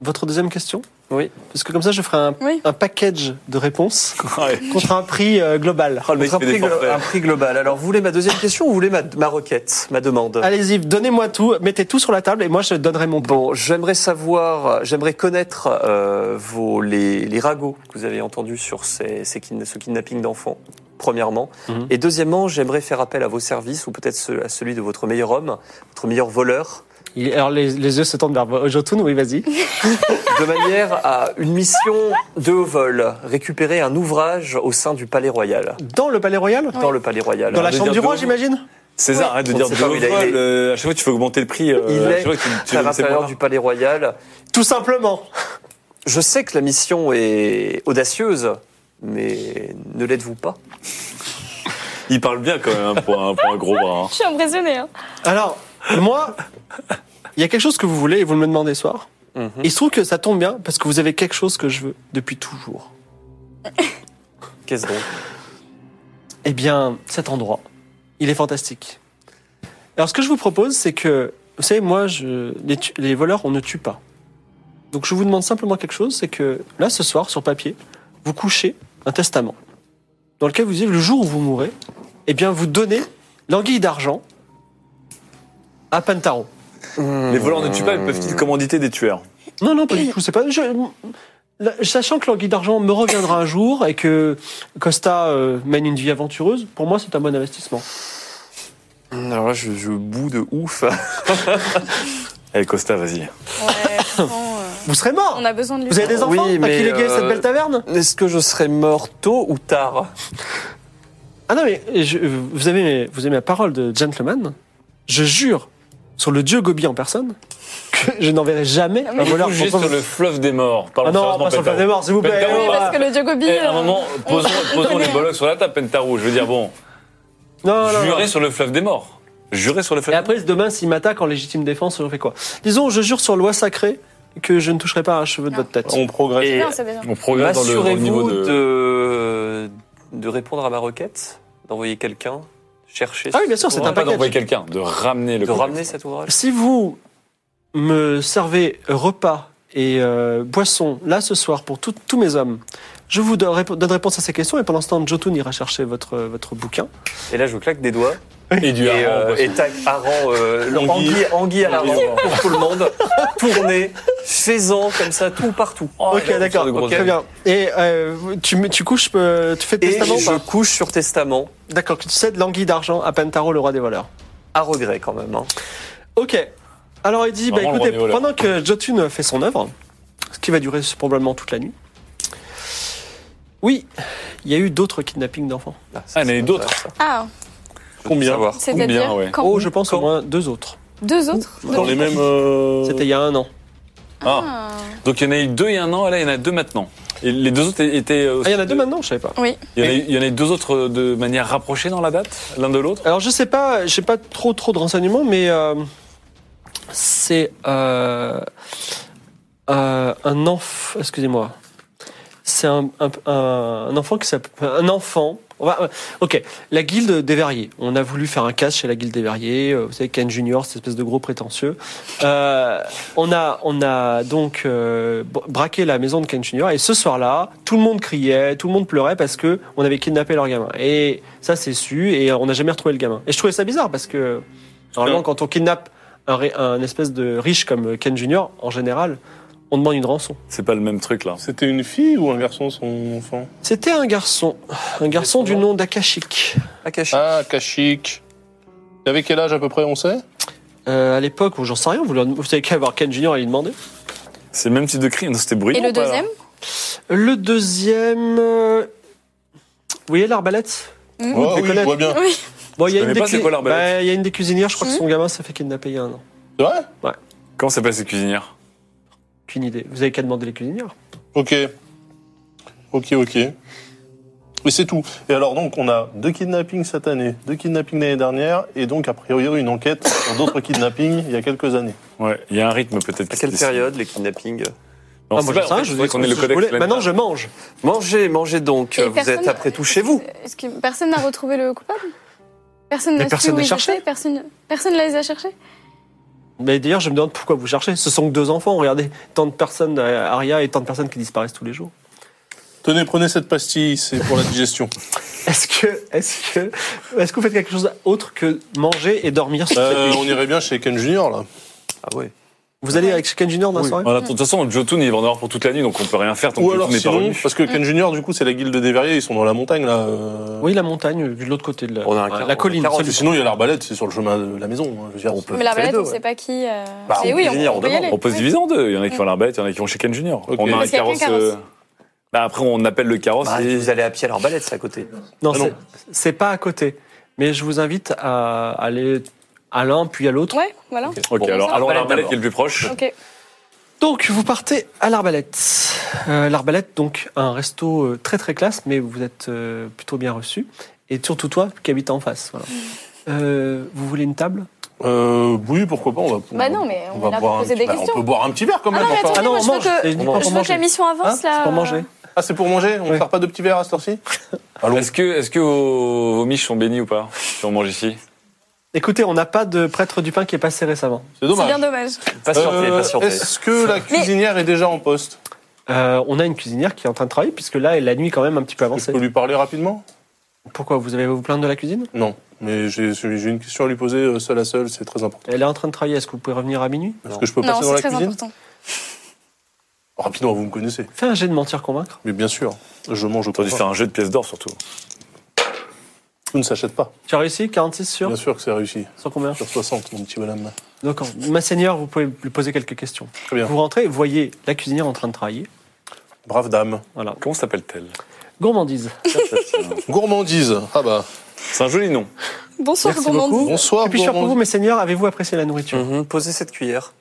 votre deuxième question.
Oui.
Parce que comme ça, je ferai un,
Oui.
un package de réponses
Ouais.
contre un prix euh, global.
contre un,
fait des
prix, glo-
forfaits.
un prix global. Alors, vous voulez ma deuxième question ou vous voulez ma, ma requête, ma demande
Allez-y, donnez-moi tout, mettez tout sur la table et moi je donnerai mon bon.
Bon, j'aimerais savoir, j'aimerais connaître euh, vos, les, les ragots que vous avez entendus sur ces, ces kidna- ce kidnapping d'enfants, premièrement.
Mhm.
Et deuxièmement, j'aimerais faire appel à vos services ou peut-être ce- à celui de votre meilleur homme, votre meilleur voleur,
Il- Alors les, les yeux se tournent vers Jotun, oui, vas-y.
de manière à une mission de haut vol, récupérer un ouvrage au sein du palais royal.
Dans le palais royal
Dans le palais royal.
Dans la
de
chambre
dire
du roi,
deux mots.
j'imagine
César, arrête de
On
dire
sait pas où
deux
il a- il
vols.
est.
euh, À chaque fois, tu fais augmenter le prix. euh,
Il
à
est
chaque fois, tu- tu-
à
c'est
l'intérieur
moi.
du palais royal.
Tout simplement.
Je sais que la mission est audacieuse, mais ne l'êtes-vous pas
Il parle bien quand même hein, pour un, pour un gros bras. hein.
Je suis impressionnée. hein.
Alors, moi, il y a quelque chose que vous voulez et vous me le demandez ce soir.
Mhm.
Et Il se trouve que ça tombe bien parce que vous avez quelque chose que je veux depuis toujours.
Qu'est-ce donc
Eh bien, cet endroit, il est fantastique. Alors, ce que je vous propose, c'est que, vous savez, moi, je, les, tu- les voleurs, on ne tue pas. Donc, je vous demande simplement quelque chose, c'est que là, ce soir, sur papier, vous couchez un testament dans lequel vous dites le jour où vous mourrez, eh bien, vous donnez l'anguille d'argent à Pantaro.
Les voleurs ne tuent pas, mais peuvent-ils commanditer des tueurs
Non, non, pas du tout. C'est pas. je- la- sachant que l'anguille d'argent me reviendra un jour et que Costa euh, mène une vie aventureuse, pour moi, c'est un bon investissement.
Alors là, je, je boue de ouf.
Eh, Costa, vas-y.
Ouais, franchement, euh,
Vous serez mort.
on a besoin de lui.
Vous avez des enfants
Oui,
à qui
mais,
léguer
euh,
cette belle taverne
Est-ce que je serai mort tôt ou tard
Ah non, mais je- vous, avez, mes- vous avez ma parole de gentleman. Je jure sur le dieu Gobi en personne que je n'enverrai jamais un voleur
Juste
contre
sur
vous.
le fleuve des morts.
Ah
Parlons
non, pas
sérieusement,
sur le
Pentaro.
fleuve des morts, s'il vous plaît.
Pentaro,
Oui, parce que le Djokobi.
Eh, à un
euh,
moment,
on-
posons,
on
posons
connaît.
les bollocks sur la table, Pentaro. Je veux dire, bon,
Oh
Non, non, non.
jurez sur le fleuve des morts. Jurez sur le
Et
fleuve des morts.
après, demain, s'il m'attaque en légitime défense, je fais quoi Disons, je jure sur loi sacrée que je ne toucherai pas un cheveu de
Ah.
votre tête.
On progresse.
Et
Non, c'est bien.
On progresse dans le au niveau
Assurez-vous
de...
de... de répondre à ma requête, d'envoyer quelqu'un chercher.
Ah oui, bien sûr, c'est
cet
Non,
un
ouvrage,
pas
package.
d'envoyer quelqu'un, de ramener le
de
contenu.
ramener cet ouvrage.
Si vous me servez repas et euh, boissons là ce soir pour tout- tous mes hommes, je vous donne, répo- donne réponse à ces questions et pendant ce temps, Jotun ira chercher votre, votre bouquin.
Et là, je claque des doigts
Et du
et,
hareng,
euh,
quoi.
et tac, harangue, euh,
Anguille.
anguille, anguille à la
Anguille.
harangue pour tout le monde, tourner, faisant comme ça, tout partout.
ok, d'accord,
de gros
très
hommes.
bien. Et euh, tu, me- tu couches, euh, tu fais
Et
testament ou
je
pas
couche sur testament,
D'accord, que tu cèdes l'anguille d'argent à Pentaro, le roi des voleurs.
à regret quand même. hein.
Ok. Alors il dit, bah,
Vraiment le
écoutez,
roi des voleurs.
pendant que Jotun fait son œuvre, ce qui va durer probablement toute la nuit, oui, il y a eu d'autres kidnappings d'enfants.
Ah,
Ah, il y en a eu d'autres.
Ah,
Combien
c'est-à-dire
Combien, ouais.
quand
Oh, je pense au moins deux autres.
Deux autres
Dans les mêmes. euh,
C'était il y a un an.
Ah.
Ah.
Donc il y en a eu deux il y a un an, et là il y en a deux maintenant. Et les deux autres étaient. euh,
Ah, il y en a deux maintenant, je savais pas.
Oui.
Il y en a eu- il y en a eu deux autres euh, de manière rapprochée dans la date, l'un de l'autre.
Alors je sais pas, j'ai pas trop trop de renseignements, mais euh, c'est euh, euh, un enfant. Excusez-moi. C'est un, un- un- un enfant qui s'appelle un enfant. on va- ok, la guilde des verriers. On a voulu faire un casse chez la guilde des verriers. euh, Vous savez, Ken Junior, cette espèce de gros prétentieux. Euh, on a, on a donc euh, bra- braqué la maison de Ken Junior et ce soir-là, tout le monde criait, tout le monde pleurait parce que on avait kidnappé leur gamin. Et ça, c'est su et on n'a jamais retrouvé le gamin. Et je trouvais ça bizarre parce que normalement, quand on kidnappe un, ré- un espèce de riche comme Ken Junior, en général, on demande une rançon.
C'est pas le même truc là.
C'était une fille ou un garçon, son enfant
C'était un garçon, un garçon du nom d'Akashik.
Akashi.
Ah, Kashik. Il avait quel âge à peu près, on sait
Euh, à l'époque, où j'en sais rien, vous, leur- vous savez qu'à avoir Ken Junior et lui demander.
C'est le même type de cri, non, c'était bruyant.
Et le
ou pas, alors
deuxième
Le deuxième, euh, vous voyez l'arbalète
Mm.
Vous
Ah
devez
oui, je
connaître.
vois bien.
Oui.
Bon, il y a
Je
une
connais
des
pas c'est
clés-
quoi l'arbalète.
Bah, il y a une des cuisinières, je crois que son gamin s'est fait kidnapper il y a un an.
C'est vrai
Comment s'appelle ces cuisinières
Aucune idée. Vous avez qu'à demander les cuisinières.
Ok. Ok, ok. Et c'est tout. Et alors donc, on a deux kidnappings cette année, deux kidnappings l'année dernière, et donc a priori une enquête sur d'autres kidnappings il y a quelques années.
Ouais, il y a un rythme peut-être.
À
qui se
quelle
dessine.
période les kidnappings
Non,
Ah, moi,
c'est vrai,
j'en sais
en
rien,
fait,
je
il
vous ai
faudrait qu'on ait
ce
le
que je
codex.
voulais. Maintenant, je mange.
Mangez, mangez donc.
Et
vous êtes
personne-
après tout chez vous.
Est-ce que personne n'a retrouvé le coupable Personne
Mais
n'a su
personne
où
les
ils
cherchait.
étaient, Personne, personne ne les a cherchés.
Mais d'ailleurs, je me demande pourquoi vous cherchez. Ce sont que deux enfants. Regardez, tant de personnes, euh, Aria, et tant de personnes qui disparaissent tous les jours.
Tenez, prenez cette pastille, c'est pour la digestion.
Est-ce que, est-ce que, est-ce que vous faites quelque chose autre que manger et dormir sur cette
Euh,
nuit
on irait bien chez Ken Junior là.
Ah ouais.
Vous allez avec Ken Junior dans la soirée
Voilà, de toute façon, Jotun, il va en avoir pour toute la nuit, donc on peut rien faire tant
Ou
que
alors
Jotun n'est pas
sinon,
revenu.
parce que
Mm.
Ken Junior du coup c'est la guilde des verriers, ils sont dans la montagne là. euh,
Oui, la montagne, euh, de l'autre côté de la,
On a un
la
quart- on a
colline.
quarante.
Parce que sinon il y a l'arbalète, c'est sur le chemin de la maison. hein, je veux dire, on peut-
Mais la balade,
deux,
on ne
ouais.
sait pas qui. euh,
Bah,
mais
on
oui,
peut
on,
venir,
on
on
peut y
demande,
aller.
On peut se
Oui.
diviser en deux. Il y en a qui vont à l'arbalète, il y en a qui vont chez Ken Junior.
Ok.
On a un
Parce qu'il y a qu'un
carrosse. euh,
carrosse.
Bah, après, on appelle le carrosse.
Bah,
et-
vous allez à pied à l'arbalète, c'est à côté.
Non,
Ah non.
c'est- c'est pas à côté. Mais je vous invite à aller à l'un puis à l'autre.
Ouais, voilà.
Ok,
Bon,
alors
ça,
alors
on va
l'arbalète
d'abord.
qui est le plus proche.
Ok.
Donc, vous partez à l'Arbalète. Euh, L'Arbalète, donc, un resto euh, très très classe, mais vous êtes euh, plutôt bien reçu. Et surtout toi qui habites en face. voilà. Euh, vous voulez une table
Euh, oui, pourquoi pas, on va.
Bah non, mais on est là
boire
pour
un
poser
petit-
des
bah,
questions.
On peut boire un petit verre quand
Ah
même.
non, mais
enfin.
attendez,
Ah non,
moi,
on
je veux
mange.
que-
Je dis pas
je
pour
veux que
manger.
la mission
Hein
avance, là.
C'est pour manger.
Ah, c'est pour manger On ne
Ouais.
sert pas de petits verres à cette heure-ci Ah,
Est-ce que, est-ce que vos, vos miches sont bénies ou pas Si on mange ici
Écoutez, on n'a pas de prêtre du pain qui est passé récemment.
C'est
C'est
dommage.
bien dommage.
Patientez,
Euh,
patientez.
Est-ce que la cuisinière est déjà en poste
Euh, on a une cuisinière qui est en train de travailler, puisque là, la nuit est quand même un petit peu
Je
avancée.
peux lui parler rapidement
Pourquoi Vous avez vous plaindre de la cuisine
Non, mais j'ai j'ai une question à lui poser euh, seule à seule, c'est très important.
Elle est en train de travailler, est-ce que vous pouvez revenir à minuit
Est-ce que je peux
Non,
passer dans
c'est
la
très
cuisine
important.
Rapidement, vous me connaissez.
Fais un jet de mentir convaincre.
Mais bien sûr, je mange au
T'aurais dû
contraire.
faire un jeu de pièces d'or surtout.
Tout ne s'achète pas.
Tu as réussi 46 sur
Bien sûr que c'est réussi.
Sur combien
Sur 60, mon petit bonhomme.
D'accord. Ma seigneur, vous pouvez lui poser quelques questions.
Très bien.
Vous rentrez, vous voyez la cuisinière en train de travailler.
Brave dame.
Voilà.
Comment s'appelle-t-elle
Gourmandise.
Gourmandise. Ah bah.
C'est un joli nom.
Bonsoir,
Merci
gourmandise.
beaucoup.
Bonsoir,
Et puis, pour vous,
gourmandise. Hum.
mes seigneurs, avez-vous apprécié la nourriture
Mhm, posez cette cuillère.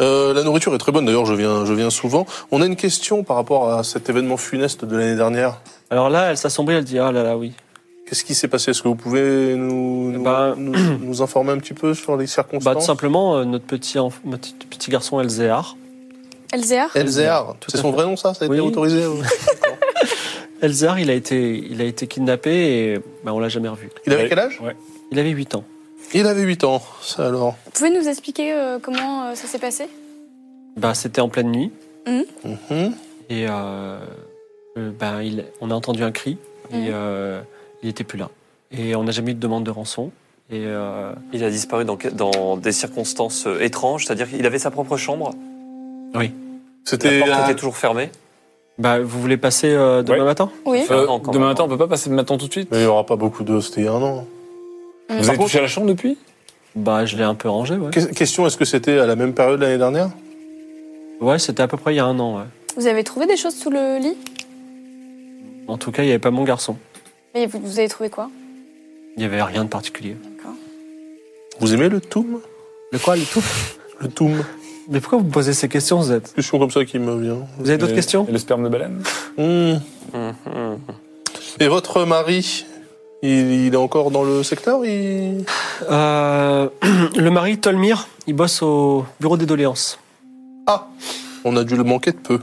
Euh, la nourriture est très bonne d'ailleurs, je viens, je viens souvent. On a une question par rapport à cet événement funeste de l'année dernière.
Alors là, elle s'assombrit, elle dit Ah là là, oui.
Qu'est-ce qui s'est passé Est-ce que vous pouvez nous, nous,
Bah,
nous- nous informer un petit peu sur les
Bah, tout
circonstances
simplement, euh, notre petit, enf- notre petit garçon Elzéar.
LZR
Euh. Elzéar,
tout
c'est
à
son
fait.
vrai nom ça Ça a été
Oui.
autorisé
Elzéar, il, a été- il a été kidnappé et bah, on l'a jamais revu.
Il avait quel âge
Il avait 8 ans.
Il avait 8 ans, ça alors.
Vous pouvez nous expliquer euh, comment euh, ça s'est passé
Bah, C'était en pleine nuit
Mhm.
et euh, euh, bah, il, on a entendu un cri et
Mhm.
euh, il était plus là. Et on n'a jamais eu de demande de rançon. Et euh,
Il a disparu dans, dans des circonstances euh, étranges, c'est-à-dire qu'il avait sa propre chambre,
C'était
la porte
la-
était toujours fermée.
bah, vous voulez passer euh, demain
Ouais.
matin
Oui.
Euh, non, quand
demain
même.
matin, on peut pas passer le matin tout de suite
Mais il n'y aura pas beaucoup de... C'était il y a un an.
Vous avez touché à la chambre depuis
Bah, je l'ai un peu rangé, ouais.
Que- Question, est-ce que c'était à la même période l'année dernière
Ouais, c'était à peu près il y a un an, ouais.
Vous avez trouvé des choses sous le lit
En tout cas, il n'y avait pas mon garçon.
Mais vous, vous avez trouvé quoi
Il n'y avait rien de particulier.
Vous aimez le toum
Le quoi, le tout
Le toum
Mais pourquoi vous me posez ces questions, Z
Question comme ça qui me vient.
Vous avez d'autres
Et-
questions
Et le sperme de baleine
Hmm. Et votre mari, il, il est encore dans le secteur il...
Euh, Le mari, Tolmir, il bosse au bureau des doléances.
Ah On a dû le manquer de peu.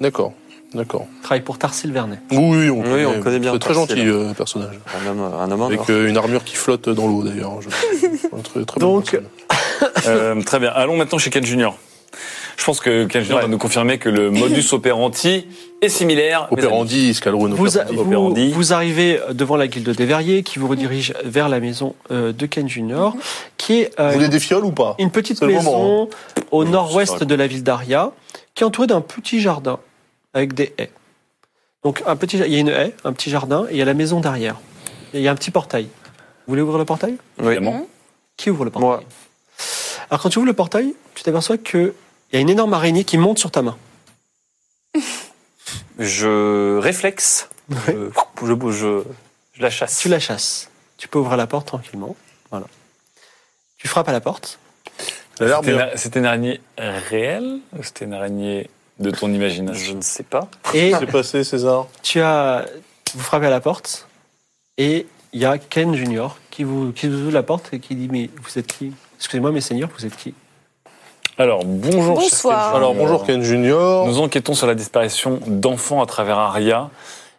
D'accord, d'accord.
Il travaille pour Tarsil Vernet.
Oui, oui, on,
Oui,
connaît,
on connaît bien
C'est très
Tarsil.
gentil, euh, personnage.
Un homme, un homme en or.
Avec euh, une armure qui flotte dans l'eau, d'ailleurs. Je- un très- très bon
Donc,
personnage.
Euh, Très bien. Allons maintenant chez Ken Junior. Je pense que Ken Junior va nous confirmer que le modus operandi est similaire. mes amis.
Opérandi, Scalrone,
Vous, a-
Opérandi.
vous,
Opérandi.
vous arrivez devant la guilde des verriers qui vous redirige vers la maison euh, de Ken Junior, qui est euh,
Vous voulez des fioles ou pas
une petite
C'est le
maison
moment, hein.
au
Oui, ça
nord-ouest
raconte.
de la ville d'Aria, qui est entourée d'un petit jardin avec des haies. Donc un petit, il y a une haie, un petit jardin, et il y a la maison derrière. Et il y a un petit portail. Vous voulez ouvrir le portail
Évidemment.
Qui ouvre le portail
Moi,
Alors quand tu ouvres le portail, tu t'aperçois qu'il y a une énorme araignée qui monte sur ta main.
je réflexe. Je, je bouge, je, je la chasse.
Tu la chasses. Tu peux ouvrir la porte tranquillement. Voilà. Tu frappes à la porte.
La larme,
C'était
bien.
une- C'était une araignée réelle ou c'était une araignée de ton
Je
imagination
ne sais pas.
Et
Qu'est-ce qui s'est passé, César
tu as. Vous frappez à la porte. Et il y a Ken Junior qui vous, qui vous ouvre la porte et qui dit Mais vous êtes qui Excusez-moi, mes seigneurs, vous êtes qui
Alors, bonjour. cher
Bonsoir.
Ken
Alors, bonjour Ken Junior.
Euh, Nous enquêtons sur la disparition d'enfants à travers Aria.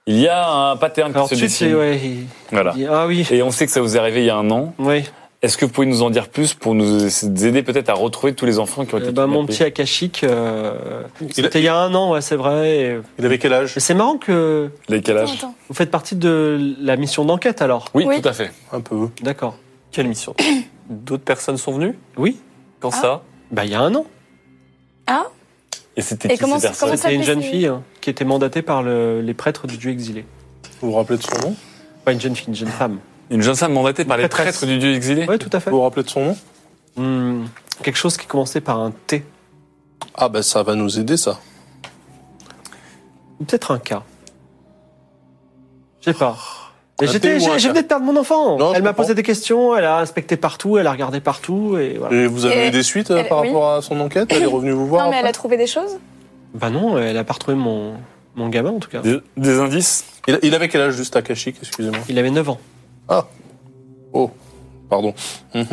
Il y a un pattern
Alors,
qui se
tu
dessine.
sais, ouais, il-
Voilà.
il dit, Ah oui,
Et on sait que ça vous est arrivé il y a un an.
oui.
Est-ce que vous pouvez nous en dire plus pour nous aider peut-être à retrouver tous les enfants qui ont été
Eh ben, mon petit
kidnappés
Akashik, euh, c'était il y a un an, ouais, c'est vrai. et-
Il avait quel âge
Mais c'est marrant que
Les
Attends,
calages
attends.
vous faites partie de la mission d'enquête alors.
oui,
Oui.
tout à fait.
Un peu.
D'accord.
Quelle mission D'autres personnes sont venues
Oui,
Quand
Ah.
ça
bah il y a un an.
Ah,
Et c'était
Et
qui
comment
ces
ça-
personnes
comment ça-
C'était une jeune
s'appelait,
fille hein, qui était mandatée par le- les prêtres du dieu exilé.
Vous vous rappelez de son nom
Pas une jeune fille, une jeune femme.
Une jeune femme mandatée par les
Prêtresse.
prêtres du dieu exilé
Ouais, tout à fait.
Vous vous rappelez de son nom
Hmm, quelque chose qui commençait par un T.
Ah, bah ça va nous aider, ça.
Ou Peut-être un K. Je sais pas. Mais
Oh, Un
j'étais-
T ou un
J'ai j'ai
K.
venu de perdre mon enfant.
Non, je
elle m'a
comprends.
posé des questions, elle a inspecté partout, elle a regardé partout et voilà.
Et vous avez
Et-
eu des suites euh,
elle-
par
oui.
rapport à son enquête Elle est revenue vous voir
non, mais elle
après
a trouvé des choses
Bah non, elle a pas retrouvé mon, mon gamin en tout cas.
Des, des indices
il, il avait quel âge, juste Akashik, excusez-moi
Il avait 9 ans.
Pardon. Mhm.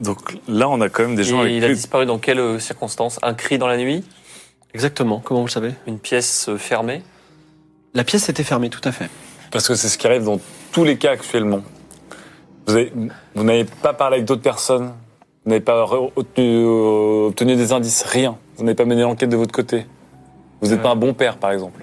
Donc là, on a quand même des gens
Et
avec
il a
plus-
disparu dans quelles euh, circonstances Un cri dans la nuit
Exactement, comment vous le savez
Une pièce euh, fermée
La pièce était fermée, tout à fait.
Parce que c'est ce qui arrive dans tous les cas actuellement. Vous avez- vous n'avez pas parlé avec d'autres personnes, vous n'avez pas re- obtenu, euh, obtenu des indices, rien. Vous n'avez pas mené l'enquête de votre côté. Vous n'êtes pas un bon père, par exemple.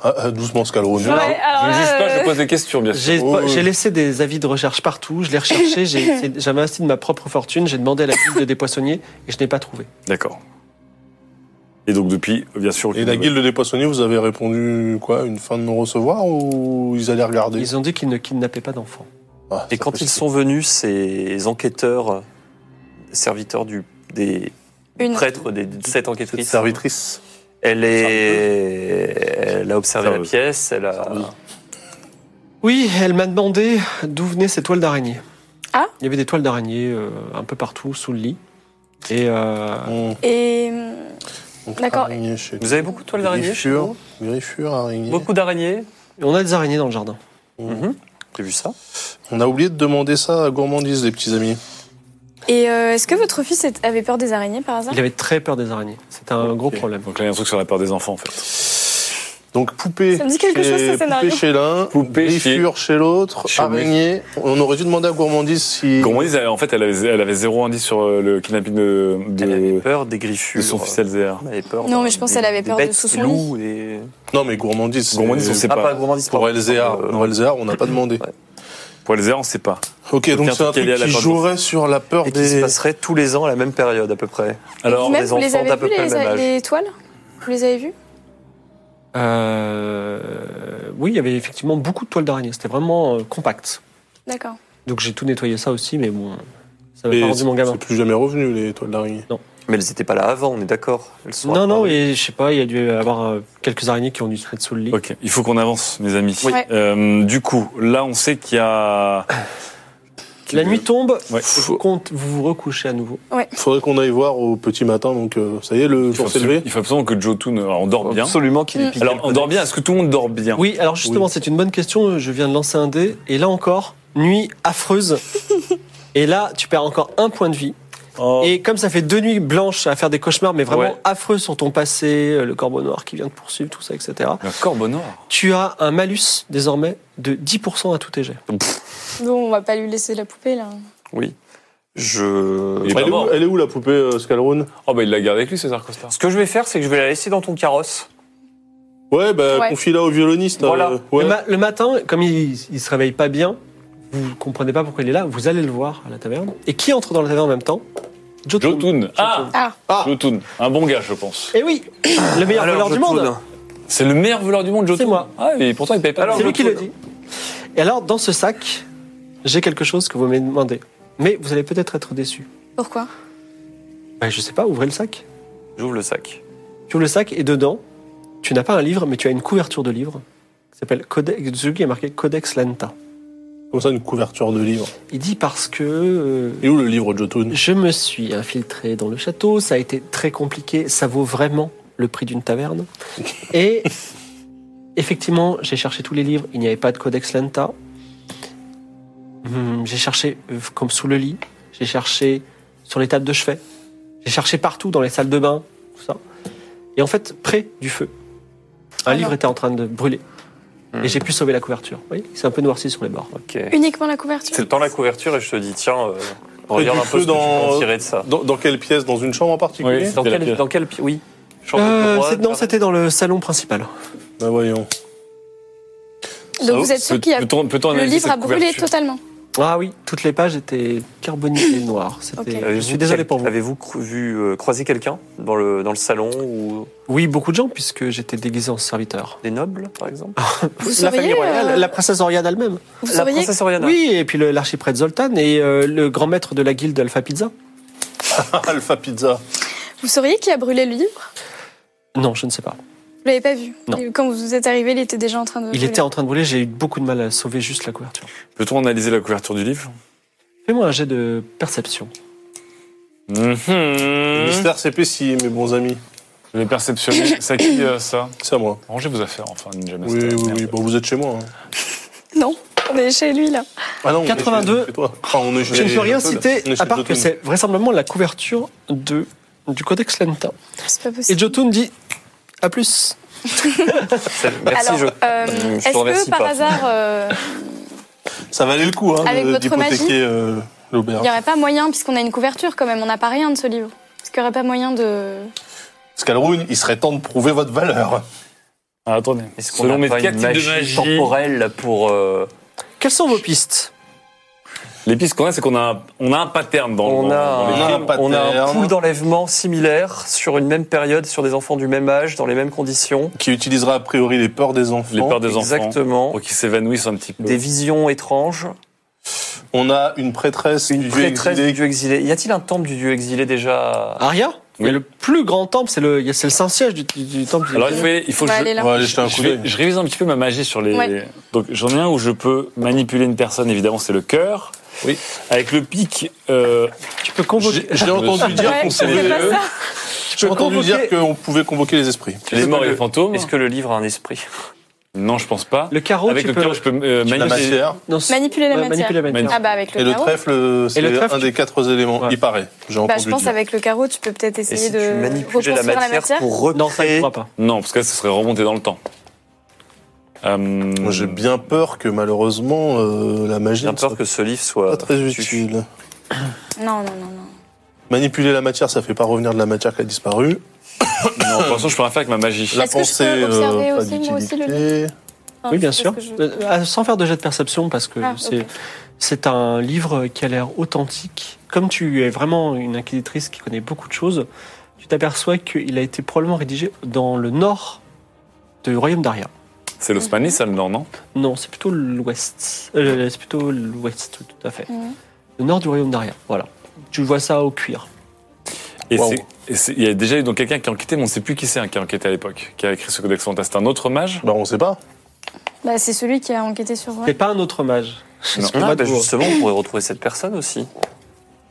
Ah, ah, doucement, Scalrone.
Ouais, alors
je ne
là,
juge pas,
euh,
je pose des questions, bien sûr.
J'ai
Oh, oui.
j'ai laissé des avis de recherche partout, je les recherchais, j'ai essayé- j'avais investi de ma propre fortune, j'ai demandé à la guilde des poissonniers et je n'ai pas trouvé.
D'accord. Et donc depuis, bien sûr.
Et la guilde des poissonniers, vous avez répondu quoi Une fin de non-recevoir ou ils allaient regarder
Ils ont dit qu'ils ne kidnappaient pas d'enfants.
Ah,
Et
ça
quand
peut
ils
se-
sont venus, ces enquêteurs, euh, serviteurs du, des
une.
prêtres, des, de cette enquêtrice,
Servitrice.
elle, est, elle a observé la
Serveuse.
pièce, elle a...
Oui, elle m'a demandé d'où venaient ces toiles d'araignée.
Ah
Il y avait des toiles d'araignée euh, un peu partout sous le lit. Et euh,
Mmh.
Et. euh,
Donc,
D'accord.
araignée chez-
Vous avez beaucoup de toiles d'araignée chez
Griffure, griffure, araignée.
Beaucoup d'araignées
on a des araignées dans le jardin.
Mhm. J'ai vu ça.
On a oublié de demander ça à Gourmandise, les petits amis.
Et euh, est-ce que votre fils est- avait peur des araignées par hasard
Il avait très peur des araignées. C'était un gros problème.
Donc là, il y a un truc sur la peur des enfants, en fait.
Donc poupée,
Ça me dit quelque
chez,
chose, ce scénario.
poupée chez l'un,
Poupée chez-
griffure chez, l'autre,
Chez-
araignée. On aurait dû demander à Gourmandise si...
Comment on dit, en fait, elle avait, elle avait zéro indice sur euh, le kidnapping de, de-
Elle avait peur des
de
griffures.
son fils Elzéar.
Elle avait peur
Non,
d'un-
mais je pense
des-
qu'elle avait
des
peur de
bêtes,
sous
des
son
loups, des-
Non mais Gourmandise,
Gourmandise, on
c'est-
sait
Ah,
pas.
pas gourmandise.
Pour
pardon.
LZR,
Euh,
pour LZR, on n'a pas demandé.
Pour Elzéar, on ne sait pas.
Ok, donc
Aucun
c'est un
truc lié à
truc
la
qui
peur de
jouerait sur la peur
Et qui se
des...
passerait tous les ans à la même période à peu près.
Alors,
Vous-même,
les
vous les
enfants
avez
d'à peu
vus,
près
les,
le même âge.
les toiles Vous les avez vues
Euh, oui, il y avait effectivement beaucoup de toiles d'araignée. C'était vraiment euh, compact.
D'accord.
Donc j'ai tout nettoyé ça aussi, mais bon, ça m'a
Et
pas rendu euh, mon gamin.
C'est plus jamais revenu, les toiles d'araignée.
Mais elles n'étaient pas là avant, on est d'accord. Elles sont
Non, non,
apparues.
et je sais pas, il y a dû avoir euh, quelques araignées qui ont dû se mettre sous le lit.
Ok, il faut qu'on avance, mes amis.
Oui. Ouais.
Euh, du coup, là, on sait qu'il y a qui
La
est-
nuit tombe,
Ouais.
vous, compte- vous vous recouchez à nouveau.
Faudrait qu'on aille voir au petit matin, donc euh, ça y est, le
Il faut,
jour s'est
absolument,
levé.
il faut absolument que Jotun euh, on dort bien.
Absolument qu'il est
Alors, on dort bien. Est-ce que tout le monde dort bien
Oui, alors justement, c'est une bonne question. Je viens de lancer un dé. Et là encore, nuit affreuse. et là, tu perds encore un point de vie.
Oh.
Et comme ça fait deux nuits blanches à faire des cauchemars, mais vraiment
Ouais.
affreux sur ton passé, euh, le corbeau noir qui vient te poursuivre, tout ça, etc.
Le corbeau noir.
Tu as un malus désormais de 10% à tous tes jets.
Donc on va pas lui laisser la poupée là.
Je...
Il est
Elle
pas
est, où,
mort.
elle est où, la poupée euh, Scalrune
Oh, bah il l'a gardé avec lui, César Costa.
Ce que je vais faire, c'est que je vais la laisser dans ton carrosse.
Ouais, bah
Ouais.
confie-la au violoniste. euh,
Voilà.
ouais.
Le, ma- le matin, comme il, il se réveille pas bien, vous comprenez pas pourquoi il est là, vous allez le voir à la taverne. Et qui entre dans la taverne en même temps Jotun.
Jotun. Ah
Ah,
Jotun. Un bon gars, je pense.
Eh oui Le meilleur
Alors,
voleur du
Jotun.
monde
C'est le meilleur voleur du monde, Jotun.
C'est moi.
Ah, et pourtant, il paye pas.
C'est
mal.
lui qui le dit. Et alors, dans ce sac, j'ai quelque chose que vous m'avez demandé. Mais vous allez peut-être être déçu.
pourquoi
Bah, je sais pas, ouvrez le sac.
J'ouvre le sac.
Tu ouvres le sac et dedans, tu n'as pas un livre, mais tu as une couverture de livre qui s'appelle Codex. Dessus, il est marqué Codex Lenta.
Comme ça, une couverture de livre.
Il dit parce que euh,
Et où le livre de Jotun
je me suis infiltré dans le château, ça a été très compliqué, ça vaut vraiment le prix d'une taverne. Et effectivement, j'ai cherché tous les livres, il n'y avait pas de Codex Lenta. Hmm, J'ai cherché euh, comme sous le lit, j'ai cherché sur les tables de chevet, j'ai cherché partout dans les salles de bain, tout ça. Et en fait, près du feu, un
Ah
livre
non. Hmm.
était en train de brûler. Et j'ai pu sauver la couverture. Vous voyez, c'est un peu noirci sur les bords.
Ok.
Uniquement la couverture
C'est le temps de la couverture et je te dis, tiens, euh, regarde
du
un peu
feu
ce que tu peux
dans-
en tirer de ça.
dans, dans quelle pièce Dans une chambre en particulier
Oui.
Dans
C'était la
quel,
pièce.
dans quel pi- Oui. Chambre de
Euh,
droite,
c'est- non, c'était dans le salon principal.
Bah voyons.
Donc vous êtes sûr
Peut-
qu'il y a.
peut-on- peut-on
Le
analyser
livre
cette
a brûlé
couverture
totalement.
Ah oui, toutes les pages étaient carbonisées noires. C'était-
Ok.
Je
Avez-vous
suis désolé
quel-
pour Euh, vous.
Avez-vous cru- vu euh, croiser quelqu'un dans le, dans le salon ou
Oui, beaucoup de gens, puisque j'étais déguisé en serviteur.
des nobles, par exemple
Vous
la
sauriez,
famille royale,
euh,
la princesse Oriane elle-même.
vous
La
sauriez
princesse Oriana.
Oui, et puis le- l'archiprêtre Zoltan et euh, le grand maître de la guilde Alpha Pizza.
Alpha Pizza.
Vous sauriez qui a brûlé le livre
Non, je ne sais pas.
Vous l'avez pas vu.
Non.
Et Quand vous êtes arrivé, il était déjà en train de.
Il
brûler.
était en train de brûler, j'ai eu beaucoup de mal à sauver juste la couverture.
Peut-on analyser la couverture du livre
Fais-moi un jet de perception.
Mmh.
Le mystère s'épaissit, mes bons amis.
Mhm. Je vais perceptionner. C'est à qui euh, ça
C'est à moi.
Rangez vos affaires, enfin, Ninja
Oui,
Master.
oui,
Merde.
oui. Bon, vous êtes chez moi. hein.
Non, on est chez lui là.
Ah non, on est chez-
82.
chez toi. Enfin, on est chez
Je ne peux rien
Jotun.
citer,
On est chez
à part que
Jotun.
c'est vraisemblablement la couverture de, du Codex Lenta.
C'est pas
Et
possible.
Jotun dit à plus.
Merci,
Alors,
je.
euh,
Je
est-ce
t'en remercie
que par
pas.
hasard, euh,
Ça valait le coup, hein,
Avec
de-
votre magie
d'hypothéquer euh,
il
l'auberge.
n'y aurait pas moyen, puisqu'on a une couverture quand même, on n'a pas rien de ce livre Est-ce qu'il n'y aurait pas moyen de.
Scalrune, il serait temps de prouver votre valeur.
Ah, attendez.
Est-ce qu'on
Selon
a
mes
pas
quatre
une
types de
magie,
magie.
temporelle pour euh,
Quelles sont vos pistes
Les pistes qu'on a, c'est qu'on a, un- on a un pattern dans
on,
dans-
a
dans les
on a
films.
un
un,
pattern.
on a un pool d'enlèvement similaire sur une même période, sur des enfants du même âge, dans les mêmes conditions.
Qui utilisera a priori les peurs des enfants.
les peurs des enfants.
Exactement.
Pour qu'ils s'évanouissent un petit peu.
Des visions étranges.
On a une prêtresse
Une
du dieu
prêtresse
exilé.
du dieu exilé. Y a-t-il un temple du dieu exilé déjà
Aria
Oui.
Mais le plus grand temple, c'est le, c'est le Saint-Siège du, du- du temple.
Alors, il faut, il faut
On
que
va
je-
Bah, aller
On
là.
va aller jeter un coup
Je, vais-
d'œil.
je révise un petit peu ma magie sur les.
Ouais.
Donc j'en ai un où je peux manipuler une personne, évidemment, c'est le cœur.
Oui.
Avec le pic, euh,
Tu peux convoquer.
J'ai j'ai entendu dire
Ouais,
qu'on
c'est
pouvait-
pas ça.
j'ai entendu
convoquer-
dire qu'on pouvait convoquer les esprits.
les morts et
le-
les fantômes.
Est-ce que le livre a un esprit
Non, je pense pas.
Le carreau,
Avec
tu
le
peux.
cœur, je peux euh,
La
manipuler.
matière
non, c'est-
Manipuler la
ouais,
matière.
manipuler la matière.
Ah bah avec le
et le
carreau.
trèfle, euh, c'est
le trèfle,
un
tu-
des quatre éléments.
Ouais.
Il paraît. J'ai
Bah,
entendu
je pense
dire.
avec le carreau, tu peux peut-être
Et
essayer
si
de
tu manipules la
reconstruire
matière, pour
Non, ça ne
recréer
pourra pas.
Non, parce que là, ce serait remonté dans le temps. Euh,
Moi, j'ai bien peur que malheureusement euh, la magie
J'ai bien
ne soit
peur que ce livre
pas
soit
très
suffisant.
utile.
Non, non, non, non.
Manipuler la matière, ça fait pas revenir de la matière qui a disparu.
Non, pour l'instant, je peux rien faire avec ma magie.
La
Est-ce que je
pensée,
peux observer
euh, pas
aussi, moi aussi, le
d'utilité.
Enfin,
Oui, bien
parce
sûr.
que je-
Euh, ah, Sans faire de jet de perception, parce que
Ah,
c'est
ok.
c'est un livre qui a l'air authentique. Comme tu es vraiment une inquisitrice qui connaît beaucoup de choses, tu t'aperçois qu'il a été probablement rédigé dans le nord du royaume d'Aria.
C'est l'Osmanie, ça, le nord, non
Non, c'est plutôt l'ouest. Euh, c'est plutôt l'ouest, tout à fait.
Mhm.
Le nord du royaume d'Aria, voilà. Tu vois ça au cuir.
Et
Wow.
c'est- et c'est- il y a déjà eu donc quelqu'un qui a enquêté, mais on ne sait plus qui c'est hein, qui a enquêté à l'époque, qui a écrit ce codex Fantastique. C'est un autre mage
Bah, on sait pas.
Bah, c'est celui qui a enquêté sur.
T'es pas un autre mage.
Est-ce qu'on
Ah,
va
bah,
toujours- justement, on pourrait retrouver cette personne aussi.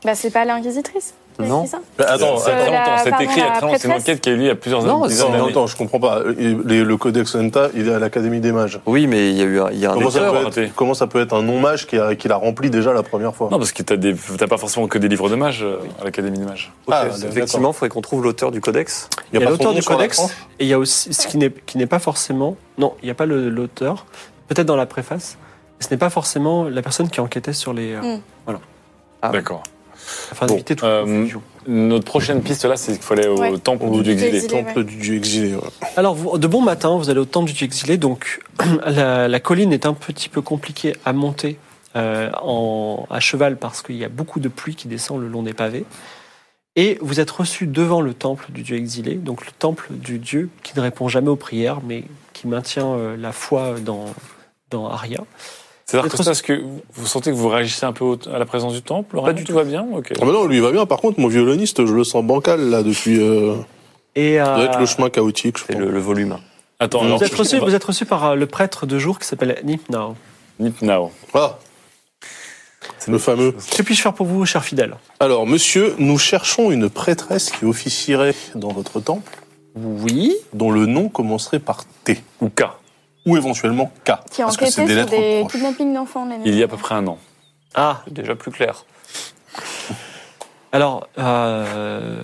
Bah, c'est pas l'inquisitrice.
Non.
c'est ça
Bah, Attends,
c'est
euh,
très
la-
longtemps. C'était
pardon,
écrit il y a
la
très longtemps. C'est une
prêtresse.
enquête qui est lue il y a plusieurs
Non,
années.
non, non, attends, je comprends pas. Il- les- le codex Enta, il est à l'Académie des mages.
Euh, Oui, mais il y a eu un, il y a un
Comment ça,
auteur.
erreurs,
peut
raté.
être, comment ça peut être un non-mage qui, a- qui l'a rempli déjà la première fois
Non, parce que t'as des- t'as pas forcément que des livres de mages euh, à l'Académie des mages.
Ok,
Ah,
c'est-
d'accord.
effectivement, il faudrait qu'on trouve l'auteur du codex.
Il y a
pas son
l'auteur
nom
du
sur la
codex
tranche
et il y a aussi ce qui n'est qui n'est pas forcément. Non, il n'y a pas le- l'auteur. Peut-être dans la préface. Ce n'est pas forcément la personne qui enquêtait sur les. euh,
Mm.
Ah.
D'accord.
afin
Bon,
d'éviter toute
euh,
confusion.
Notre prochaine piste là, c'est qu'il fallait au
Ouais.
temple
Au
du
dieu
exilé.
exilé.
exilé, temple du dieu exilé. ouais.
Alors, vous- de bon matin, vous allez au temple du Dieu exilé. Donc, la, la colline est un petit peu compliquée à monter euh, en, à cheval parce qu'il y a beaucoup de pluie qui descend le long des pavés. Et vous êtes reçu devant le temple du Dieu exilé, donc le temple du Dieu qui ne répond jamais aux prières, mais qui maintient euh, la foi dans, dans Arya.
C'est-à-dire
Être-
que ça, est-ce que vous sentez que vous réagissez un peu au- à la présence du temple Pas
du
tout. va bien Ok.
Ah bah non, lui il va bien. Par contre, mon violoniste, je le sens bancal là depuis. euh,
Et,
ça
euh,
doit être le chemin chaotique, je
C'est
pense.
le, le volume.
Attends, alors,
Vous êtes, reçu,
on va-
vous êtes reçu par euh, le prêtre de jour qui s'appelle Nipnao.
Mm.
Nipnao.
Ah Le fameux.
Que puis-je faire pour vous, cher fidèle
Alors, monsieur, nous cherchons une prêtresse qui officierait dans votre temple,
Oui.
dont le nom commencerait par T,
Ou K,
ou éventuellement K.
Qui a
parce que
enquêté
c'est des
sur
lettres
des
proches.
kidnappings d'enfants l'année
il y a à peu
dernière.
près un an.
Ah,
Déjà plus clair.
Alors, euh,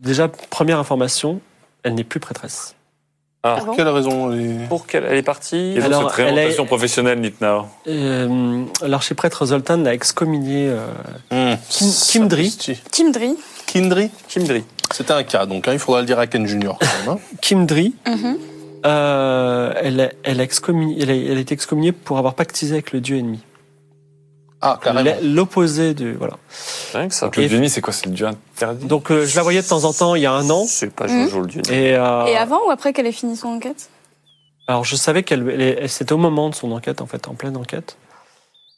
déjà, première information, elle n'est plus prêtresse.
Ah bon
Quelle raison elle est-
Pour qu'elle elle est partie.
Et donc,
Alors,
cette
elle est-
réorientation professionnelle, Nipnao
Euh, L'archiprêtre Zoltan l'a excommunié. euh,
Hmm.
Kim- Kimdri.
Sapristi.
Kimdri.
Kindri
Kimdri.
C'était un cas, donc hein, il faudra le dire à Ken Junior quand même. hein.
Kimdri,
Mhm.
euh, elle, a- elle, a excommunié- elle, a, elle a été excommuniée pour avoir pactisé avec le dieu ennemi.
Ah, carrément.
L'a- L'opposé de. Voilà.
Rien que ça.
Donc, le
Et-
Diony, c'est quoi C'est le dieu interdit
Donc, euh, je la voyais de temps en temps il y a un an.
C'est pas
Mhm.
Jojo le dieu.
Et, euh,
Et avant ou après qu'elle ait fini son enquête
Alors, je savais qu'elle. elle- elle- C'était au moment de son enquête, en fait, en pleine enquête.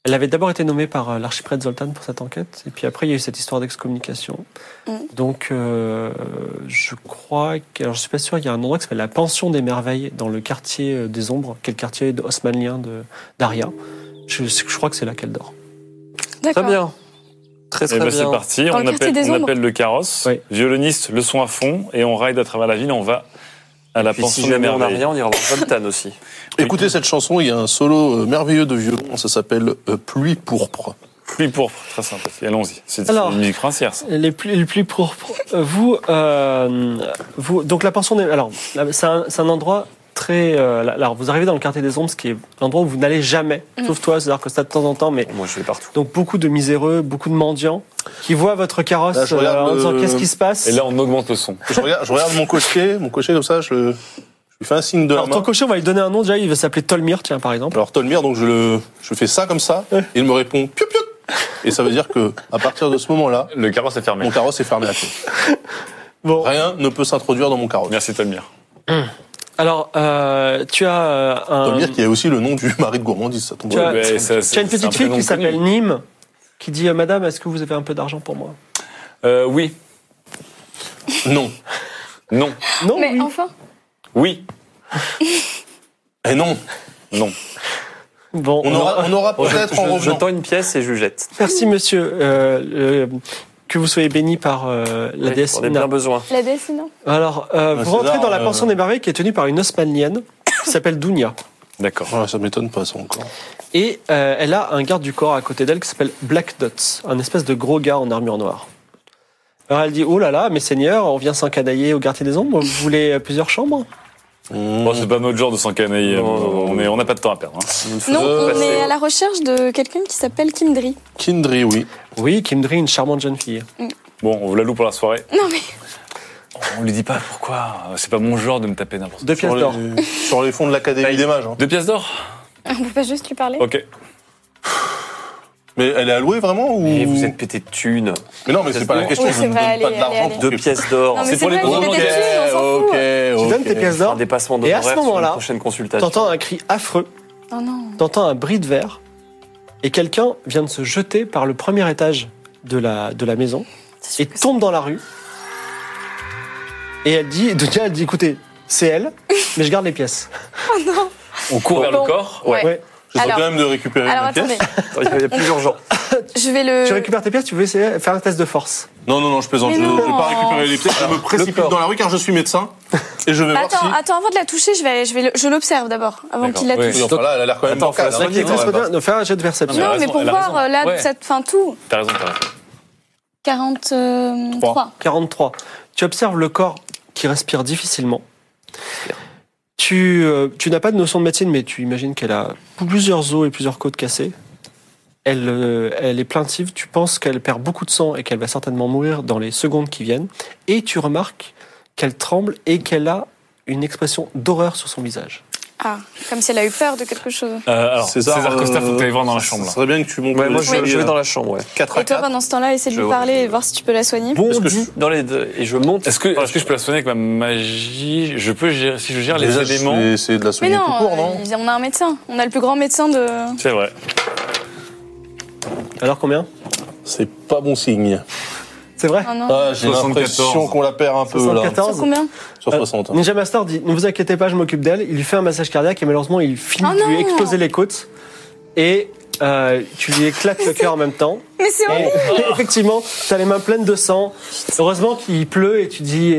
Elle avait d'abord été nommée par euh, l'archiprêtre Zoltan pour cette enquête, et puis après, il y a eu cette histoire d'excommunication.
Mhm.
Donc, euh, je crois que. Alors, je suis pas sûr, il y a un endroit qui s'appelle la Pension des Merveilles, dans le quartier euh, des Ombres, qui est le quartier de- haussmannien de- d'Aria. Je, je crois que c'est là qu'elle dort.
Très
D'accord.
bien. Très
Eh
très
ben, c'est
bien.
parti,
Dans
on
le quartier
appelle,
des
on
ombres.
appelle le carrosse,
Oui.
violoniste, le son à fond, et on ride à travers la ville, on va à la
Et puis,
pension
si
des
jamais on n'a
merveilles.
rien, on ira voir Zoltan aussi.
Écoutez cette chanson, il y a un solo euh, merveilleux de violon, ça s'appelle euh, Pluie pourpre.
Pluie pourpre, très sympathique. Allons-y. C'est c'est
Alors.
une musique princière, ça.
Les plus, les plus propres. Euh, Vous, euh, vous, donc la pension des. Alors, là, c'est un, c'est un endroit très. euh, là- alors, vous arrivez dans le quartier des Ombres, ce qui est l'endroit où vous n'allez jamais, sauf toi, c'est-à-dire que ça de temps en temps, mais.
Moi, je vais partout.
Donc, beaucoup de miséreux, beaucoup de mendiants qui voient votre carrosse
Là, je
euh,
regarde
en disant
le-
qu'est-ce qui se passe.
Et là, on augmente le son.
Je regarde, je regarde mon cocher, mon cocher comme ça, je, je lui fais un signe de la
alors, ton
main.
cocher, on va lui donner un nom déjà, il va s'appeler Tolmir, tiens, par exemple.
Alors Tolmir, donc je, le, je fais ça comme ça, et il me répond piou piou. Et ça veut dire que à partir de ce moment-là,
Le carrosse est fermé.
mon carrosse est fermé à clé.
Bon,
Rien ne peut s'introduire dans mon carrosse.
Merci, Tomir.
alors, euh, tu as euh, un.
Tolmir qui est aussi le nom du mari de gourmandise, ça tombe
Tu as-
bien.
Ouais, ça, c'est-
Tu as une
c'est un
petite fille
prénom
qui s'appelle
connu.
Nîmes qui dit euh, Madame, est-ce que vous avez un peu d'argent pour moi
Euh, oui.
Non.
Non.
Non,
Mais
oui.
enfin,
Oui.
Eh non,
Non.
Bon,
on
alors,
aura, on aura peut-être en
Je, je
revenant.
tends une pièce et je jette.
Merci monsieur. Euh, euh, que vous soyez béni par euh, la
Oui,
déesse
on a
Ina.
bien besoin.
la déesse, non
Alors, euh,
Ah,
vous
c'est
rentrez
là,
dans la
euh,
pension des merveilles qui est tenue par une osmanienne qui s'appelle Dounia.
D'accord.
Ouais, ça m'étonne pas ça encore.
Et euh, elle a un garde du corps à côté d'elle qui s'appelle Black Dots, un espèce de gros gars en armure noire. Alors elle dit, oh là là, mes seigneurs, on vient s'encanailler au quartier des ombres, vous voulez euh, plusieurs chambres
Mmh.
Bon, Oh, c'est pas notre genre de s'encanailler.
Non, non,
On
non.
est- on n'a pas de temps à perdre. hein.
Non,
Euh,
on est
c'est-
à la recherche de quelqu'un qui s'appelle Kimdri.
Kindri, oui.
Oui, Kimdri, une charmante jeune fille.
Bon, on vous la loue pour la soirée.
Non, mais
On lui dit pas pourquoi. C'est pas mon genre de me taper n'importe quoi.
Deux pièces
Sur
d'or.
les, sur les fonds de l'Académie des mages. hein.
Deux pièces d'or
on peut pas juste lui parler
Ok.
Mais elle est allouée vraiment ou
Et vous êtes pété de thunes.
Mais non, mais c'est pas la question.
Oui,
je
c'est
ne
vrai,
donne pas
allez,
de l'argent
allez,
pour
Deux
que-
pièces d'or.
Non, mais
C'est pour
vrai,
les
j'ai
gros
pété de
mangas.
thunes, on s'en fout.
ok.
Tu donnes tes pièces
Un
d'or,
dépassement de
Et à ce
horaire sur
moment-là,
une prochaine consultation.
t'entends un cri affreux,
Oh non.
t'entends un bris de verre, et quelqu'un vient de se jeter par le premier étage de la, de la maison.
C'est
et
sûr que
tombe dans la rue. Et elle dit, Dunia, elle dit, écoutez, c'est elle, mais je garde les pièces.
c'est- Oh non.
On court vers
Bon.
le corps.
Ouais.
Ouais.
J'essaie
Alors-
quand même de récupérer
Alors
ma pièce.
attendez,
Il y a- il y a plus urgent.
je vais le.
Tu récupères tes pièces, tu veux essayer de faire un test de force.
Non, non, non, je plaisante.
Mais
Je ne vais
non.
pas récupérer les pièces. Je me précipite
corps.
dans la rue car je suis médecin et je vais voir si.
Attends, attends, avant de la toucher, je vais, je vais, le- je l'observe d'abord, avant qu'il la
oui.
touche.
Oui, enfin, là, elle a l'air quand même
Attends, faut la
bancale, hein.
soigner,
Fais
quand même.
un jet de perception.
elle a
Non, mais
raison,
pour
elle a
voir
raison.
euh, là,
Ouais.
ça, enfin tout.
T'as raison, t'as raison.
43.
43. Tu observes le corps qui respire difficilement. Tu, euh, tu n'as pas de notion de médecine, mais tu imagines qu'elle a plusieurs os et plusieurs côtes cassées. Elle, euh, elle est plaintive, tu penses qu'elle perd beaucoup de sang et qu'elle va certainement mourir dans les secondes qui viennent. Et tu remarques qu'elle tremble et qu'elle a une expression d'horreur sur son visage.
Ah, comme si elle a eu peur de quelque chose.
Euh, alors,
César, euh,
César, Costa, faut que t'ailles voir dans la
ça-
chambre.
Ça
Là.
serait bien que tu montes.
Ouais, moi, je, je vais dans la chambre, ouais.
4 à
Et toi,
4.
pendant ce temps-là, essaie de
Je
lui
vois.
parler et voir si tu peux la soigner.
Bon,
Est-ce que je-
dans les deux, et je monte.
Est-ce que,
Enfin,
est-ce que je peux la sonner avec ma magie Je peux gérer, si je gère les
Déjà, je
éléments.
vais essayer de la
Mais
soigner
non,
tout court, non
euh, on a un médecin. On a le plus grand médecin de.
C'est vrai.
Alors combien
C'est pas bon signe.
C'est vrai
Ah non.
Ah, j'ai
74.
l'impression qu'on la perd un peu là.
74
Sur combien
Sur 60.
Euh,
hein.
Euh, Ninja Master dit Ne vous inquiétez pas, je m'occupe d'elle. Il lui fait un massage cardiaque et malheureusement, il finit
Oh
de lui
non
exploser les côtes. Et euh, tu lui éclates le cœur en même temps.
Mais c'est
Et,
horrible.
effectivement, t'as les mains pleines de sang. Heureusement qu'il pleut et tu dis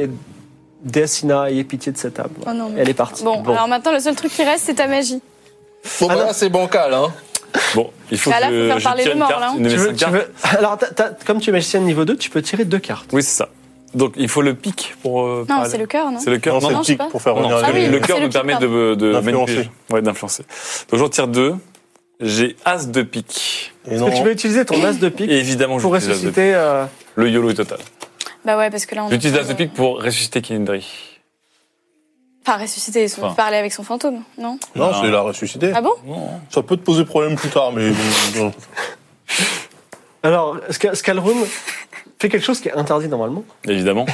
Déacina, ayez pitié de cette âme.
Oh non, mais-
Elle est partie.
Bon,
Bon.
alors maintenant, le seul truc qui reste, c'est ta magie.
Bon, bah, là, c'est bancal, hein.
Bon, il faut
Bah là,
que
faut faire
je
parler
tire
le
une
mort,
carte,
là, hein.
une de
Tu
mes
veux-
cinq
tu
cartes.
veux- Alors, t'as- t'as- comme tu es magicienne niveau 2, tu peux tirer deux cartes.
Oui, c'est ça. Donc, il faut le pic pour. euh,
Non,
parler.
c'est le cœur, non
C'est le cœur.
Non,
Non,
c'est
non,
le
je sais
tic
pas.
pour faire
non,
revenir
c'est
Ah
les
oui,
le
gens.
cœur
c'est
me
le pic,
permet de,
pardon.
de
D'influencer.
manipuler. Ouais, d'influencer. Donc, j'en tire deux. J'ai as de pique.
Et
Est-ce
non.
que tu peux utiliser ton as de pique
Et évidemment,
pour
j'utilise as de pique.
ressusciter euh,
Le YOLO est total.
Bah ouais, parce que là, on.
J'utilise
a-
as de pique pour ressusciter Kindry.
Pas euh, ressusciter, son-
Enfin.
parler avec son fantôme, non
Non,
Non.
je vais la ressusciter.
Ah bon
Non.
Ça peut te poser problème plus tard, mais. euh, bon,
Alors, Sca- Scalroon fait quelque chose qui est interdit normalement.
Évidemment.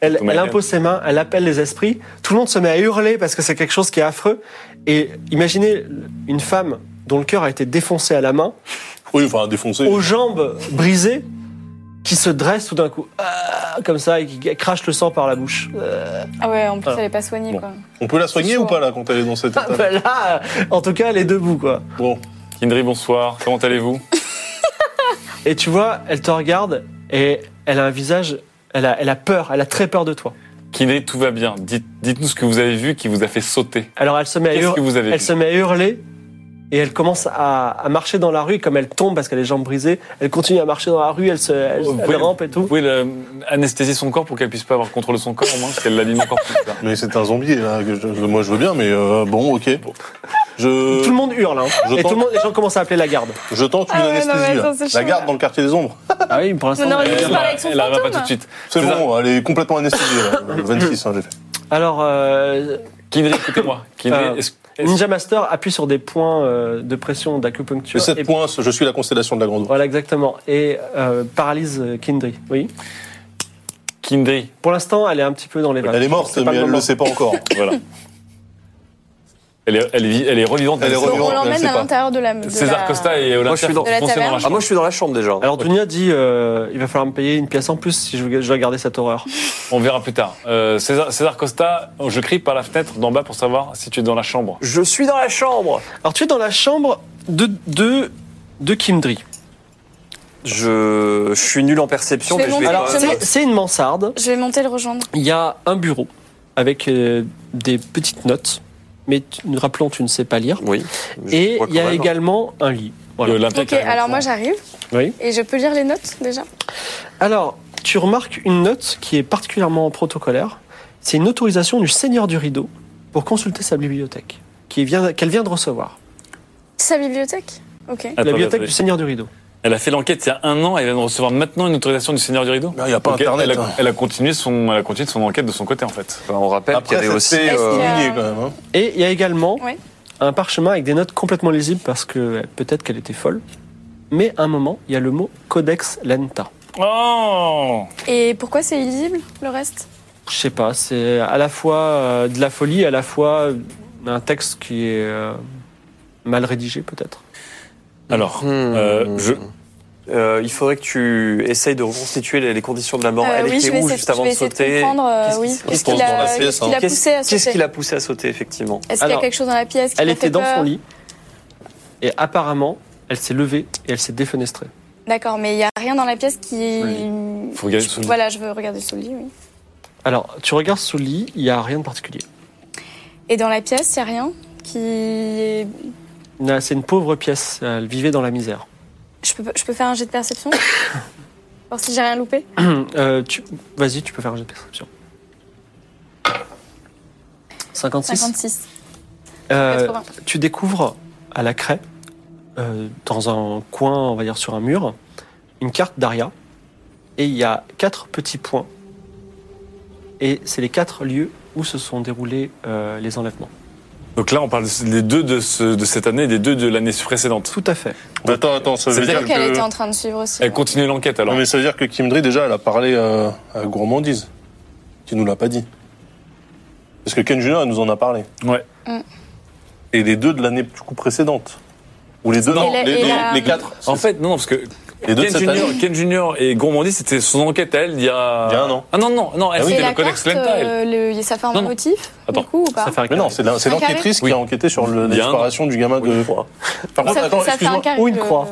Elle,
Thomas
elle
Hahn.
impose ses mains, elle appelle les esprits. Tout le monde se met à hurler parce que c'est quelque chose qui est affreux. Et imaginez une femme dont le cœur a été défoncé à la main,
Oui, enfin, défoncer.
Oh,
aux jambes brisées, qui se dresse tout d'un coup, ah, comme ça, et qui crache le sang par la bouche.
Ah ouais, en plus,
Voilà.
elle est pas soignée, quoi.
On peut la soigner
chaud,
ou pas, là, quand elle est dans cet
Ah,
état
bah là, en tout cas, elle est debout, quoi.
Bon.
Kindry, bonsoir. Comment allez-vous
Et tu vois, elle te regarde et elle a un visage, elle a, elle a peur, elle a très peur de toi.
Kindry, tout va bien. Dites- Dites-nous ce que vous avez vu qui vous a fait sauter.
Alors elle se met à
Qu'est-ce
hurler.
que vous avez
Elle
vu
se met à hurler et elle commence à, à marcher dans la rue. Comme elle tombe parce qu'elle a les jambes brisées, elle continue à marcher dans la rue, elle, se, elle,
Vous
elle
pouvez-
rampe et tout.
Vous pouvez le- anesthésier son corps pour qu'elle puisse pas avoir le contrôle de son corps au moins, parce qu'elle l'abîme encore plus. Là.
Mais c'est un zombie, là. que je- moi, je veux bien, mais euh, bon, ok. Je,
Tout le monde hurle. hein.
je
Et
tente.
tout le monde, les gens commencent à appeler la garde.
je tente une
Ah ouais, non, mais
anesthésie, là.
attends, c'est
La
chaud,
garde
là.
dans le quartier des ombres.
Ah oui, pour
l'instant,
l'instant.
Non, mais elle-
Elle
parle avec son
elle arrivera pas
fantôme.
tout de suite.
C'est
C'est
bon, elle est complètement anesthésiée, là. 26, hein, j'ai fait.
Alors, euh,
Kindry, écoutez-moi. Kindry,
Euh,
est-ce- est-ce-
Ninja Master appuie sur des points euh, de pression
J'ai
d'acupuncture.
7
et-
points, je suis la constellation de la grande ours.
Voilà, exactement. Et euh, paralyse euh, Kindry. Oui.
Kindry,
Pour l'instant, elle est un petit peu dans les vagues.
Elle est morte,
C'est pas
mais
le
elle
moment.
le sait pas encore.
voilà. Elle est, elle, vit- elle est revivante.
Elle est
sait
Donc,
revivante.
pas.
on
elle
l'emmène
sait
à
pas.
l'intérieur de la. de
César
la-
Costa et Olaf
Moi, je suis
Schmidt
dans-
foncez
de la
dans la
taverne.
Ah,
chambre.
moi, je suis dans la chambre déjà.
Alors, Dunia dit euh, il va falloir me payer une pièce en plus si je veux- je dois garder cette horreur.
On verra plus tard. Euh, César, César Costa, je crie par la fenêtre d'en bas pour savoir si tu es dans la chambre.
Je suis dans la chambre.
Alors tu es dans la chambre de, de, de Kimdri.
Je, je suis nul en perception,
Je vais
mais je vais.
monter.
Alors
je
c'est-
monte.
c'est une mansarde,
Je vais monter le rejoindre.
il y a un bureau avec euh, des petites notes, mais tu- nous rappelons tu ne sais pas lire.
Oui.
Et il y a également un lit. Voilà.
Et Olympia
Ok,
qui arrive en
alors moi,
courant.
j'arrive.
Oui.
Et je peux lire les notes déjà
Alors tu remarques une note qui est particulièrement protocolaire, c'est une autorisation du seigneur du rideau pour consulter sa bibliothèque qui vient- qu'elle vient de recevoir.
Sa bibliothèque Ok.
Attendez,
la bibliothèque
attendez.
du seigneur du rideau.
Elle a fait l'enquête il y a un an, elle vient de recevoir maintenant une autorisation du Seigneur du Rideau.
Ah, il y a pas
Donc,
Internet,
Elle a,
hein.
elle a continué son, elle a continué son enquête de son côté en fait.
on rappelle qu'il y
Après,
avait
ça
aussi. euh,
s'est
Est-ce qu'il y a-
humilié, quand même. hein.
Et il y a également
Ouais.
un parchemin avec des notes complètement lisibles parce que euh, peut-être qu'elle était folle. Mais à un moment, il y a le mot Codex Lenta.
Oh
Et pourquoi c'est illisible, le reste
Je sais pas, c'est à la fois euh, de la folie, à la fois euh, un texte qui est euh, mal rédigé peut-être.
Alors,
Hmm.
euh, je,
Euh, il faudrait que tu essayes de reconstituer les, les conditions de la mort.
Euh,
Elle
oui, je
était
vais
où
essayer-
juste avant
je
de
vais essayer de
sauter
comprendre, euh,
Qu'est-ce-
oui.
qu'est-ce
Je pense
qu'il
dans
a-
la pièce,
qu'est-ce qu'il a
hein Qu'est-ce-
poussé à
Qu'est-ce
sauter
qu'il a poussé à sauter, effectivement
Est-ce qu'il y a
Alors,
quelque chose dans la pièce qui
Elle
t'a fait
était dans
peur
son lit et apparemment, elle s'est levée et elle s'est défenestrée.
D'accord, mais il n'y a rien dans la pièce qui.
Faut regarder sous le lit.
Voilà, je veux regarder sous le lit, oui.
Alors, tu regardes sous le lit, il n'y a rien de particulier.
Et dans la pièce, il n'y a rien qui. est-
Là, C'est une pauvre pièce, elle vivait dans la misère.
Je peux, je peux faire un jet de perception Voir si j'ai rien loupé
Euh, tu... Vas-y, tu peux faire un jet de perception. 56.
56.
Euh,
80.
tu découvres à la craie, euh, dans un coin, on va dire sur un mur, une carte d'Aria. Et il y a quatre petits points. Et c'est les quatre lieux où se sont déroulés euh, les enlèvements.
Donc là, on parle des deux de, ce- de cette année et des deux de l'année précédente.
Tout à fait.
Attends, attends,
Ça
ça veut
veut
dire.
dire
Qu'elle
que-
était en train de suivre aussi.
Elle continue l'enquête alors.
Non, mais ça veut dire que Kimdri, déjà, elle a parlé euh, à Gourmandise. Qui nous l'a pas dit. Parce que Ken Junior, elle nous en a parlé.
Ouais.
Mm.
Et les deux de l'année du coup précédente. Ou les deux,
Non,
non,
et la-
les,
et
les-
la-
les quatre.
En fait, non, non, parce que
les deux de
Ken
cette
Junior,
année.
Ken Junior et Gourmandis, c'était son enquête à elle il y a...
Il y a un an.
Ah non, non, non, elle,
Ah oui.
Et
c'était
la
le Codex
carte,
Lenta, elle.
euh, le- ça forme
Non,
un
non.
motif,
Attends.
du coup, ou pas
Ça fait un
Mais non, c'est la- c'est
Un carré
l'enquêtrice qui
Oui.
a enquêté sur le-
Il y a un
l'exploration du gamin de.
Bah,
Par contre,
Ça-
attends,
ça fait un euh,
excuse-moi,
carré
ou une
de-
croix.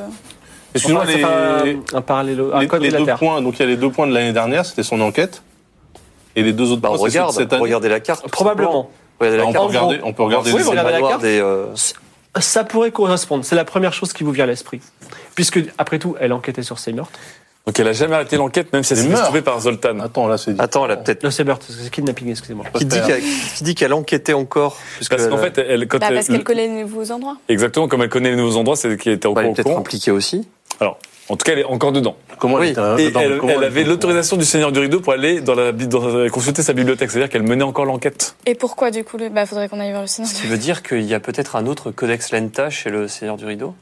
excuse-moi,
Enfin, ça fait
les,
un, un parallèle, un
les-
code
les
de la
deux
Terre.
points, donc il y a les deux points de l'année dernière, c'était son enquête. Et les deux autres
Bah,
points, c'est ceux de
regarde,
cette année.
regardez la carte. tout
Probablement.
simplement. Regardez la
on, peut
carte.
regarder, on peut regarder
Oui,
les-
vous regardez la
manoir
carte.
des, euh,
Ça pourrait correspondre. C'est la première chose qui vous vient à l'esprit. Puisque, après tout, elle enquêtait sur ses meurtres.
Donc elle a jamais arrêté l'enquête, même si elle
Les
s'est fait
mœurs.
trouver par Zoltan.
Attends, là, c'est
Attends, elle a peut-être.
Non, c'est meurtres, c'est kidnapping, excusez-moi.
Qui dit
Parce
qu'elle- qui dit qu'elle enquêtait encore puisque
Parce qu'en
elle-
fait, elle, quand
Bah,
elle-
parce qu'elle connaît les nouveaux endroits.
Exactement, comme elle connaît les nouveaux endroits, c'est qu'elle était
bah, elle
encore
est
au
peut-être
courant.
impliquée aussi.
Alors, en tout cas, elle est encore dedans.
Comment
Oui.
elle était là-
Et
dedans,
elle,
comment
elle avait
était-
l'autorisation du Seigneur du Rideau pour aller dans la, bi- dans- euh, consulter sa bibliothèque, c'est-à-dire qu'elle menait encore l'enquête.
Et pourquoi, du coup, le... bah, faudrait qu'on aille voir le cinéma.
Ce qui veut dire qu'il y a peut-être un autre codex lenta chez le Seigneur du Rideau.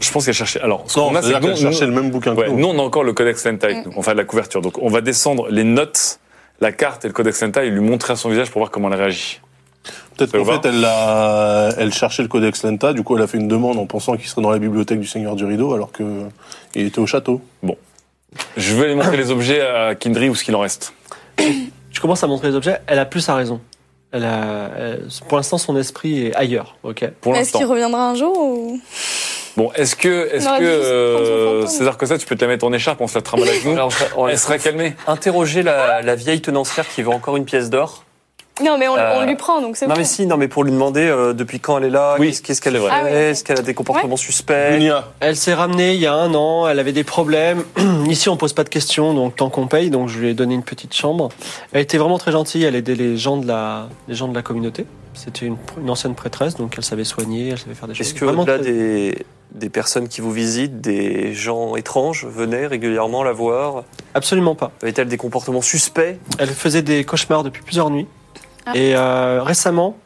Je pense qu'elle cherchait. Alors, ce
Non,
qu'on a, c'est
c'est-à-dire
que
qu'elle
nous,
cherchait
nous,
le même bouquin que
ouais,
nous.
nous, on a encore le Codex Lenta, avec
Mm.
nous. enfin la couverture. Donc, on va descendre les notes, la carte et le Codex Lenta et lui montrer à son visage pour voir comment elle réagit.
Peut-être
Ça
qu'en
vous va
fait, elle, l'a- elle cherchait le Codex Lenta, du coup, elle a fait une demande en pensant qu'il serait dans la bibliothèque du Seigneur du Rideau, alors que il était au château.
Je vais lui montrer les objets à Kindry ou ce qu'il en reste.
Tu commences à montrer les objets, elle a plus sa raison. Elle a, elle- pour l'instant, son esprit est ailleurs, ok
Pour
Est-ce qu'il
l'instant.
reviendra un jour ou...
Bon, est-ce que, est-ce
Non,
que
juste prendre son
euh,
fantôme.
César Costa, tu peux te la mettre en écharpe, on se la trimballe avec nous
Alors, on va- on va
Elle sera calmée.
interroger la, la vieille tenancière qui veut encore une pièce d'or.
Non, mais on,
Euh,
on lui prend, donc c'est
Non
bon.
mais si, non mais pour lui demander euh, depuis quand elle est là,
Oui,
qu'est-ce- qu'est-ce qu'elle
c'est
fait,
vrai.
Ah oui, ok.
est-ce qu'elle a des comportements suspects.
Dunia,
Elle s'est ramenée il y a un an, elle avait des problèmes. Ici, on pose pas de questions, donc tant qu'on paye, donc je lui ai donné une petite chambre. Elle était vraiment très gentille, elle aidait les gens de la, les gens de la communauté. C'était une, une ancienne prêtresse, donc elle savait soigner, elle savait faire des choses.
Est-ce que
Vraiment
au-delà
très-
des, des personnes qui vous visitent, des gens étranges venaient régulièrement la voir
Absolument pas.
Avait-elle des comportements suspects
Elle faisait des cauchemars depuis plusieurs nuits.
Ah.
Et euh, récemment,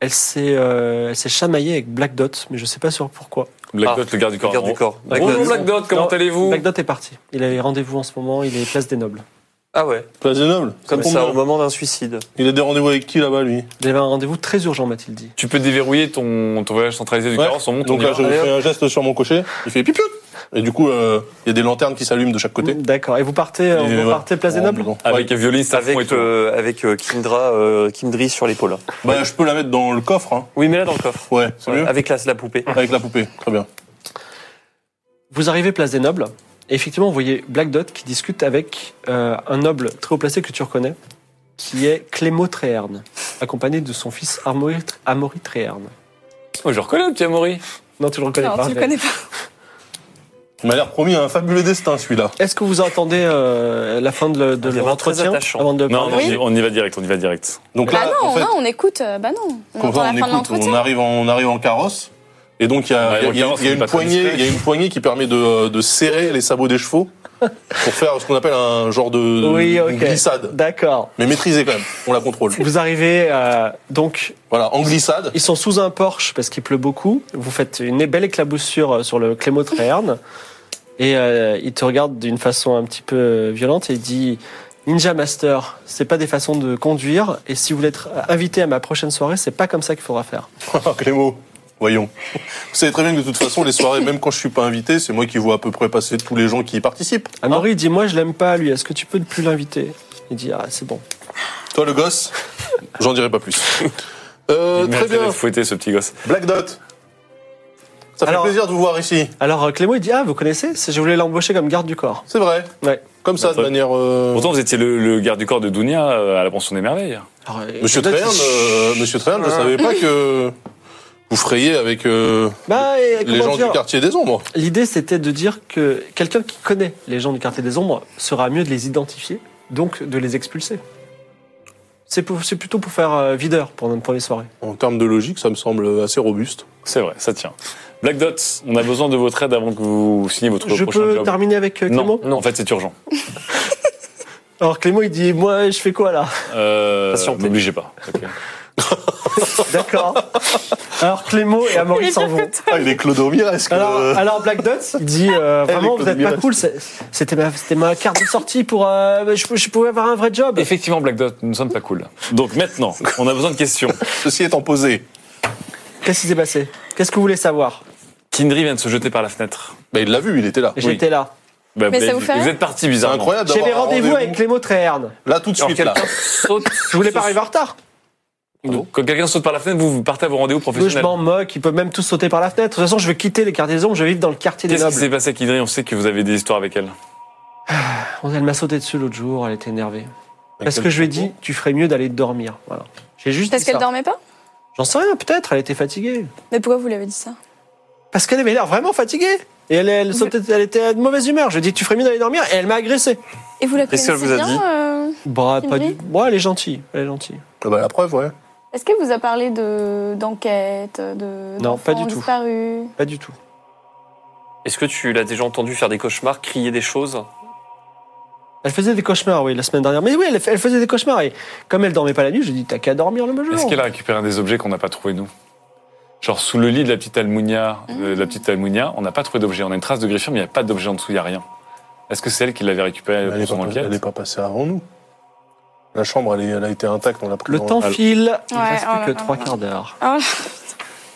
elle s'est euh, elle s'est chamaillée avec Black Dot, mais je sais pas sûr pourquoi.
Black
Ah,
Dot, le garde du corps.
Regarde du corps.
Black
Bonjour
Dot.
Black Dot, comment
Non,
allez-vous
Black Dot est parti. Il a les rendez-vous en ce moment, il est place des nobles.
Ah ouais,
place des nobles.
comme
tombe
ça,
bien.
au moment d'un suicide.
Il a des rendez-vous avec qui là-bas, lui
Il avait un rendez-vous très urgent, m'a-t-il dit.
Tu peux déverrouiller ton, ton voyage centralisé du
Ouais.
carrosse, on monte,
Donc
on y
là,
va.
je fais un geste sur mon cocher, il fait pipiou Et du coup, euh, il y a des lanternes qui s'allument de chaque côté.
Mm, D'accord. Et vous partez, euh,
Et
vous
voilà. Oh,
partez place des
En
nobles
disant,
Avec un violiste à fond et
Avec,
tout.
euh, avec euh, Kindra, euh, Kindry sur l'épaule.
Bah, je peux la mettre dans le coffre, hein.
Oui, mais là dans le coffre.
Ouais, c'est
Ouais,
mieux.
avec la, la poupée.
Avec la poupée, très bien.
Vous arrivez place des nobles, et effectivement, vous voyez Black Dot qui discute avec euh, un noble très haut placé que tu reconnais, qui est Clémo Tréherne, accompagné de son fils Amaury, Amaury Tréherne.
Oh, je reconnais le petit Amaury.
Non, tu le reconnais
Non,
pas.
tu le
mais-
connais pas.
Il m'a l'air promis un fabuleux destin, celui-là.
Est-ce que vous attendez euh, la fin de, le-
Ah,
de
Un
leur
gamin très
entretien
attachant.
avant de le
Non, non,
parler
on y- on y va direct, on y va direct.
Donc
Bah
là,
non,
en fait,
non, on écoute. euh, Bah non, on
Comme
entend
ça,
la fin
on
de
écoute, on
l'entretien.
arrive, en, on arrive en carrosse. Et donc, il y
Ouais,
a, il y a-
en
il y a-
carrosse,
il y a
c'est
une
pas très
poignée,
discret.
il y a une poignée qui permet de, de serrer les sabots des chevaux pour faire ce qu'on appelle un genre de
Oui,
une
ok.
glissade.
D'accord.
Mais maîtrisée quand même, on la contrôle.
Vous arrivez, euh, donc,
Voilà, en glissade.
ils sont sous un porche parce qu'il pleut beaucoup. Vous faites une belle éclaboussure euh, sur le Clément Tréherne. Et euh, il te regarde d'une façon un petit peu euh, violente et il dit Ninja Master, c'est pas des façons de conduire. Et si vous voulez être invité à ma prochaine soirée, c'est pas comme ça qu'il faudra faire.
Clémo, voyons. Vous savez très bien que de toute façon, les soirées, même quand je suis pas invité, c'est moi qui vois à peu près passer tous les gens qui y participent.
Amaury, il dit Moi, je l'aime pas, lui. Est-ce que tu peux ne plus l'inviter Il dit Ah, c'est bon.
Toi, le gosse, j'en dirai pas plus. Euh,
Il
très
mérite
bien.
d'être fouetté, ce petit gosse.
Black Dot. Ça fait
Alors-
plaisir de vous voir ici.
Alors euh, Clément, il dit Ah, vous connaissez C'est- Je voulais l'embaucher comme garde du corps.
C'est vrai.
Ouais.
Comme ça,
Bah,
de manière. euh,
Pourtant, vous étiez le, le garde du corps de Dunia euh, à la pension des merveilles.
Alors, euh,
Monsieur
peut-être-
Traherne, euh, Monsieur Traherne, je ne savais pas que vous frayiez avec euh,
Bah, et
les
comment
gens
dire
du quartier des ombres.
L'idée, c'était de dire que quelqu'un qui connaît les gens du quartier des ombres sera mieux de les identifier, donc de les expulser. C'est pour- c'est plutôt pour faire euh, videur pour notre première soirée.
En termes de logique, ça me semble assez robuste.
C'est vrai, ça tient. Black Dot, on a besoin de votre aide avant que vous signiez votre
Je
prochain
peux
job.
terminer avec euh, Clément
non, non, en fait, c'est urgent.
Alors Clément, il dit Moi, je fais quoi là
Euh,
Patientez.
N'obligez pas. Ok.
D'accord. Alors Clément et Amaury s'en vont.
Ah, il est Clodomir, est-ce que.
Alors, alors Black Dot, il dit euh, vraiment
les
vous êtes
Claude
pas cool. c'est- C'était ma, c'était ma carte de sortie pour euh, je, je pouvais avoir un vrai job.
Effectivement, Black Dot, nous ne sommes pas cool. Donc maintenant, on a besoin de questions.
Ceci étant posé,
Qu'est-ce qui s'est passé Qu'est-ce que vous voulez savoir
Kindry vient de se jeter par la fenêtre.
bah, il l'a vu, il était là.
J'étais là.
Bah,
Mais ça
bah,
vous fait
Vous
rien
êtes parti
C'est
bizarrement.
incroyable
J'avais
d'avoir un
rendez-vous avec Clément Tréherne.
Là, tout de
Alors,
suite, là.
saute.
Je voulais pas arriver en retard.
Donc, quand quelqu'un saute par la fenêtre, vous, vous partez à vos rendez-vous
Mais je
professionnels.
m'en moque. Il peut même tous sauter par la fenêtre. De toute façon, je vais quitter les quartiers des ombres. Je vais vivre dans le quartier des
Qu'est-ce qui s'est
nobles.
passé à Kindry On sait que vous avez des histoires avec elle.
Elle m'a sauté dessus l'autre jour. Elle était énervée. Parce
quel
que je lui ai dit
propos
tu ferais mieux d'aller dormir. Voilà. J'ai juste
Parce
dit
qu'elle
ça.
dormait pas
J'en sais rien. Peut-être. Elle était fatiguée.
Mais pourquoi vous lui avez dit ça
Parce qu'elle avait l'air vraiment fatiguée. Et elle, elle, sautait- elle était de mauvaise humeur. Je lui ai dit, tu ferais mieux d'aller dormir. Et elle m'a agressé.
Et vous la
Qu'est-ce
connaissez
qu'elle vous a
bien
dit
euh,
Bah,
Une
pas du...
vie
Bon, elle est gentille. Elle est gentille.
Ah bah, La preuve, ouais.
Euh,
Est-ce qu'elle vous a parlé de d'enquête, de
Non, pas
d'enfants
du tout.
disparus
Pas du tout.
Est-ce que tu l'as déjà entendu faire des cauchemars, crier des choses
Elle faisait des cauchemars, oui, la semaine dernière. Mais oui, elle, elle faisait des cauchemars. Et comme elle dormait pas la nuit, je lui ai dit, t'as qu'à dormir le
Est-ce
jour.
qu'elle a récupéré un des objets qu'on n'a pas trouvé, nous Genre sous le lit de la petite Almunia, euh, de la petite Almunia on n'a pas trouvé d'objet. On a une trace de griffure, mais il n'y a pas d'objet en dessous, il n'y a rien. Est-ce que c'est elle qui l'avait récupéré
Elle
pour
n'est
son
pas,
enquête
elle est pas passée avant nous. La chambre, elle, est- elle a été intacte, on l'a pris
Le
dans-
temps
Euh,
file. Il
Ouais,
reste
oh
plus
là
que
là
trois
là.
quarts d'heure.
Ah,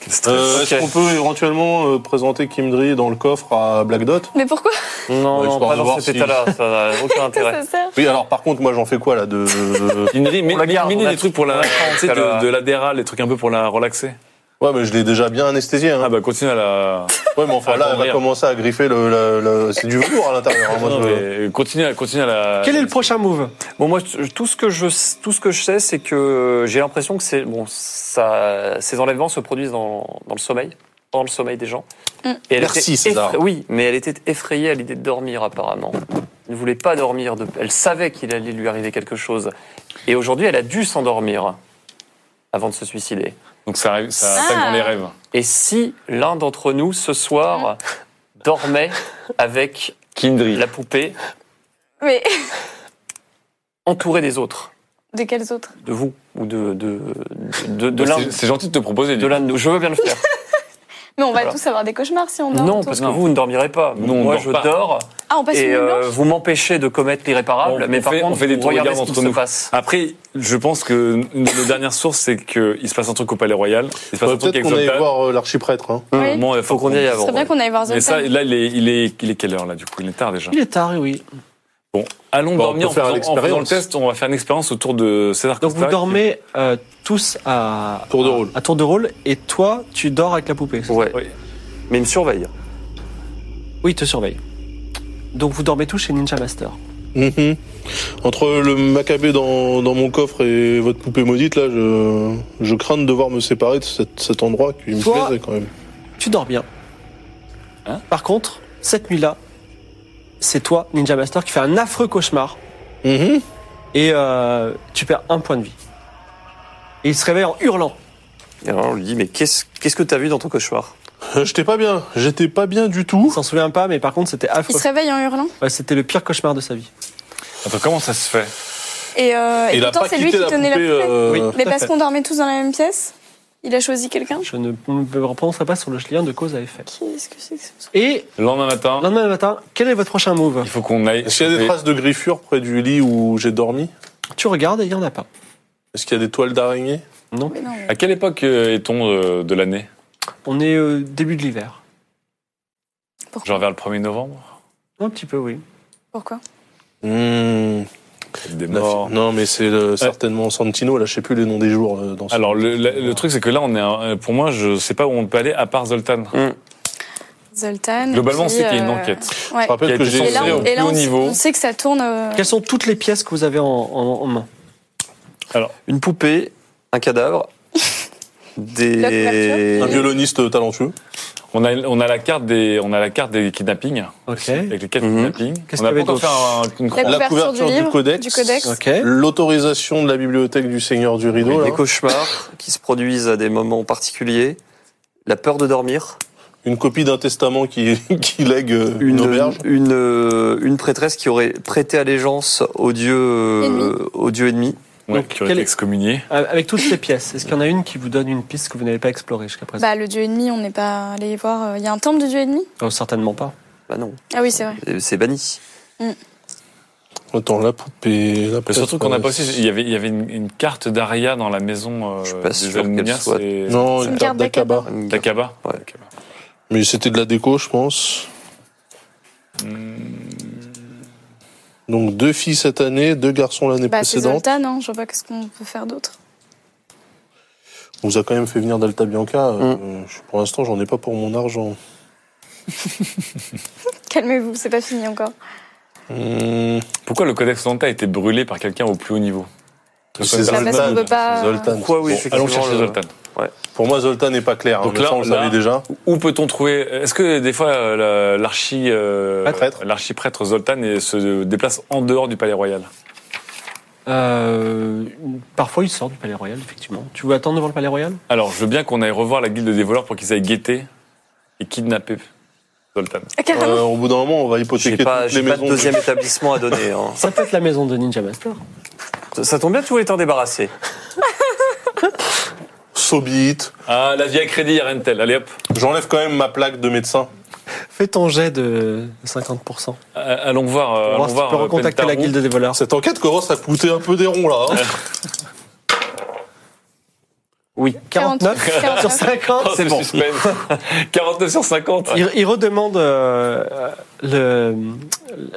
Quel stress.
Euh, Est-ce qu'on peut éventuellement euh, présenter Kimdri dans le coffre à Black Dot
Mais pourquoi
Non,
Ouais,
non,
histoire
pas
de
dans
voir
cet
si-
état-là, ça n'a aucun intérêt.
ça sert
Oui, alors par contre, moi j'en fais quoi là de...
Inri, mais
la garde,
mais
on a
des trucs pour la,
Ouais,
tu sais,
qu'elle a-
de, de l'adéral, les trucs un peu pour la relaxer.
Ouais, mais je l'ai déjà bien anesthésié. Hein.
Ah bah continue à la,
ouais, mais enfin
à
là, elle va
dormir.
commencer à griffer le... le- le- C'est du velours à l'intérieur. hein, moi,
Non,
je-
mais euh, continue à, continue à
Ah,
la.
Quel est le prochain move
Bon, moi, je- tout ce que je, tout ce que je sais, c'est que j'ai l'impression que c'est, bon, ça, ces enlèvements se produisent dans, dans le sommeil, dans le sommeil des gens.
Mm.
Et elle
Merci,
était
César.
Oui, mais elle était effrayée à l'idée de dormir, apparemment. Elle ne voulait pas dormir. de- Elle savait qu'il allait lui arriver quelque chose. Et aujourd'hui, elle a dû s'endormir avant de se suicider.
Donc ça, arrive- ça attaque
Ah.
dans les rêves.
Et si l'un d'entre nous, ce soir, dormait avec
Kindry.
la poupée
Mais
entourée des autres,
de quels autres
de vous ou de, de, de, de, de
Bah,
l'un
c'est- c'est gentil de te proposer. du
de l'un de nous. Je veux bien le faire.
Mais on va
Voilà.
tous avoir des cauchemars si on dort.
Non,
autour.
parce
Non.
que vous, vous ne dormirez pas.
Nous, on
Moi,
dort
je
pas.
dors
Ah, on passe
et
une nuit
euh,
blanche
vous m'empêchez de commettre l'irréparable.
On-
mais
on
par
fait-
contre,
on fait des
vous
tours de
regardez
garde
ce qui
entre
se
nous.
passe.
Après, je pense que nos dernières sources, c'est qu'il se passe un truc au Palais Royal, il se passe
Ouais,
un truc
Bah, Peut-être
avec
qu'on allait
Zoltan.
voir euh, l'archiprêtre. Hein.
Oui.
Bon, il
Faut qu'on y aille
Ce
avant.
serait bien qu'on aille voir
Mais ça,
Zoltan.
là, il est, il, est, il est quelle heure là du coup Il est tard déjà.
Il est tard, oui.
Bon, allons
Bon, on
dormir
peut
en faisant,
faire
en faisant le
l'expérience.
test. On va faire une expérience autour de César
Donc
Costa
vous
qui-
dormez euh, tous à
Tour de
à-
rôle.
À, tour de rôle. Et toi, tu dors avec la poupée.
Ouais.
Oui.
Mais il me surveille. hein.
Oui, il te surveille. Donc vous dormez tous chez Ninja Master.
Mhm. Entre le macabé dans, dans mon coffre et votre poupée maudite, là, je, je crains de devoir me séparer de cet, cet endroit qui me
Toi-
plaisait quand même.
Tu dors bien.
Hein
Par contre, cette nuit-là, c'est toi, Ninja Master, qui fait un affreux cauchemar.
Mhm.
et euh, tu perds un point de vie. Et il se réveille en hurlant.
Et alors, on lui dit, mais qu'est-ce qu'est-ce que t'as vu dans ton cauchemar
Euh, J'étais pas bien, j'étais pas bien du
Il
tout.
s'en souvient pas, mais par contre, c'était
Il
affreux.
se réveille en hurlant.
Ouais, c'était le pire cauchemar de sa vie.
Attends, comment ça se fait
Et, euh, et
il a
pourtant,
pas
c'est lui
quitté
qui
la poupée.
tenait la poupée.
euh,
Oui.
Mais
Tout à
parce
fait.
qu'on dormait tous dans la même pièce, il a choisi quelqu'un
Je ne me prononcerai pas sur le lien de cause à effet.
Qui est-ce que c'est que ce soir
Et
Le lendemain
le
matin,
lendemain matin, quel est votre prochain move
il faut qu'on aille.
Est-ce qu'il y a des traces de griffures près du lit où j'ai dormi
Tu regardes et il n'y en a pas.
Est-ce qu'il y a des toiles d'araignée
Non.
Mais non, mais-
À quelle époque euh, est-on euh, de l'année
On est euh, début de l'hiver.
Genre vers le 1er novembre
Un petit peu, oui.
Pourquoi
Hmm,
Des
la fi-
morts.
Non, mais c'est le- certainement Santino, là, je sais plus les noms des jours euh, dans ce-
Alors le, le- le truc c'est que là on est un- euh, pour moi je sais pas où on peut aller à part Zoltan.
Zoltan.
Globalement,
qui,
c'est qu'il y a une
euh,
enquête.
ouais.
Je rappelle
Qui a
que
été
j'ai.
Et là,
J'ai
on,
au
et là,
plus
on
haut
s-
niveau.
on sait que ça tourne. euh,
Quelles sont toutes les pièces que vous avez en, en- en main
Alors,
Une poupée, un cadavre, des.
L'ocre
Un violoniste talentueux.
on a, on a la carte des, on a la carte des kidnappings,
Ok.
avec les quatre
Mhm.
kidnappings.
Qu'est-ce
On a
qu'il y
pas
avait
encore fait un- une
La
croix.
couverture,
couverture
du,
du
livre,
codex.
du codex.
Ok. Euh,
L'autorisation de la bibliothèque du Seigneur du Rideau.
Des
Oh là.
cauchemars qui se produisent à des moments particuliers, la peur de dormir,
Une copie d'un testament qui, qui lègue euh, une,
une,
auberge.
une, euh, une prêtresse qui aurait prêté allégeance au dieu, euh, au dieu ennemi.
Ouais,
Donc,
qui aurait
quel-
été excommunié.
Avec toutes ces pièces, est-ce qu'il y en a une qui vous donne une piste que vous n'avez pas explorée jusqu'à présent
Bah, le dieu ennemi, on n'est pas allé voir. euh, Il y a un temple de dieu ennemi
Oh, Certainement pas.
Bah non,
Ah oui, c'est vrai.
c'est- c'est banni.
Attends, la poupée. La
Mais surtout qu'on n'a pas aussi,
prêtresse.
il y avait, il y avait une, une carte d'Aria dans la maison euh,
suis pas sûr
des
qu'elle
Almunias
soit-
et
Une
Non, Oh, une
carte
carte d'Akaba.
d'Akaba.
Ouais.
Mais c'était de la déco, je pense.
Hmm.
Donc deux filles cette année, deux garçons l'année
Bah, c'est
précédente.
Zoltan, hein, je vois pas qu'est-ce qu'on peut faire d'autre.
On vous a quand même fait venir d'Alta Bianca. euh, je- pour l'instant, j'en ai pas pour mon argent.
Calmez-vous, c'est pas fini encore.
Hum,
Pourquoi le codex Lanta a été brûlé par quelqu'un au plus haut niveau
c'est
Bah, parce qu'on
Zoltan.
peut pas.
Zoltan.
Pourquoi, oui,
Bon,
effectivement,
Allons chercher
le-
Zoltan.
pour moi, Zoltan n'est pas clair. hein,
Donc
mais
là-
ça, on le
là-
savait déjà.
Où peut-on trouver Est-ce que des fois euh, la- l'archi euh,
Prêtre.
l'archiprêtre Zoltan et- se déplace en dehors du palais royal
Euh, parfois, il sort du Palais Royal, effectivement. Tu veux attendre devant le Palais Royal
Alors, je veux bien qu'on aille revoir la guilde des voleurs pour qu'ils aillent guetter et kidnapper Zoltan.
Ah, carrément.
Euh, au bout d'un moment, on va
J'ai
hypothéquer
pas,
toutes les
j'ai pas
maisons.
de deuxième établissement à donner. hein.
Ça peut être la maison de Ninja Master.
Ça, ça tombe bien, tu voulais t'en débarrasser.
Sobit.
Ah, la vie à crédit, Rentel. Allez hop,
J'enlève quand même ma plaque de médecin.
Fais ton jet de 50%.
Euh, allons voir. euh,
Pour
allons
voir si tu
voir
peux
euh,
recontacter la
Pentarou.
guilde des voleurs.
Cette enquête commence à coûter un peu des ronds là. hein.
Oui, 49
49.
sur 50.
Oh, c'est bon. 49 sur 50.
Il, il redemande euh, le,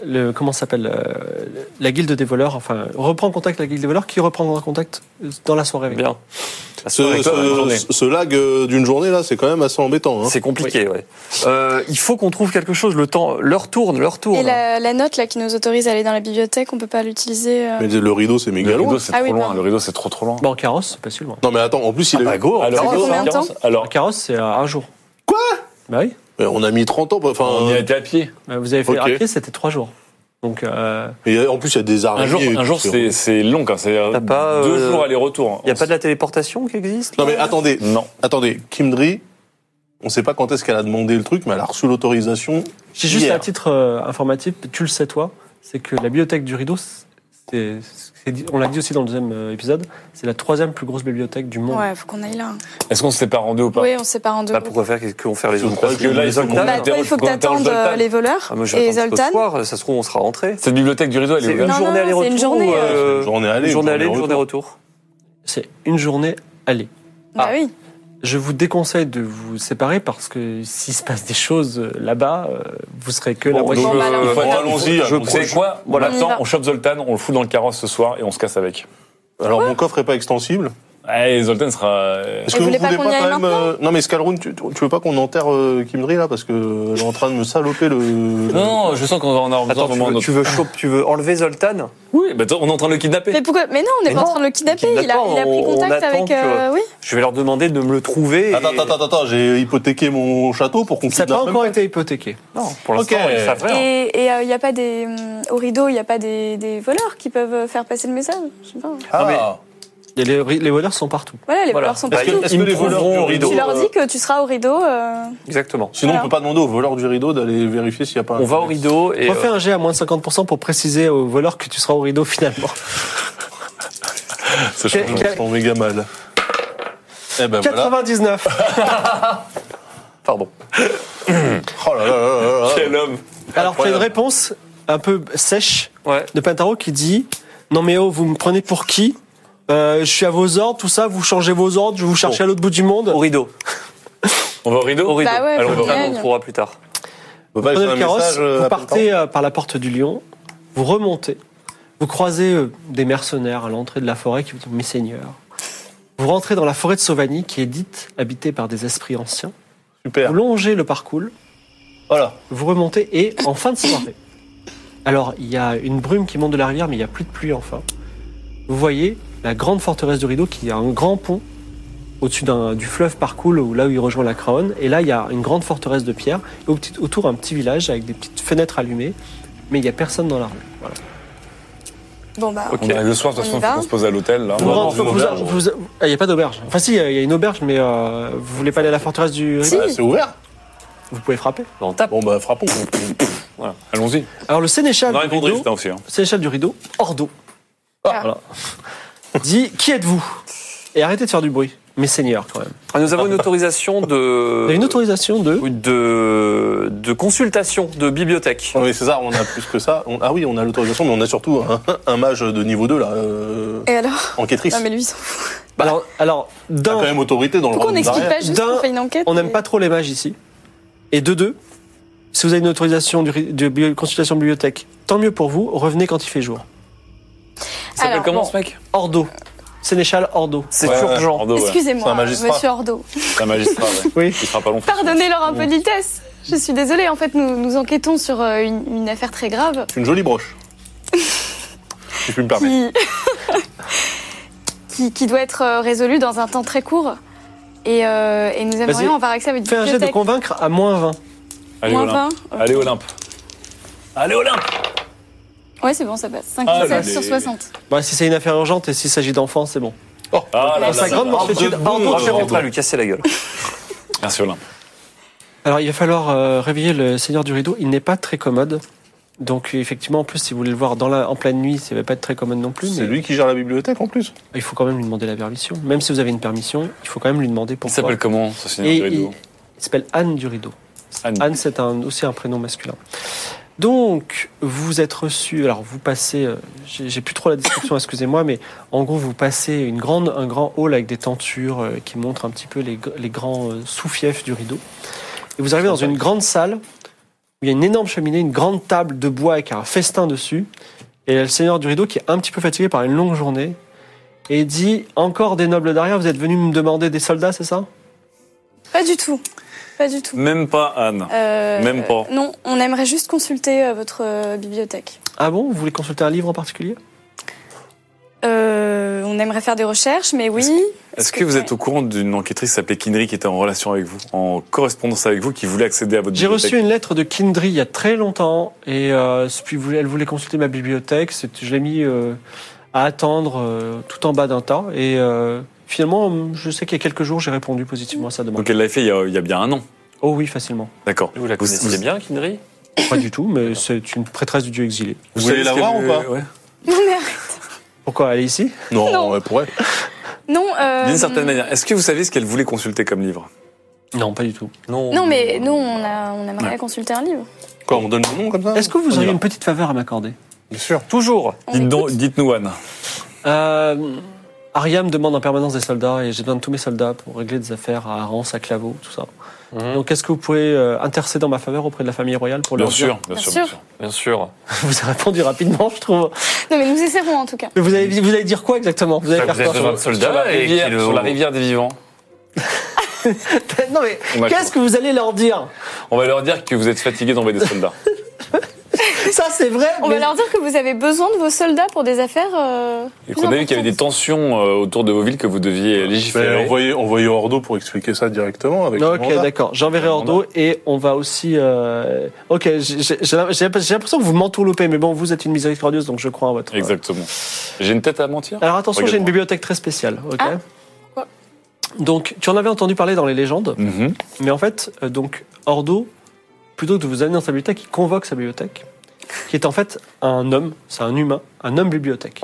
le comment ça s'appelle euh, la guilde des voleurs. Enfin, reprend contact avec la guilde des voleurs, qui reprendra contact dans la soirée. Avec
Bien.
Ce,
Avec toi, la journée.
ce- ce lag euh, d'une journée là, c'est quand même assez embêtant. hein.
C'est compliqué, ouais. Euh, il faut qu'on trouve quelque chose. Le temps, l'heure tourne, l'heure tourne.
Et la, la note là qui nous autorise à aller dans la bibliothèque, on peut pas l'utiliser. euh,
Mais le rideau, c'est méga
Le
long.
rideau, c'est
Ah
trop
oui,
loin.
pardon.
Le rideau, c'est trop trop loin.
Bon, en carrosse, c'est pas si loin.
Non mais attends, en plus
Ah
il est.
Alors,
Ça fait combien de temps
En
alors,
carrosse, c'est à un jour.
Quoi
Bah oui.
Mais On a mis 30 ans. bah, Enfin,
on y a été à pied.
Bah, Vous avez fait
Ok.
à pied, c'était trois jours. Donc, euh,
et en plus il y a des araignées.
Un jour,
et
un
tout,
jour, c'est c'est long. Quand c'est euh,
T'as pas,
deux
euh,
jours aller-retour.
Il n'y a pas de la téléportation qui existe
Non mais attendez,
Non.
attendez, Kimdri, on sait pas quand est-ce qu'elle a demandé le truc, mais elle a reçu l'autorisation.
j'ai juste
Hier.
à titre euh, informatif, tu le sais toi, c'est que la bibliothèque du rideau, c'est- c'est- on l'a dit aussi dans le deuxième euh, épisode, c'est la troisième plus grosse bibliothèque du monde.
Ouais, faut qu'on aille là. hein.
Est-ce qu'on s'est pas rendu ou pas
Oui, on se sépare en deux.
Bah, pourquoi faire Qu'est-ce qu'on faire les
Je
autres
crois
Parce
que là,
les
il faut
autres,
qu'on
on
Bah,
attend.
toi, il faut que
on interroge
t'attendes euh,
Zoltan.
les voleurs
Ah, moi, je vais
et
attendre jusqu'au
Zoltan.
soir, ça se trouve, on sera rentré.
Cette bibliothèque du rideau, elle
C'est
est
une
ouverte.
Non,
journée
non,
aller-retour.
c'est une journée,
ou,
hein.
Une
euh,
journée aller,
une journée aller, une
retour.
journée retour.
C'est une journée aller.
Bah oui.
Je vous déconseille de vous séparer parce que s'il se passe des choses euh, là-bas, euh, vous serez que la
Bon,
moitié.
donc, bah, alors,
il faut
bon,
attendre-
allons-y,
il faut-
allons-y.
Vous savez quoi
Voilà.
On attend,
On y va.
on chope Zoltan, on le fout dans le carrosse ce soir et on se casse avec.
Alors mon coffre est pas extensible.
Eh, Zoltan sera. euh,
Est-ce
Et vous
que vous
voulez
voulez
pas
pas
qu'on y aille
quand même euh, Non mais Scalroon, tu, tu veux pas qu'on enterre euh, Kimdri là parce que elle est en train de me saloper le.
Non, non, je sens qu'on en a besoin
Attends,
au
tu
moment
veux,
notre...
tu veux choper- tu veux enlever Zoltan
Oui, bah, attends, on est en train de le kidnapper.
Mais pourquoi Mais non, on
Mais
n'est pas
non,
en train de le kidnapper.
on
Il a, il a pris
attend, on
contact
attend
avec.
que-
euh, oui.
Je vais leur demander de me le trouver. et-
Attends, attends, attends, j'ai hypothéqué mon château pour qu'on
Ça
quitte
n'a
la
pas
même.
encore été hypothéqué.
Non, pour l'instant,
Ok.
ils savent rien.
Et et, euh, il n'y a pas des hum, au rideau, il n'y a pas des, des voleurs qui peuvent euh, faire passer le message. Je sais pas.
Ah,
Et les, les voleurs sont partout.
Voilà, les
Voilà.
voleurs sont
Est-ce
partout.
que, est-ce que
Ils
les
me
voleurs
trouveront
du
au rideau.
rideau.
Oh,
Tu leur
euh,
dis que tu seras au rideau. euh,
Exactement.
Sinon,
Voilà.
on peut pas demander aux voleurs du rideau d'aller vérifier s'il n'y a pas un.
On va au rideau et. euh,
Refais
euh,
un jet à moins de 50% pour préciser aux voleurs que tu seras au rideau finalement.
Ce
Quel-
change.
Je me sens méga mal. Eh ben voilà.
99
euh, Pardon.
Oh là là là là là.
Quel homme
Alors, tu as une réponse un peu sèche
Ouais.
de Pintaro qui dit Non, mais oh, vous me prenez pour qui Euh, Je suis à vos ordres, tout ça, vous changez vos ordres, je vais vous chercher à l'autre bout du monde.
Au rideau.
On va au rideau
Au rideau.
Bah ouais,
Alors,
faut
on verra,
qu'il y
on
aille.
trouvera plus tard.
On peut
Vous
pas
prenez
laisser
le
un
carrosse,
message euh,
vous
à Printemps
partez euh, par la porte du lion, vous remontez, vous croisez euh, des mercenaires à l'entrée de la forêt qui vous disent Mes seigneurs. Vous rentrez dans la forêt de Sauvagny qui est dite habitée par des esprits anciens.
Super.
Vous longez le parcours,
Voilà.
Vous remontez et en fin de soirée. Alors, il y a une brume qui monte de la rivière, mais il n'y a plus de pluie enfin. Vous voyez la grande forteresse de Rideau qui a un grand pont au-dessus d'un- du fleuve Parcoul, où là où il rejoint la Craonne. Et là, il y a une grande forteresse de pierre et au petit- autour un petit village avec des petites fenêtres allumées, mais il n'y a personne dans la rue. Voilà.
Bon, bah,
On arrive le soir, de toute
On
façon,
y va
faut qu'on se pose à l'hôtel. là.
Vous
On va
rentrez-
dans une
vous-
auberge.
vous- ah, Il n'y a pas d'auberge. Enfin, si, il y a une auberge, mais euh, vous voulez pas aller à la forteresse du Rideau
Si.
Bah, c'est ouvert.
Vous pouvez frapper.
On tape.
Bon, bah, frappons.
Allons-y.
Alors, le sénéchal,
On
du
a un
Rideau,
drift hein, aussi. hein.
sénéchal du Rideau, Ordo, dit Qui êtes-vous Et arrêtez de faire du bruit. Mais seigneur, quand même.
Ah, Nous avons une autorisation
Vous
de.
Euh,
avez une autorisation de.
Oui, de, de consultation de bibliothèque.
Oui, c'est ça, on a plus que ça. On- ah oui, on a l'autorisation, mais on a surtout un, un mage de niveau 2, là, euh,
et alors
enquêtrice.
Non, mais lui, il s'en fout.
Bah. alors, alors
T'as
d'un,
Ah, quand même autorité dans le
Pourquoi on
royaume
n'explique
d'Aria.
pas juste
D'un,
qu'on fait une enquête
on n'aime
et-
pas trop les mages ici. Et de deux, si vous avez une autorisation du, ri- de bio- consultation bibliothèque, tant mieux pour vous, revenez quand il fait jour.
Ça s'appelle
Alors,
comment
bon.
ce mec
Ordo. Sénéchal Ordo.
C'est
Ouais, ouais,
urgent.
Ordo, ouais.
C'est
Excusez-moi,
un magistrat.
monsieur Ordo.
C'est un magistrat, ouais.
Oui.
Il sera pas long.
Pardonnez leur impolitesse. Je suis désolée, en fait, nous, nous enquêtons sur euh, une, une affaire très grave
C'est une jolie broche. si je puis me permettre.
qui... qui, qui doit être euh, résolue dans un temps très court. Et, euh, et nous
Vas-y.
aimerions avoir accès à votre
Fais un jet de
bibliothèque.
convaincre à moins 20.
Allez,
Moins
Olympe.
20.
Allez, Olympe. Allez, Olympe.
Euh, Ouais, c'est bon, ça passe. 5
Ah,
sur
allez.
60.
Bah, si c'est une affaire urgente et s'il s'agit d'enfants, c'est bon.
Ah là
Dans
là
Sa
là
grande
là.
mortitude, Ordo,
On va
tu
faire
rentres.
rentrer à lui casser la gueule.
Merci, Olympe.
Alors, il va falloir euh, réveiller le Seigneur du Rideau. Il n'est pas très commode. Donc, effectivement, en plus, si vous voulez le voir dans la, en pleine nuit, ça ne va pas être très commode non plus.
C'est
Mais
lui qui gère la bibliothèque en plus.
il faut quand même lui demander la permission. Même si vous avez une permission, il faut quand même lui demander
Il
pourquoi.
s'appelle comment, ce
Et
seigneur du rideau
il- il s'appelle Anne du Rideau.
Anne.
Anne, c'est un- aussi un prénom masculin. Donc, vous êtes reçu. Alors, vous passez. euh, J'ai j'ai plus trop la description, excusez-moi, mais en gros, vous passez une grande, un grand hall avec des tentures euh, qui montrent un petit peu les, gr- les grands euh, sous-fiefs du rideau. Et vous arrivez dans une grande salle où il y a une énorme cheminée, une grande table de bois avec un festin dessus. Et le seigneur du rideau qui est un petit peu fatigué par une longue journée et dit Encore des nobles d'arrière, vous êtes venus me demander des soldats, c'est ça
Pas du tout. Pas du tout.
Même pas Anne.
Euh,
Même pas.
Non, on aimerait juste consulter euh, votre euh, bibliothèque.
Ah bon Vous voulez consulter un livre en particulier
Euh, on aimerait faire des recherches, mais oui.
Est-ce que vous êtes au courant d'une enquêtrice qui s'appelait Kinry qui était en relation avec vous, en correspondance avec vous, qui voulait accéder à votre
J'ai
bibliothèque
reçu une lettre de Kindry il y a très longtemps et euh, puis voulait- elle voulait consulter ma bibliothèque. C'est- Je l'ai mis euh, à attendre euh, tout en bas d'un tas et euh, finalement, hum, je sais qu'il y a quelques jours, j'ai répondu positivement à sa demande.
Donc elle l'a fait il y, a, il y a bien un an.
Oh oui, facilement.
D'accord.
Vous la connaissez
vous-
bien, Kindry
Pas du tout, mais c'est une prêtresse du dieu exilé.
Vous voulez
savez
hein. la
ce
voir
qu'elle-
ou pas
ouais.
Non, mais
Pourquoi Elle est ici
Non,
Non.
elle pourrait.
Non, euh,
D'une certaine manière. Est-ce que vous savez ce qu'elle voulait consulter comme livre
Non, pas du tout.
Non, mais nous, on, a, on aimerait
Ouais.
consulter un livre.
Quoi, on donne le nom comme
Ah,
ça
Est-ce que
On y
vous auriez
va.
une petite faveur à m'accorder
Bien sûr.
Toujours.
On
Dites donc-
écoute.
Dites-nous, Anne.
euh, Ariam demande en permanence des soldats et j'ai besoin de tous mes soldats pour régler des affaires à Arance, à Claveau, tout ça. Donc, est-ce que vous pouvez euh, intercéder en ma faveur auprès de la famille royale pour
Mhm. Bien
leur dire-
sûr, bien
Bien
sûr,
sûr.
bien sûr.
Bien sûr.
Vous avez répondu rapidement, je trouve.
Non, mais nous essaierons en tout cas.
Mais vous allez, vous allez dire quoi exactement Vous allez
Vous
faire
avez besoin
quoi
de soldats et qu'il-
des vivants.
Non mais
On va-
qu'est-ce que vous allez leur dire
On va leur dire que vous êtes fatigué d'envoyer des soldats.
Ça c'est vrai.
On
mais-
va leur dire que vous avez besoin de vos soldats pour des affaires. euh,
Et
plus
qu'on a vu qu'il y avait des
importantes.
tensions euh, autour de vos villes que vous deviez
Ben,
légiférer.
envoyez, envoyez Ordo pour expliquer ça directement avec
Non,
le
ok,
mandat.
d'accord. J'enverrai Ordo et on va aussi. euh, Ok, j'ai j'ai- j'ai l'impression que vous m'entourloupez, mais bon, vous êtes une miséricordieuse, donc je crois en votre. euh.
Exactement. J'ai une tête à mentir
Alors attention, j'ai une
Regarde-moi.
bibliothèque très spéciale. Ok.
Ah, pourquoi
donc, tu en avais entendu parler dans les légendes,
Mhm.
mais en fait, euh, donc Ordo, plutôt que de vous amener dans sa bibliothèque, il convoque sa bibliothèque, qui est en fait un homme, c'est un humain, un homme bibliothèque.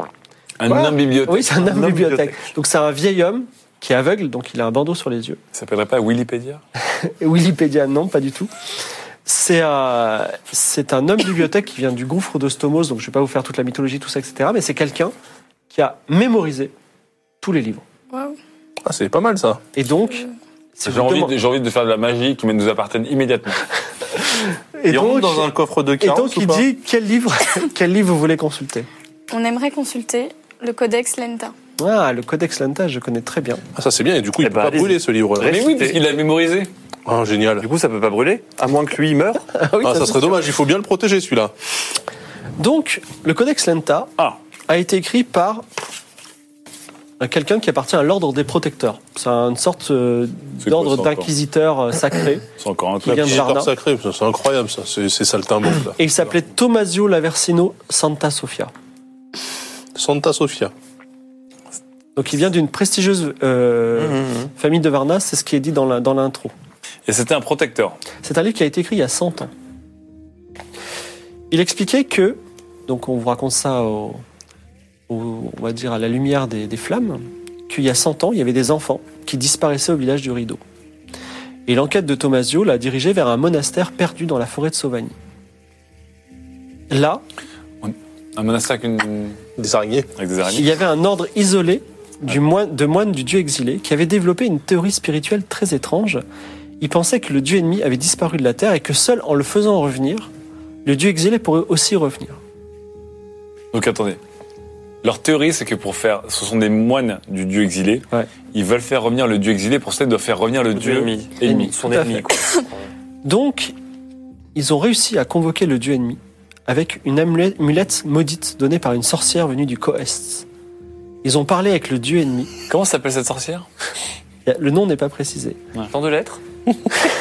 Un
Quoi
homme bibliothèque.
Oui, c'est un homme
homme
bibliothèque. Donc c'est un vieil homme qui est aveugle, donc il a un bandeau sur les yeux.
Il s'appellerait pas Wikipédia
Et Wikipédia, non, pas du tout. C'est euh, c'est un homme bibliothèque qui vient du gouffre de Stomos, donc je vais pas vous faire toute la mythologie, tout ça, etc. Mais c'est quelqu'un qui a mémorisé tous les livres.
Waouh.
Ah, c'est pas mal ça.
Et donc, si
J'ai
vous
envie,
demandez-
de, j'ai envie de faire de la magie qui nous appartienne immédiatement.
et
Et, on
donc,
rentre dans un coffre de
et
40
donc
ou
il
pas
dit quel livre, quel livre vous voulez consulter
On aimerait consulter le Codex Lenta.
Ah, le Codex Lanta, je connais très bien.
Ah, ça c'est bien, et du coup il
Eh
peut
ben,
pas
allez-y.
brûler ce livre.
Ré-
Mais oui, parce qu'il l'a mémorisé.
Ah, génial.
Du coup, ça peut pas brûler, à moins que lui il meure.
Ah, ça serait dommage, il faut bien le protéger celui-là.
Donc, le Codex Lenta
Ah.
a été écrit par un- quelqu'un qui appartient à l'ordre des protecteurs. C'est une sorte euh,
C'est
d'ordre
quoi ça encore
d'inquisiteur euh, sacré.
C'est encore un
Qui
truc.
vient de
Visiteur
Jardin.
sacré, ça, c'est incroyable ça, c'est c'est saltimbanque là.
Et il s'appelait Tomasio Laversino Santa Sofia.
Santa Sofia.
Donc il vient d'une prestigieuse euh, famille de Varna, c'est ce qui est dit dans la- dans l'intro.
Et c'était un protecteur.
C'est un livre qui a été écrit il y a 100 ans. Il expliquait que, donc on vous raconte ça au- au- on va dire à la lumière des, des flammes, qu'il y a 100 ans, il y avait des enfants qui disparaissaient au village du Rideau. Et l'enquête de Tomasio l'a dirigé vers un monastère perdu dans la forêt de Sauvagny. Là,
Un monastère avec, une-
Des araignées.
avec des
il
araignées.
y avait un ordre isolé du moine, de moines du dieu exilé qui avait développé une théorie spirituelle très étrange. Il pensait que le dieu ennemi avait disparu de la terre et que seul en le faisant revenir, le dieu exilé pourrait aussi revenir.
Donc attendez. Leur théorie, c'est que pour faire. Ce sont des moines du dieu exilé.
Ouais.
Ils veulent faire revenir le dieu exilé. Pour cela, ils doivent faire revenir le, dieu ennemi.
ennemi. Son
Tout à
ennemi,
fait.
quoi.
Donc, ils ont réussi à convoquer le dieu ennemi avec une amulette amulette maudite donnée par une sorcière venue du Coest. Ils ont parlé avec le dieu ennemi.
Comment s'appelle cette sorcière
Euh, Le nom n'est pas précisé.
Tant de lettres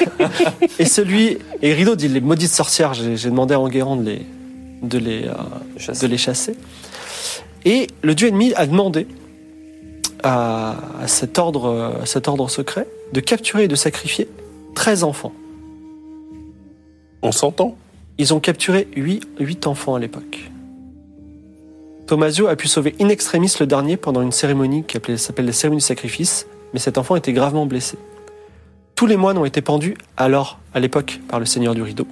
Et celui. Et Rideau dit les maudites sorcières, j'ai j'ai demandé à Enguerrand de les. de les. euh,
Chasse.
de les chasser. Et le dieu ennemi a demandé à, à cet, ordre, à cet ordre secret de capturer et de sacrifier 13 enfants.
On s'entend
Ils ont capturé 8, enfants à l'époque. Tomasio a pu sauver in extremis le dernier pendant une cérémonie qui appelait- s'appelle la cérémonie du sacrifice, mais cet enfant était gravement blessé. Tous les moines ont été pendus alors, à l'époque, par le seigneur du rideau.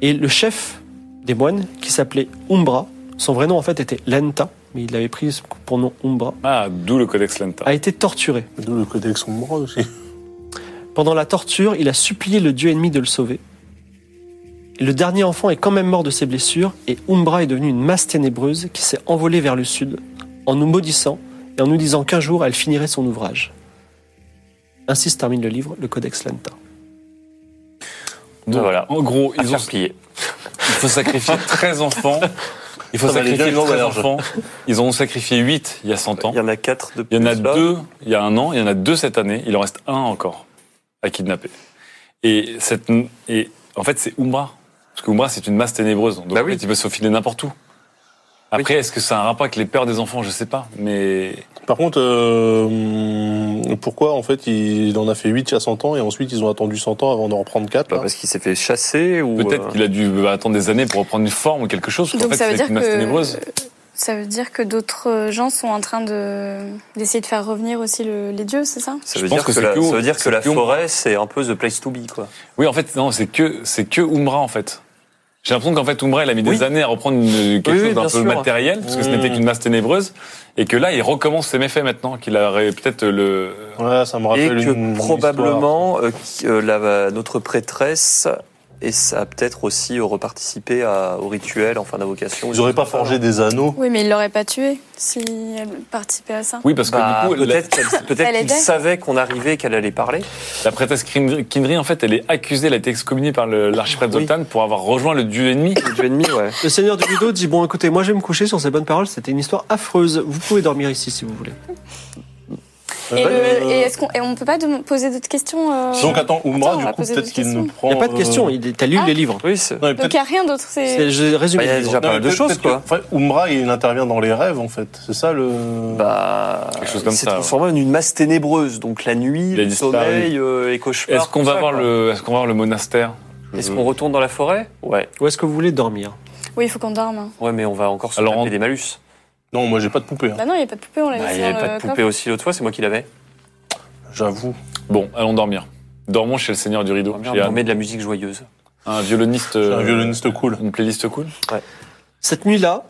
Et le chef des moines, qui s'appelait Umbra, son vrai nom en fait était Lenta, mais il l'avait pris pour nom Umbra,
Ah, d'où le codex lenta.
a été torturé.
D'où le codex Umbra aussi.
Pendant la torture, il a supplié le dieu ennemi de le sauver. Le dernier enfant est quand même mort de ses blessures et Umbra est devenue une masse ténébreuse qui s'est envolée vers le sud en nous maudissant et en nous disant qu'un jour elle finirait son ouvrage. Ainsi se termine le livre, le Codex Lenta.
Donc,
voilà.
En gros,
à
ils ont,
faire piller.
il faut sacrifier 13 enfants. Il faut
Ça valait
sacrifier
bien le
13
large.
enfants. Ils en ont sacrifié 8 il y a 100 ans.
Il y en a quatre de
Il y en a
plus, là.
deux il y a un an, il y en a deux cette année, il en reste un encore à kidnapper. Et, cette, et en fait, c'est Umbra. Parce que Umbra, c'est une masse ténébreuse. Donc
Bah
en
oui.
fait, il peut se filer n'importe où. Après, est-ce que ça a un rapport avec les peurs des enfants Je sais pas. Mais
Par contre, euh, pourquoi en fait il en a fait 8 il y a 100 ans et ensuite ils ont attendu 100 ans avant d'en reprendre 4
Bah, parce qu'il s'est fait chasser ou.
peut-être
euh,
qu'il a dû euh, attendre des années pour reprendre une forme ou quelque chose. parce qu'en
Donc
fait,
ça veut
c'est
dire
une masse ténébreuse.
que ça veut dire que d'autres gens sont en train de d'essayer de faire revenir aussi le- les dieux, c'est ça
Ça
Je
veut,
pense
dire
que
que,
c'est
la,
que-
ça veut dire que
c'est
la
que-
forêt, c'est un peu the place to be, quoi.
Oui, en fait, non, c'est que, c'est que Umbra, en fait. J'ai l'impression qu'en fait, Umbra, il a mis des
Oui.
années à reprendre une- quelque
Oui, oui,
chose d'un
bien
peu
sûr.
matériel, parce que ce n'était
Mmh.
qu'une masse ténébreuse, et que là, il recommence ses méfaits maintenant, qu'il aurait peut-être euh, le...
Ouais, ça me
Et
rappelle une- une
que
histoire.
probablement, euh, qui- euh, la- notre prêtresse et ça a peut-être aussi euh, reparticipé à- au rituel, enfin, d'invocation.
Ils auraient pas forgé des anneaux
Oui, mais il l'aurait pas tué si elle participait à ça.
Oui, parce que
Bah,
du coup, la,
peut-être qu'elle- peut-être
Elle
qu'ils
aidait.
savaient qu'on arrivait et qu'elle allait parler.
la prêtresse Kindry, Kindry, en fait, elle est accusée, elle a été excommuniée par le- l'archiprêtre
Oui.
Zoltan pour avoir rejoint le dieu ennemi.
Le dieu ennemi, ouais.
Le seigneur du rideau dit Bon, écoutez, moi je vais me coucher sur ces bonnes paroles, c'était une histoire affreuse. Vous pouvez dormir ici si vous voulez.
Et, le-
Euh,
et est-ce qu'on et on peut pas dem- poser d'autres questions euh,
Ah. Donc attends, Umbra,
Attends, on
du
va
coup,
poser
peut-être
des
qu'il ne
questions.
prend.
Il n'y a pas de
euh,
question, il est- t'as lu
Ah.
les livres.
Oui, c'est.
non, mais peut-être
Donc il n'y a rien d'autre,
C'est-
c'est
Je résume
Bah, il y
les
a
livres.
déjà pas
Non,
mal de
peut-être
choses,
que-
quoi.
enfin, Umbra, il intervient dans les rêves, en fait. C'est ça le.
Bah,
Quelque chose comme
il s'est
ça,
transformé en une masse ténébreuse. Donc la nuit,
Il a
le
disparu.
sommeil euh, et cauchemar.
Est-ce qu'on
tout
va
ça,
voir
quoi.
le, est-ce qu'on va voir le monastère
Est-ce qu'on retourne dans la forêt Ouais.
Où est-ce que vous voulez dormir
Oui, il faut qu'on dorme. hein.
Ouais, mais on va encore se
Alors,
taper
on-
des malus.
Non, moi, j'ai pas de poupée. hein.
Bah non, il n'y a pas de poupée, on l'a
Bah,
laissé
il n'y avait
dans
pas
le
de poupée aussi l'autre fois, c'est moi qui l'avais.
J'avoue.
Bon, allons dormir. Dormons chez le Seigneur du Rideau.
On
J'ai un,
met de la musique joyeuse.
un violoniste,
J'ai Un
euh,
violoniste cool.
une playlist cool.
Cette nuit-là,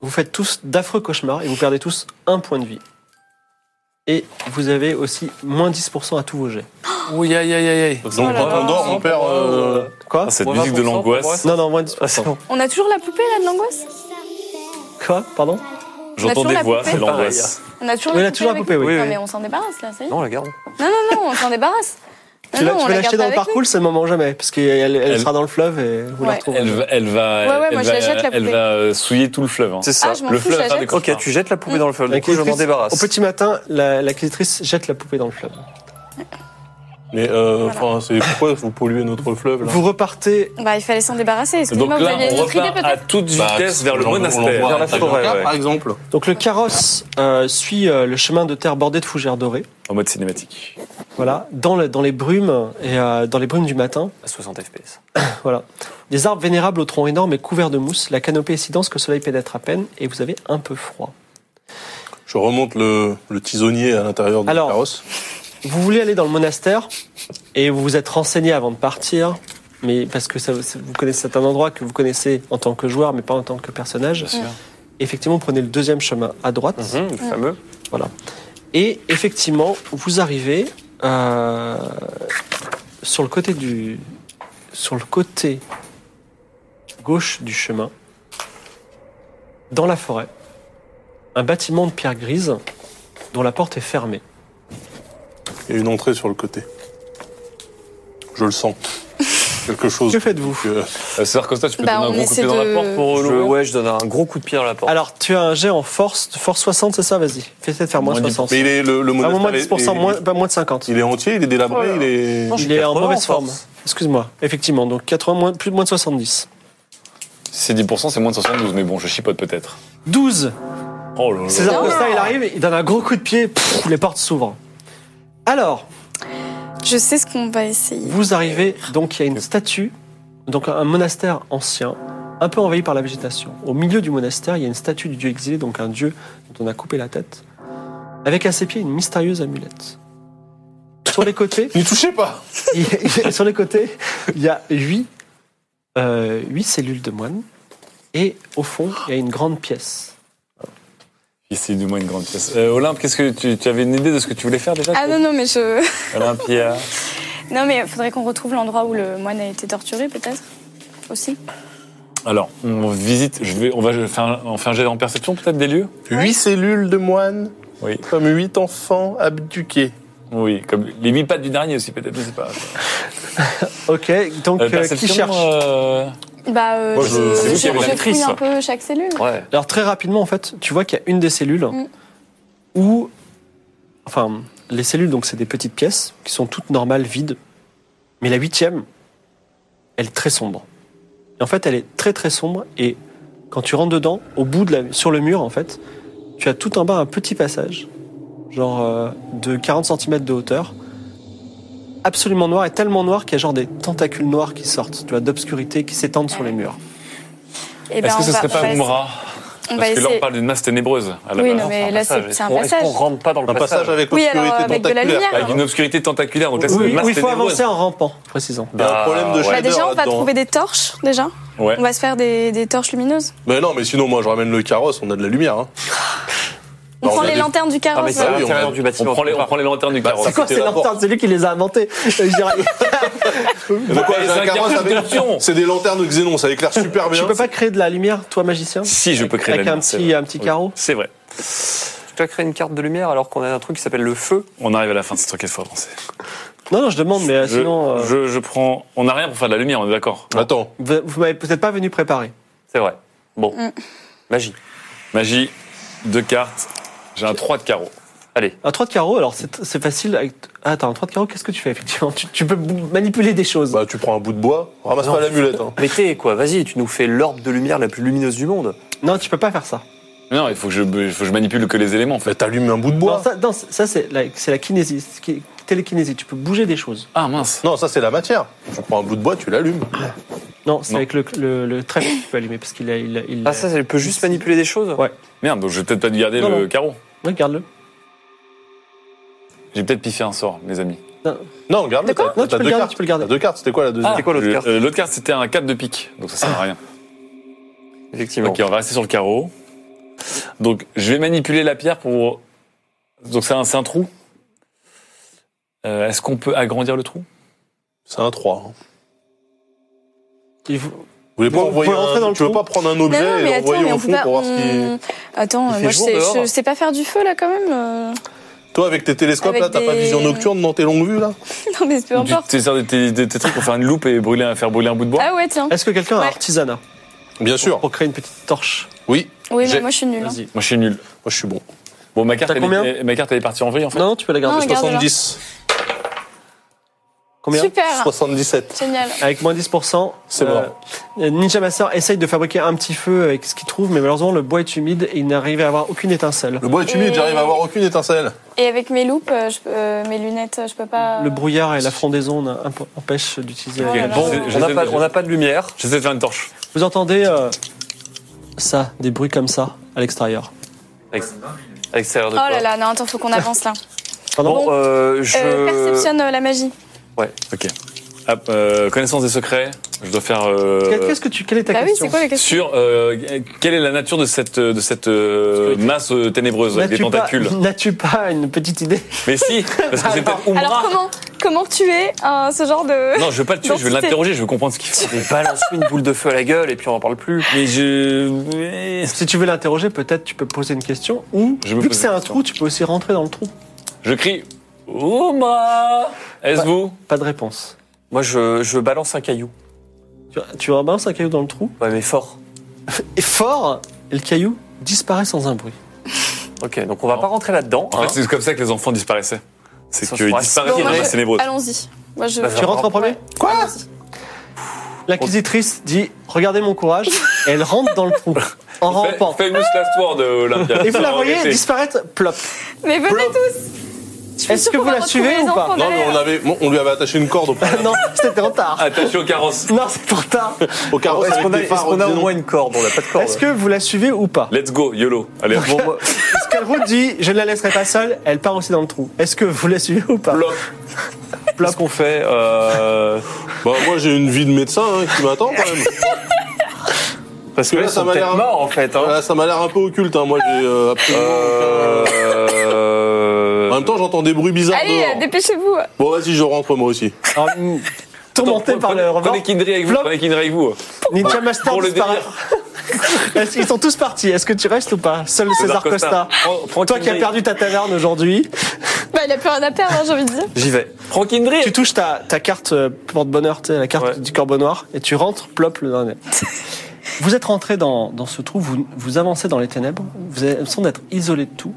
vous faites tous d'affreux cauchemars et vous perdez tous un point de vie. Et vous avez aussi moins 10% à tous vos jets.
Oui, aïe, aïe, aïe, aïe.
Donc,
Oh là
quand
là.
on dort, on perd. euh,
Quoi
Ah, cette
On va
musique de Ah,
pour cent, pour
l'angoisse.
moi.
Non, non, moins 10%.
coffre. On a toujours la poupée là de l'angoisse
Quoi Pardon
J'entends
toujours
des
Bah, la
voix,
poupée
c'est l'angoisse.
On a toujours
Oui,
la
on a
poupée
toujours la
avec
poupée,
nous
oui.
Non,
Oui,
mais
oui.
on s'en débarrasse là, ça y est.
Non, la garde.
Non, non, non, on s'en débarrasse. Ah
Tu vas
non, on
tu vas
la
l'acheter
garde
dans le
avec
parcours, c'est le moment jamais, parce qu'elle elle
Elle-
sera dans le fleuve et vous la
Ouais.
retrouverez.
Elle va, elle va,
Ouais, ouais,
elle
moi, je
va-
la jette, la
elle
poupée.
va, euh, souiller tout le fleuve. hein.
C'est ça.
Ah, je m'en
Le
fous,
fleuve
je
va
la
faire des
jette.
cauchemars.
Ok, tu jettes la poupée dans le fleuve.
La
Du coup, je m'en
clitrice- Au
débarrasse.
petit matin, la, la clitrice jette la poupée dans le fleuve.
Mais euh, enfin, c'est pourquoi vous polluez notre fleuve là
Vous repartez
Bah, il fallait s'en débarrasser.
Donc
Excusez-moi, vous
là,
aviez une
on
autre idée
repart à
peut-être
toute vitesse vers Bah, le
on l'envoie- on
monastère.
l'envoie
Vers la
à Taganka,
forêt, ouais.
Par exemple.
Donc le carrosse euh, suit euh, le chemin de terre bordé de fougères dorées,
En mode cinématique.
voilà, dans, le- dans les brumes et euh, dans les brumes du matin,
à 60 FPS.
voilà. Des arbres vénérables au tronc énorme et couverts de mousse, la canopée est si dense que le soleil pénètre à peine et vous avez un peu froid.
Je remonte le, le tisonnier à l'intérieur du
Alors.
carrosse.
Vous voulez aller dans le monastère et vous vous êtes renseigné avant de partir, mais parce que ça, vous connaissez certains endroits que vous connaissez en tant que joueur, mais pas en tant que personnage. Effectivement, prenez le deuxième chemin à droite.
Hum, le fameux.
Voilà. Et effectivement, vous arrivez euh, sur le côté du sur le côté gauche du chemin, dans la forêt, un bâtiment de pierre grise dont la porte est fermée.
Il y a une entrée sur le côté. Je le sens. Quelque chose.
Que faites-vous
que-
Euh, C'est-à-dire comme ça, tu peux
Bah,
donner un
on
gros coup de
essaie
pied dans la
de-
porte pour
Je,
l'ouvrir.
ouais, je donne un gros coup de pied dans la
Ah,
porte.
Alors, tu as un jet en force, force 60, c'est ça Vas-y, fais peut-être faire moins,
Moins dix-
60.
Mais il est le, le
Ah, moins
monastère est-
10%,
est-
moins, Oh pas moins de 50.
Il est entier, il est délabré, il est.
Il est en
80
mauvaise
en
forme.
force.
Excuse-moi. Effectivement, donc 80, moins, plus de moins de 70.
C'est 10%, c'est moins de 72, mais bon, je chipote peut-être.
12
Oh là là.
César Costa, il arrive, il donne un gros coup de pied, pff, les portes s'ouvrent. Alors,
Je sais ce qu'on va essayer.
vous arrivez, donc il y a une statue, donc un monastère ancien, un peu envahi par la végétation. Au milieu du monastère, il y a une statue du dieu exilé, donc un dieu dont on a coupé la tête, avec à ses pieds une mystérieuse amulette. Sur les côtés,
N'y touchez pas
il y a- sur les côtés, il y a huit, euh, huit cellules de moines, et au fond, il y a une grande pièce.
Ici, du moins une grande pièce. Euh, Olympe, qu'est-ce que tu, tu avais une idée de ce que tu voulais faire déjà
Ah non, non, mais je.
Olympia.
Non, mais faudrait qu'on retrouve l'endroit où le moine a été torturé, peut-être Aussi.
Alors, on visite, je vais, on va faire un, on fait un jet en perception peut-être des lieux
Huit cellules de moines,
Oui.
comme huit enfants abduqués.
Oui, comme les huit pattes du dernier aussi peut-être, je sais pas.
Ok, donc
Euh,
euh, qui cherche
euh,
Bah, euh,
Moi, je- c'est
je,
vous
je,
qui avez
je
la
fouille
matrice,
un
là.
peu chaque cellule.
Ouais.
Alors très rapidement, en fait, tu vois qu'il y a une des cellules
Mm.
où, enfin, les cellules, donc c'est des petites pièces qui sont toutes normales, vides, mais la huitième, elle est très sombre. Et en fait, elle est très très sombre et quand tu rentres dedans, au bout de la, sur le mur, en fait, tu as tout en bas un petit passage, genre euh, de 40 cm de hauteur, absolument noir et tellement noir qu'il y a genre des tentacules noirs qui sortent, tu vois, d'obscurité qui s'étendent sur les murs.
Et
Est-ce que ce
Eh ben,
serait
on va- on va
pas
essayer-
Umra
On va
Parce que là, on
essayer.
parle d'une masse ténébreuse à la
Oui,
base.
non, mais
un
là, c'est
passage.
c'est un
Est-ce qu'on- Est-ce qu'on
passage.
rentre pas dans le
Un passage avec
Oui,
l'obscurité
alors, avec de la
tentaculaire.
lumière.
Avec une obscurité tentaculaire, donc là, c'est
Oui,
une masse
oui, il faut
ténébreuse.
avancer en rampant, précisons.
Il y a
Bah,
un problème de
ouais.
Bah,
shader
déjà, on va
là-dedans.
trouver des torches, déjà.
Ouais.
On va se faire des, des torches lumineuses.
Mais non, mais sinon, moi, je ramène le carrosse, on a de la lumière. Hein.
On
Bah, on
prend
a
les
des-
lanternes du
Ah, mais
carrosse.
c'est à
oui, on
l'intérieur
va-
du bâtiment.
On prend, les, on prend les lanternes du carrosse.
Bah, C'est quoi ces
C'était rapport.
lanternes C'est lui qui les a inventées. Euh, je dirais-
Mais quoi,
Ouais,
j'ai
c'est
un
un
carrosse
carrosse
avec-
d'option.
C'est des lanternes de xénon, ça éclaire super bien.
tu peux pas créer de la lumière, toi, magicien
Si, je peux créer
Avec
la
un
lumière, c'est
petit,
vrai.
un petit
Oui.
carreau.
C'est vrai.
Tu as créé une carte de lumière alors qu'on a un truc qui s'appelle le feu.
On arrive à la fin de ce truc, il faut avancer.
Non, non, je demande, mais euh,
Je,
sinon. euh,
je, je prends. On n'a rien pour faire de la lumière, on est d'accord.
Attends,
Vous vous m'avez peut-être pas venu préparer.
C'est vrai. Bon.
Mm.
Magie.
Magie, deux cartes. J'ai un 3 de carreau.
Allez.
Un 3 de carreau, alors c'est c'est facile. Avec... Ah, Attends, un 3 de carreau, qu'est-ce que tu fais effectivement tu, tu peux bou- manipuler des choses.
bah, tu prends un bout de bois, ramasse pas l'amulette. Hein.
Mettez quoi, vas-y, tu nous fais l'orbe de lumière la plus lumineuse du monde.
Non, tu peux pas faire ça.
Non, il faut que je, il faut que je manipule que les éléments, en
Bah,
fait.
t'allumes un bout de
Non,
bois.
ça, non, ça, c'est la, c'est la kinésie, c'est qui- télékinésie. Tu peux bouger des choses.
Ah mince.
Non, ça, c'est la matière. Tu prends un bout de bois, tu l'allumes.
Non, c'est
Non.
avec le, le, le trèfle que tu peux allumer parce qu'il a. Il, a- il,
Ah, ça, elle peut juste manipuler des choses
Ouais.
Merde, donc je vais peut-être pas dû garder
Non,
le
non.
carreau.
Regarde-le.
J'ai peut-être piffé un sort, mes amis.
Non, garde-le.
D'accord.
t'as-
Non, tu
t'as
peux le
deux
garder,
cartes.
tu peux le garder.
T'as deux cartes, c'était quoi la deuxième
C'était quoi l'autre
Le-
carte
euh, L'autre carte, c'était un 4 de pique, donc ça sert à rien.
Effectivement.
Ok, on va rester sur le carreau. Donc, je vais manipuler la pierre pour. Donc, c'est un, c'est un trou. Euh, Est-ce qu'on peut agrandir le trou
C'est un 3. hein.
Il vous-
Vous voulez pas
Bon,
envoyer
vous pouvez rentrer
un-
dans le
Tu veux
trou.
pas prendre un
Non,
objet
non, mais
et
attends,
l'envoyer
mais
au
on peut
fond
pas.
pour voir ce qui.
on- Attends,
fait
moi je
jour
sais,
dehors.
je sais pas faire du feu là quand même. euh.
Toi, avec tes télescopes,
Avec
là, t'as pas
des-
vision nocturne dans tes longues vues, là
non, mais peu
Tu
importe.
te sers de tes, de tes trucs pour faire une loupe et brûler, un- faire brûler un bout de bois
Ah ouais, tiens.
Est-ce que quelqu'un a
Ouais.
artisanat
Bien sûr.
Oh.
pour créer une petite torche
Oui.
Oui,
j'ai-
mais moi je suis nulle. hein.
Vas-y.
Moi, je suis nul.
Moi, je suis bon.
Bon, ma carte,
T'as
elle
combien
est, ma carte, elle est partie en vrille, en fait.
Non, tu peux la
Non,
garder.
regarde.
70.
Combien
Super.
77.
Génial.
Avec moins 10%.
C'est mort.
euh, Ninja Master essaye de fabriquer un petit feu avec ce qu'il trouve, mais malheureusement, le bois est humide et il n'arrive à avoir aucune étincelle.
Le bois est humide,
Et-
j'arrive à avoir aucune étincelle.
Et avec mes loupes, euh, je peux- euh, mes lunettes, je peux pas.
Le brouillard et la frondaison n'imp- empêchent d'utiliser.
Oh là là.
Bon,
Je- je-
on n'a
je-
pas,
je-
on n'a pas de lumière.
J'essaie de faire une torche.
Vous entendez euh, ça, des bruits comme ça à l'extérieur.
À l'extérieur
Oh
de quoi
là là, non, attends, faut qu'on avance là.
Pardon
Bon, euh, je.
Euh, perceptionne euh, la magie.
Ok. Hop, euh, connaissance des secrets. Je dois faire. euh,
Qu'est-ce que tu, quelle est ta
bah oui,
question
c'est quoi la question
sur euh, quelle est la nature de cette euh, de cette euh, masse euh, ténébreuse avec des
N'as-tu Bah, pas,
tentacules
n'as-tu pas une petite idée
Mais si, parce que c'est peut-être Umbra.
Alors comment comment tuer un- ce genre de
Non, je veux pas le tuer, je veux
Densité.
l'interroger, je veux comprendre ce qu'il fait.
Mais balance-lui une boule de feu à la gueule et puis on en parle plus.
Mais je
Si tu veux l'interroger, peut-être tu peux poser une question ou,
Je me
vu que
pose
c'est
une
un
question.
trou, tu peux aussi rentrer dans le trou.
je crie Umbra. Est-ce vous
Pas de réponse.
Moi, je, je balance un caillou.
Tu, tu rebalances un caillou dans le trou,
Ouais, mais fort.
et fort, et le caillou disparaît sans un bruit.
Ok, donc on va pas rentrer là-dedans.
En
hein.
fait, c'est comme ça que les enfants disparaissaient. C'est
Ça
qu'ils
fera-
disparaissent dans
Bon, moi,
la
je-
masse ténébreuse.
Allons-y. Moi je.
Bah,
Tu rentres en premier
Ouais.
Quoi L'inquisitrice dit Regardez mon courage, et elle rentre dans le trou en
Fa-
rampant.
Famous last word euh, Olympia.
Et vous la voyez
Arrêtez.
disparaître, plop.
Mais venez tous. Je suis
Est-ce
sûre
que
qu'on
vous
va
la
retrouver
suivez
les
ou pas
enfants
Non, mais
derrière.
on, avait, on lui avait attaché une corde au,
Ah
non, c'était en retard.
Attaché au carrosse.
Non, c'est trop tard.
au carrosse
Est-ce
avec
qu'on a,
des
est-ce
phares
qu'on a au
Odéon.
moins une corde On n'a pas de corde.
Est-ce que vous la suivez ou pas
Let's go, YOLO. Allez,
Bon, moi,
Scalro dit Je ne la laisserai pas seule, elle part aussi dans le trou. Est-ce que vous la suivez ou pas
plop.
là, ce qu'on fait. euh,
Bah, moi, j'ai une vie de médecin hein, qui m'attend, quand même.
Parce que
Parce que là,
là, ils
ça
sont
m'a l'air-
peut-être morts en fait. hein.
Voilà, ça m'a l'air un peu occulte, hein. moi, j'ai euh, absolument. aucun-
Euh,
En même temps, j'entends des bruits bizarres
Allez, euh,
dehors.
dépêchez-vous.
Bon, vas-y, je rentre, moi aussi.
Alors, mm, Tourmenté
Attends,
par
prenez-
le remords,
Prenez Kindred avec vous.
Plop.
Prenez Kindred avec vous.
Ninja Master
Pour le
disparaît. Est-ce qu'ils sont tous partis Est-ce que tu restes ou pas Seul César Costa.
Prends- prends
Toi qui as
Kindred.
perdu ta taverne aujourd'hui,
Bah il a plus rien à perdre, hein, j'ai envie de dire.
J'y vais.
Prends Kindred.
tu touches ta, ta carte euh, porte-bonheur, tu sais, la carte
Ouais.
du corbeau noir, et tu rentres, plop, le dernier. vous êtes rentré dans, dans ce trou, vous, vous avancez dans les ténèbres, vous avez l'impression d'être isolé de tout,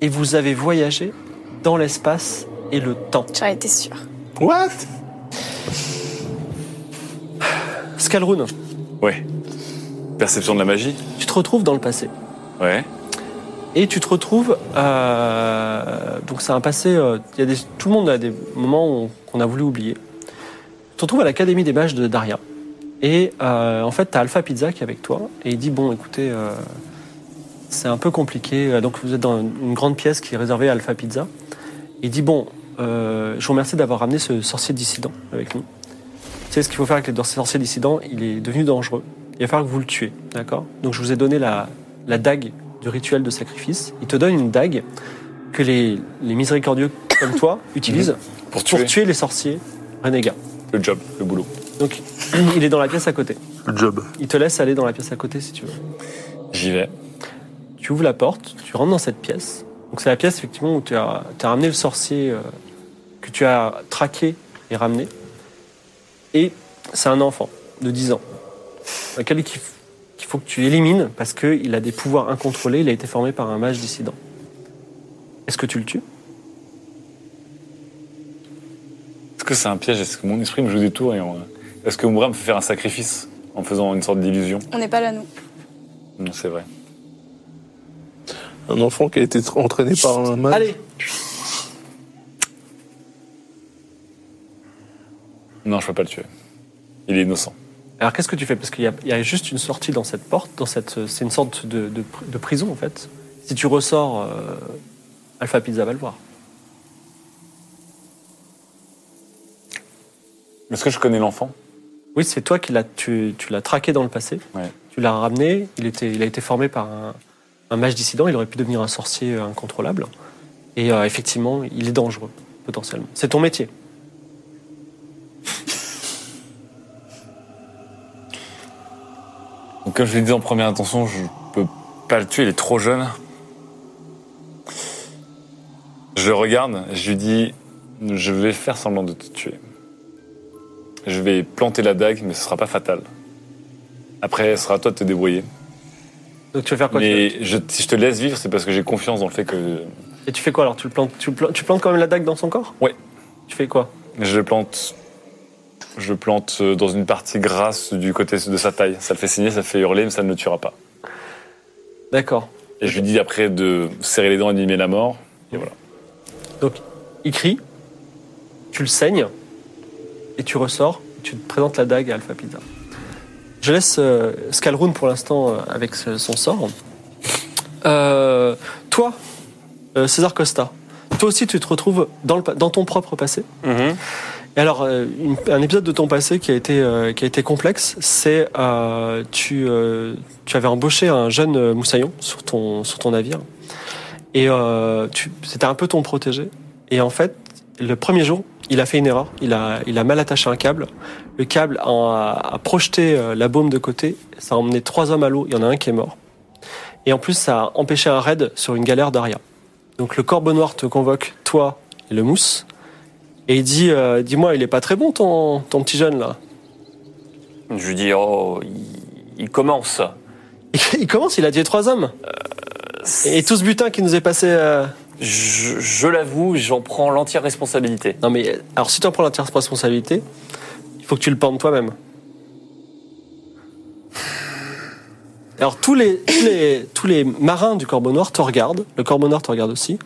et vous avez voyagé dans l'espace et le temps.
J'en étais sûre.
What
Skalrun,
Ouais. Perception de la magie.
tu te retrouves dans le passé.
Ouais.
Et tu te retrouves. euh, donc, c'est un passé. euh, il y a des, tout le monde a des moments où- qu'on a voulu oublier. Tu te retrouves à l'Académie des Mages de Daria. Et euh, en fait, tu as Alpha Pizza qui est avec toi. Et il dit Bon, écoutez, euh, c'est un peu compliqué. Euh, Donc, vous êtes dans une grande pièce qui est réservée à Alpha Pizza. Il dit Bon, euh, je vous remercie d'avoir ramené ce sorcier dissident avec nous. Tu sais ce qu'il faut faire avec les sorciers dissidents Il est devenu dangereux. Il va falloir que vous le tuez. D'accord Donc, je vous ai donné la, la dague du rituel de sacrifice. Il te donne une dague que les, les miséricordieux comme toi
Mhm.
utilisent
Pour
pour
tuer.
tuer les sorciers renégats.
Le job, le boulot.
Donc, il est dans la pièce à côté.
Le job.
Il te laisse aller dans la pièce à côté si tu veux.
J'y vais.
Tu ouvres la porte, tu rentres dans cette pièce. Donc, c'est la pièce effectivement où tu as, tu as ramené le sorcier euh, que tu as traqué et ramené. Et c'est un enfant de 10 ans, lequel il faut- qu'il faut que tu élimines parce qu'il a des pouvoirs incontrôlés. Il a été formé par un mage dissident. Est-ce que tu le tues
Est-ce que c'est un piège Est-ce que mon esprit me joue des tours et en- Est-ce que Umbra me fait faire un sacrifice en faisant une sorte d'illusion
On n'est pas là nous.
Non, c'est vrai.
Un enfant qui a été tra- entraîné par un mage.
Allez,
Non, je peux pas le tuer. Il est innocent.
Alors qu'est-ce que tu fais Parce qu'il y, a- il y a juste une sortie dans cette porte, dans cette, c'est une sorte de, de pr- de prison en fait. Si tu ressors, euh, Alpha Pizza va le voir.
Est-ce que je connais l'enfant
Oui, c'est toi qui l'as, tu, tu l'as traqué dans le passé.
Ouais.
Tu l'as ramené. Il était, il a été formé par un, un mage dissident. Il aurait pu devenir un sorcier euh, incontrôlable. Et euh, effectivement, il est dangereux potentiellement. C'est ton métier.
Donc, comme je l'ai dit en première intention, je peux pas le tuer, il est trop jeune. Je Je regarde, je lui dis Je vais faire semblant de te tuer. Je vais planter la dague, mais ce sera pas fatal. Après, ce sera à toi de te débrouiller.
Donc tu vas faire quoi tu veux
mais je, si je te laisse vivre, c'est parce que j'ai confiance dans le fait que
Et tu fais quoi alors tu, le plantes, tu, le plantes, tu plantes quand même la dague dans son corps
Ouais.
Tu fais quoi
je le plante. Je le plante dans une partie grasse du côté de sa taille. Ça le fait saigner, ça le fait hurler, mais ça ne le tuera pas.
D'accord.
Et je lui dis après de serrer les dents et d'animer la mort.
Il crie, tu le saignes, et tu ressors, tu te présentes la dague à Alpha Pizza. Je laisse euh, Skalroon pour l'instant euh, avec ce- son sort. Euh, toi, euh, César Costa, toi aussi tu te retrouves dans, le pa- dans ton propre passé. Et alors, euh, une- un épisode de ton passé qui a été, euh, qui a été complexe, c'est euh, tu, euh, tu avais embauché un jeune euh, moussaillon sur ton, sur ton navire. Et euh, tu- c'était un peu ton protégé. Et en fait, le premier jour, il a fait une erreur. Il a, il a mal attaché un câble. Le câble a, a projeté euh, la baume de côté. Ça a emmené trois hommes à l'eau. Il y en a un qui est mort. Et en plus, ça a empêché un raid sur une galère d'Aria. Donc le corbeau noir te convoque, toi et le mousse. Et il dit euh, Dis-moi, il est pas très bon ton, ton petit jeune là.
Je lui dis, oh, il, il commence.
Il commence, il a tué trois hommes. Et tout ce butin qui nous est passé. euh,
Je, je l'avoue, j'en prends l'entière responsabilité.
Non mais euh, alors si tu en prends la tierce responsabilité, il faut que tu le pendes toi-même. Alors tous les, tous les tous les marins du Corbeau Noir te regardent, le Corbeau Noir te regarde aussi.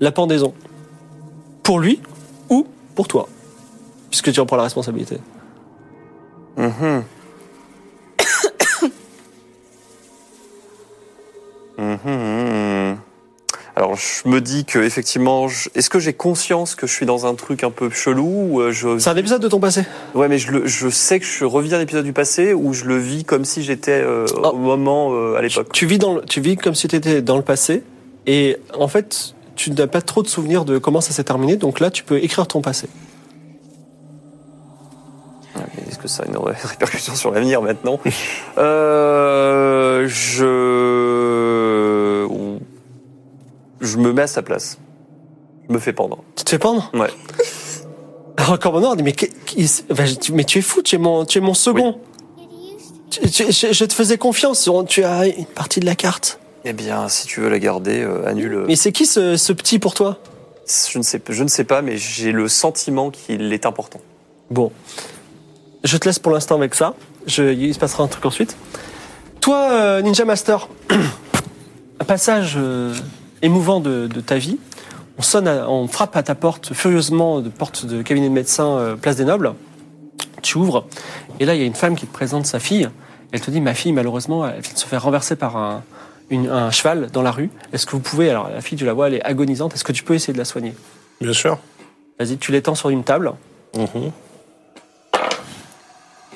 La pendaison pour lui ou pour toi, puisque tu en prends la responsabilité.
Mm-hmm. Mhm. Alors je me dis que effectivement, je- est-ce que j'ai conscience que je suis dans un truc un peu chelou ou euh, je...
C'est un épisode de ton passé.
Ouais, mais je, le- je sais que je revis un épisode du passé où je le vis comme si j'étais euh,
Oh.
au moment euh, à
Tu,
l'époque.
tu vis dans le- tu vis comme si tu étais dans le passé et en fait tu n'as pas trop de souvenirs de comment ça s'est terminé, donc là tu peux écrire ton passé.
Ok, Est-ce que ça a une ré- répercussion sur l'avenir maintenant Euh, Je je me mets à sa place. Je me fais pendre.
Tu te fais pendre
Ouais.
Alors, Corbeau Noir dit mais, qu'est- qu'est- ben, je- tu- mais tu es fou, tu es mon, tu es mon second. Tu- tu- je, je te faisais confiance, on- tu as une partie de la carte.
Eh bien, si tu veux la garder, euh, annule. euh,
Mais c'est qui ce, ce petit pour toi
Je ne sais, je ne sais pas, mais j'ai le sentiment qu'il est important.
Bon, je te laisse pour l'instant avec ça. Je, il se passera un truc ensuite. Toi, euh, Ninja Master, un passage euh, émouvant de, de ta vie. On sonne, à- on frappe à ta porte furieusement de porte de cabinet de médecin, euh, place des Nobles. Tu ouvres et là, il y a une femme qui te présente sa fille. Elle te dit, ma fille, malheureusement, elle vient de se faire renverser par un, une- un cheval dans la rue. Est-ce que vous pouvez, alors la fille, tu la vois, elle est agonisante. Est-ce que tu peux essayer de la soigner
Bien sûr.
Vas-y, tu l'étends sur une table.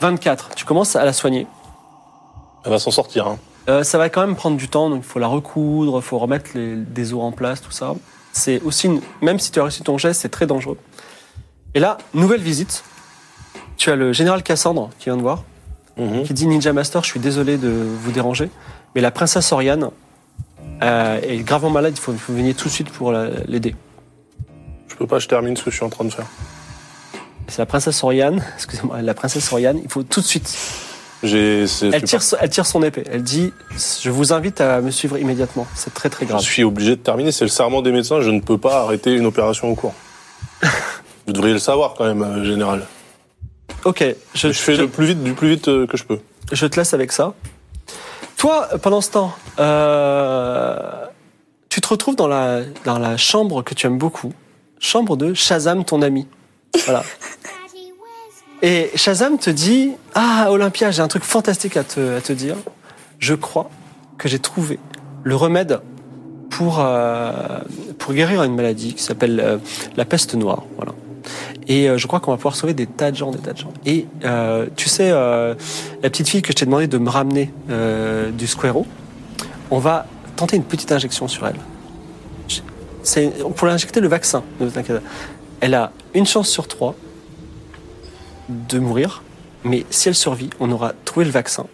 24, tu commences à la soigner.
Elle va s'en sortir. hein.
Euh, ça va quand même prendre du temps, donc il faut la recoudre, il faut remettre les- des os en place, tout ça. C'est aussi, une- même si tu as réussi ton geste, c'est très dangereux. Et là, nouvelle visite. Tu as le général Cassandre qui vient de voir,
Mhm.
qui dit Ninja Master, je suis désolé de vous déranger, mais la princesse Oriane euh, est gravement malade, il faut, il faut venir tout de suite pour la- l'aider.
Je peux pas, je termine ce que je suis en train de faire.
C'est la princesse Oriane, excusez-moi, la princesse Oriane, il faut tout de suite
J'ai, c'est-
Elle
je, suis
tire, elle tire son épée. Elle dit Je vous invite à me suivre immédiatement. C'est très très
pas- je
grave.
suis obligé de terminer. C'est le serment des médecins. Je ne peux pas arrêter une opération en cours. Vous devriez le savoir quand même, euh, général.
Ok, je,
Je fais
je-
le plus vite, du plus vite euh, que je peux.
je te laisse avec ça. Toi, pendant ce temps, euh, tu te retrouves dans la, dans la chambre que tu aimes beaucoup chambre de Shazam, ton ami. Voilà. Et Shazam te dit Ah, Olympia, j'ai un truc fantastique à te, à te dire. Je crois que j'ai trouvé le remède pour, euh, pour guérir une maladie qui s'appelle euh, la peste noire. Voilà. Et euh, je crois qu'on va pouvoir sauver des tas de gens, des tas de gens. Et euh, tu sais, euh, la petite fille que je t'ai demandé de me ramener euh, du Squero, on va tenter une petite injection sur elle. Je- C'est pour l'injecter le vaccin, ne vous inquiétez pas. Elle a une chance sur trois de mourir, mais si elle survit, on aura trouvé le vaccin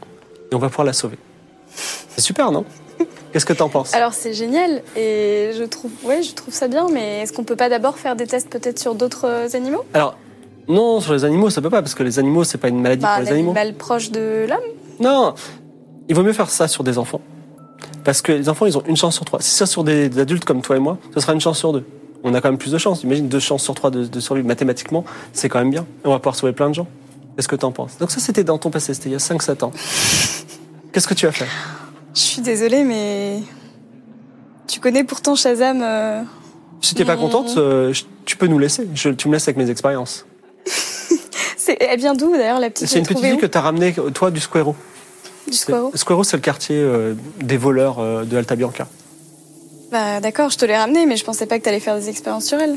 et on va pouvoir la sauver. C'est super, non Qu'est-ce que t'en penses
Alors c'est génial et je trouve, ouais, je trouve ça bien, mais est-ce qu'on peut pas d'abord faire des tests peut-être sur d'autres euh, animaux
Alors, non, sur les animaux, ça peut pas, parce que les animaux, c'est pas une maladie
Bah,
pour
Un
les animaux.
animal proche de l'homme
Non, il vaut mieux faire ça sur des enfants. Parce que les enfants, ils ont une chance sur trois. Si ça sur des, des adultes comme toi et moi, ce sera une chance sur deux. On a quand même plus de chances. Imagine deux chances sur trois de, de survie. Mathématiquement, c'est quand même bien. Et on va pouvoir sauver plein de gens. Qu'est-ce que t'en penses Donc ça, c'était dans ton passé, c'était il y a 5-7 ans. Qu'est-ce que tu as fait
Je suis désolée, mais tu connais pourtant Shazam. euh,
Si t'es pas
Mmh.
contente, euh, je- tu peux nous laisser. Je- tu me laisses avec mes expériences.
C'est elle vient d'où d'ailleurs la petite
C'est une
vous la
petite vie que
trouvez
t'as ramenée, toi, du Squero.
où du squaro.
Squero, c'est le quartier euh, des voleurs euh, de Alta Bianca.
Bah d'accord, je te l'ai ramenée, mais je pensais pas que t'allais faire des expériences sur elle.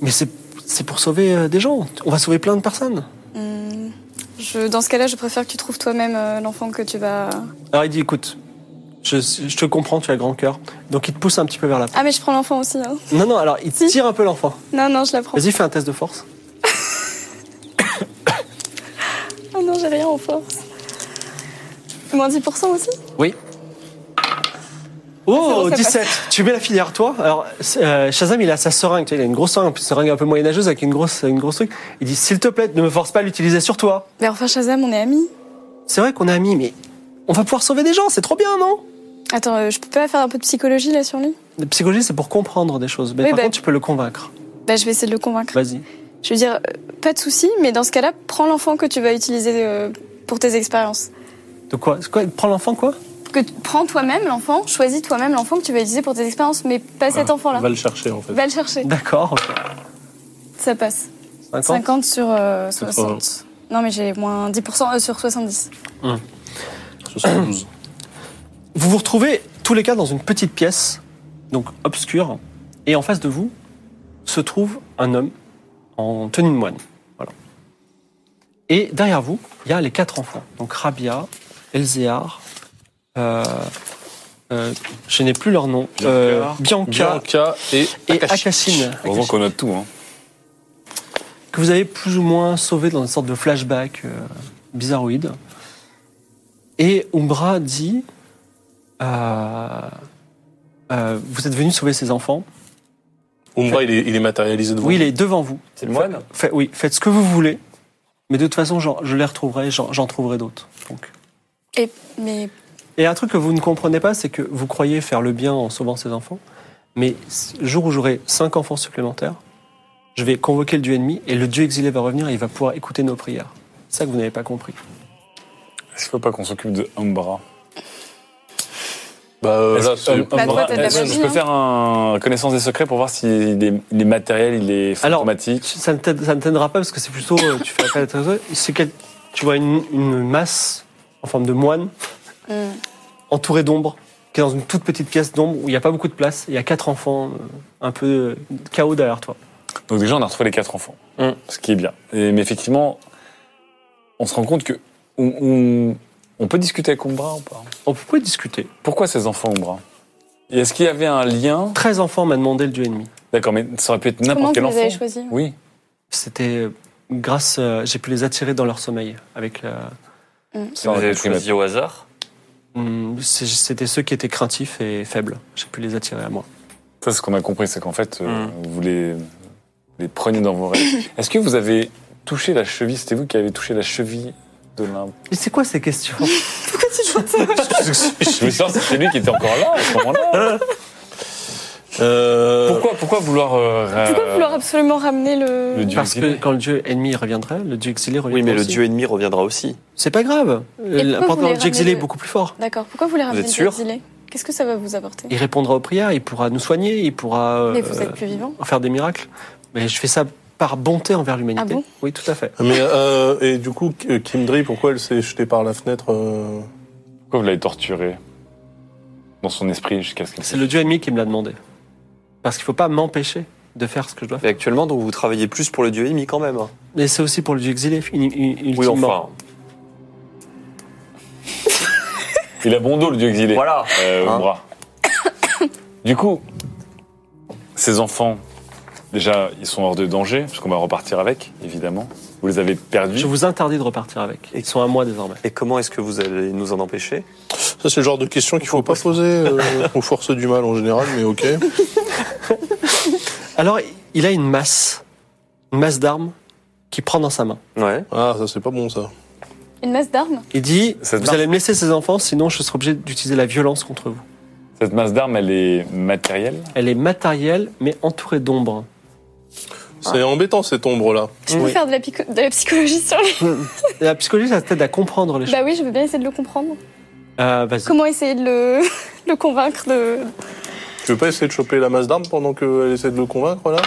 Mais c'est c'est pour sauver euh, des gens. On va sauver plein de personnes.
Hmm, Je, dans ce cas-là, je préfère que tu trouves toi-même euh, l'enfant que tu vas.
Alors il dit écoute, je, je te comprends, tu as grand cœur. Donc il te pousse un petit peu vers la porte.
Ah mais je prends l'enfant aussi. Hein.
Non, non, alors il
Si.
tire un peu l'enfant.
Non non, je la prends.
Vas-y, fais un test de force.
Ah non, j'ai rien en force. Moins 10% aussi
Oui.
c'est
Oh,
bon, ça
17 Tu mets la fille derrière toi. Alors, c'est, euh, Shazam, il a sa seringue. tu sais, Il a une grosse seringue, seringue un peu moyenâgeuse avec une grosse, une grosse truc. Il dit, s'il te plaît, ne me force pas à l'utiliser sur toi.
Mais enfin, Shazam, on est amis.
C'est vrai qu'on est amis, mais on va pouvoir sauver des gens. C'est trop bien, non
Attends, euh, je peux pas faire un peu de psychologie là sur lui
La psychologie, c'est pour comprendre des choses. Mais
Oui,
par
bah-
contre, tu peux le convaincre.
Bah, je vais essayer de le convaincre.
Vas-y.
Je veux dire, euh, pas de souci, mais dans ce cas-là, prends l'enfant que tu vas utiliser euh, pour tes expériences.
De quoi, quoi Prends l'enfant, quoi
Que tu- prends toi-même l'enfant, choisis toi-même l'enfant que tu vas utiliser pour tes expériences, mais pas cet enfant-là.
Va le chercher en fait.
Va le chercher.
D'accord. ok.
Ça passe.
50.
50 sur euh,
80.
60. Non, mais j'ai moins 10% euh, sur 70.
72.
Vous vous retrouvez tous les quatre dans une petite pièce, donc obscure, et en face de vous se trouve un homme en tenue de moine. Voilà. Et derrière vous, il y a les quatre enfants. Donc Rabia, Elzéar, euh, euh, je n'ai plus leur nom, euh, Bianca,
Bianca et
et
Akashi.
Akashine.
Heureusement
Akashine,
qu'on a tout. Hein.
Que vous avez plus ou moins sauvé dans une sorte de flashback euh, bizarroïde. Et Umbra dit euh, euh, Vous êtes venu sauver ces enfants.
Umbra, il est, il est matérialisé devant.
Oui, il est devant vous.
C'est le moine
Fait- oui, faites ce que vous voulez. Mais de toute façon, j'en- je les retrouverai, j'en j'en trouverai d'autres. Donc.
Et, mais
Et un truc que vous ne comprenez pas, c'est que vous croyez faire le bien en sauvant ces enfants, mais le jour où j'aurai cinq enfants supplémentaires, je vais convoquer le dieu ennemi et le dieu exilé va revenir et il va pouvoir écouter nos prières. C'est ça que vous n'avez pas compris.
Je veux pas qu'on s'occupe de Umbra.
Bah, euh,
Est-ce
là,
que
c'est-
Umbra-
Bah, toi, t'as de la
est-ce que
magie,
je peux
hein.
faire un connaissance des secrets pour voir s'il est, il est matériel, il est
Alors-
fantomatique.
Ça ne t'aide- ça ne t'aidera pas parce que c'est plutôt. euh, Tu fais appel à ta raison. C'est quel- Tu vois une, une masse en forme de moine
Hmm.
entourée d'ombre qui est dans une toute petite pièce d'ombre où il n'y a pas beaucoup de place. Il y a quatre enfants euh, un peu euh, chaos derrière toi.
Donc déjà, on a retrouvé les quatre enfants,
Mm.
ce qui est bien. Et- mais effectivement, on se rend compte que on, on- on peut discuter avec Umbra ou pas
On pouvait discuter.
Pourquoi ces enfants Umbra Et est-ce qu'il y avait un lien
13 enfants m'a demandé le dieu ennemi.
D'accord, mais ça aurait pu être
comment
n'importe
vous
quel
les
enfant.
avez choisis
Oui.
C'était euh, grâce, euh, j'ai pu les attirer dans leur sommeil. Avec la-
Vous avez
aurait pu
choisi au hasard
Hmm, c'est- c'était ceux qui étaient craintifs et faibles. J'ai pu les attirer à moi.
Ça, ce qu'on a compris, c'est qu'en fait, euh, vous les, les prenez dans vos rêves. Est-ce que vous avez touché la cheville C'était vous qui avez touché la cheville de l'un
Mais c'est quoi ces questions
Pourquoi tu demandes ça
Je me sens c'est lui qui était encore là à ce moment-là.
euh,
Pourquoi, pourquoi vouloir. euh,
Pourquoi
euh,
vouloir absolument ramener le.
le dieu
Parce
exilé
que quand le dieu ennemi reviendrait, le dieu exilé reviendra.
Oui, mais le
aussi.
dieu ennemi reviendra aussi.
C'est pas grave.
Et pourquoi
L'important,
vous voulez
le dieu exilé
ramener
est
le-
beaucoup plus fort.
D'accord, pourquoi vous les ramenez
êtes
le
sûr
exilé Qu'est-ce que ça va vous apporter
Euh,
Il répondra aux prières, il pourra nous soigner, il pourra euh,
Mais vous êtes plus vivant.
faire des miracles. Mais je fais ça par bonté envers l'humanité.
Ah bon
oui, tout à fait.
Mais euh, et du coup, K- Kimdri, pourquoi elle s'est jetée par la fenêtre euh,
Pourquoi vous l'avez torturé dans son esprit jusqu'à ce qu'il.
C'est le dieu ennemi qui me l'a demandé. Parce qu'il faut pas m'empêcher de faire ce que je dois faire.
Mais actuellement, donc, vous travaillez plus pour le dieu ennemi quand même.
Mais c'est aussi pour le dieu exilé, uni- uni-
Oui,
ultimement.
enfin.
Il a bon dos, le dieu exilé.
Voilà.
Euh, au
Hein.
bras. du coup, ces enfants, Déjà, ils sont hors de danger, puisqu'on va repartir avec, évidemment. Vous les avez perdus.
Je vous interdis de repartir avec. Ils sont à moi désormais.
Et comment est-ce que vous allez nous en empêcher
Ça, c'est le genre de question qu'il faut pas poser euh, aux forces du mal en général, mais ok.
Alors, il a une masse, une masse d'armes qu'il prend dans sa main.
Ouais.
Ah, ça, c'est pas bon, ça.
Une masse d'armes
Il dit
Cette
Vous
masse-
allez me laisser ces enfants, sinon je serai obligé d'utiliser la violence contre vous.
Cette masse d'armes, elle est matérielle.
Elle est matérielle, mais entourée d'ombre.
C'est embêtant, cette ombre-là.
Je peux
Oui.
faire de la, pico- de la psychologie sur lui
Et La psychologie, ça t'aide à comprendre les choses.
Bah oui, je veux bien essayer de le comprendre.
Euh, vas-y.
Comment essayer de le, le convaincre de...
Tu veux pas essayer de choper la masse d'armes pendant qu'elle essaie de le convaincre, là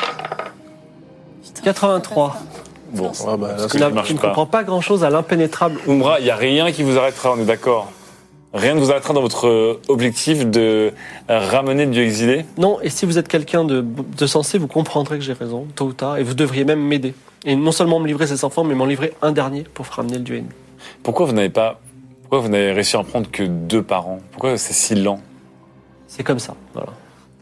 Putain,
83.
Bon,
Ah, bah, là,
Parce
Tu,
c'est-
que-
n'as-
ça marche
tu ne
pas.
comprends pas grand-chose à l'impénétrable.
Umbra, il n'y a rien qui vous arrêtera, on est d'accord. Rien ne vous arrêtera dans votre euh, objectif de euh, ramener du exilé.
Non, et si vous êtes quelqu'un de, de sensé, vous comprendrez que j'ai raison, tôt ou tard, et vous devriez même m'aider. Et non seulement me livrer ces enfants, mais m'en livrer un dernier pour ramener le dieu ennemi.
Pourquoi vous n'avez pas. Pourquoi vous n'avez réussi à en prendre que deux par an Pourquoi c'est si lent
C'est comme ça. Voilà.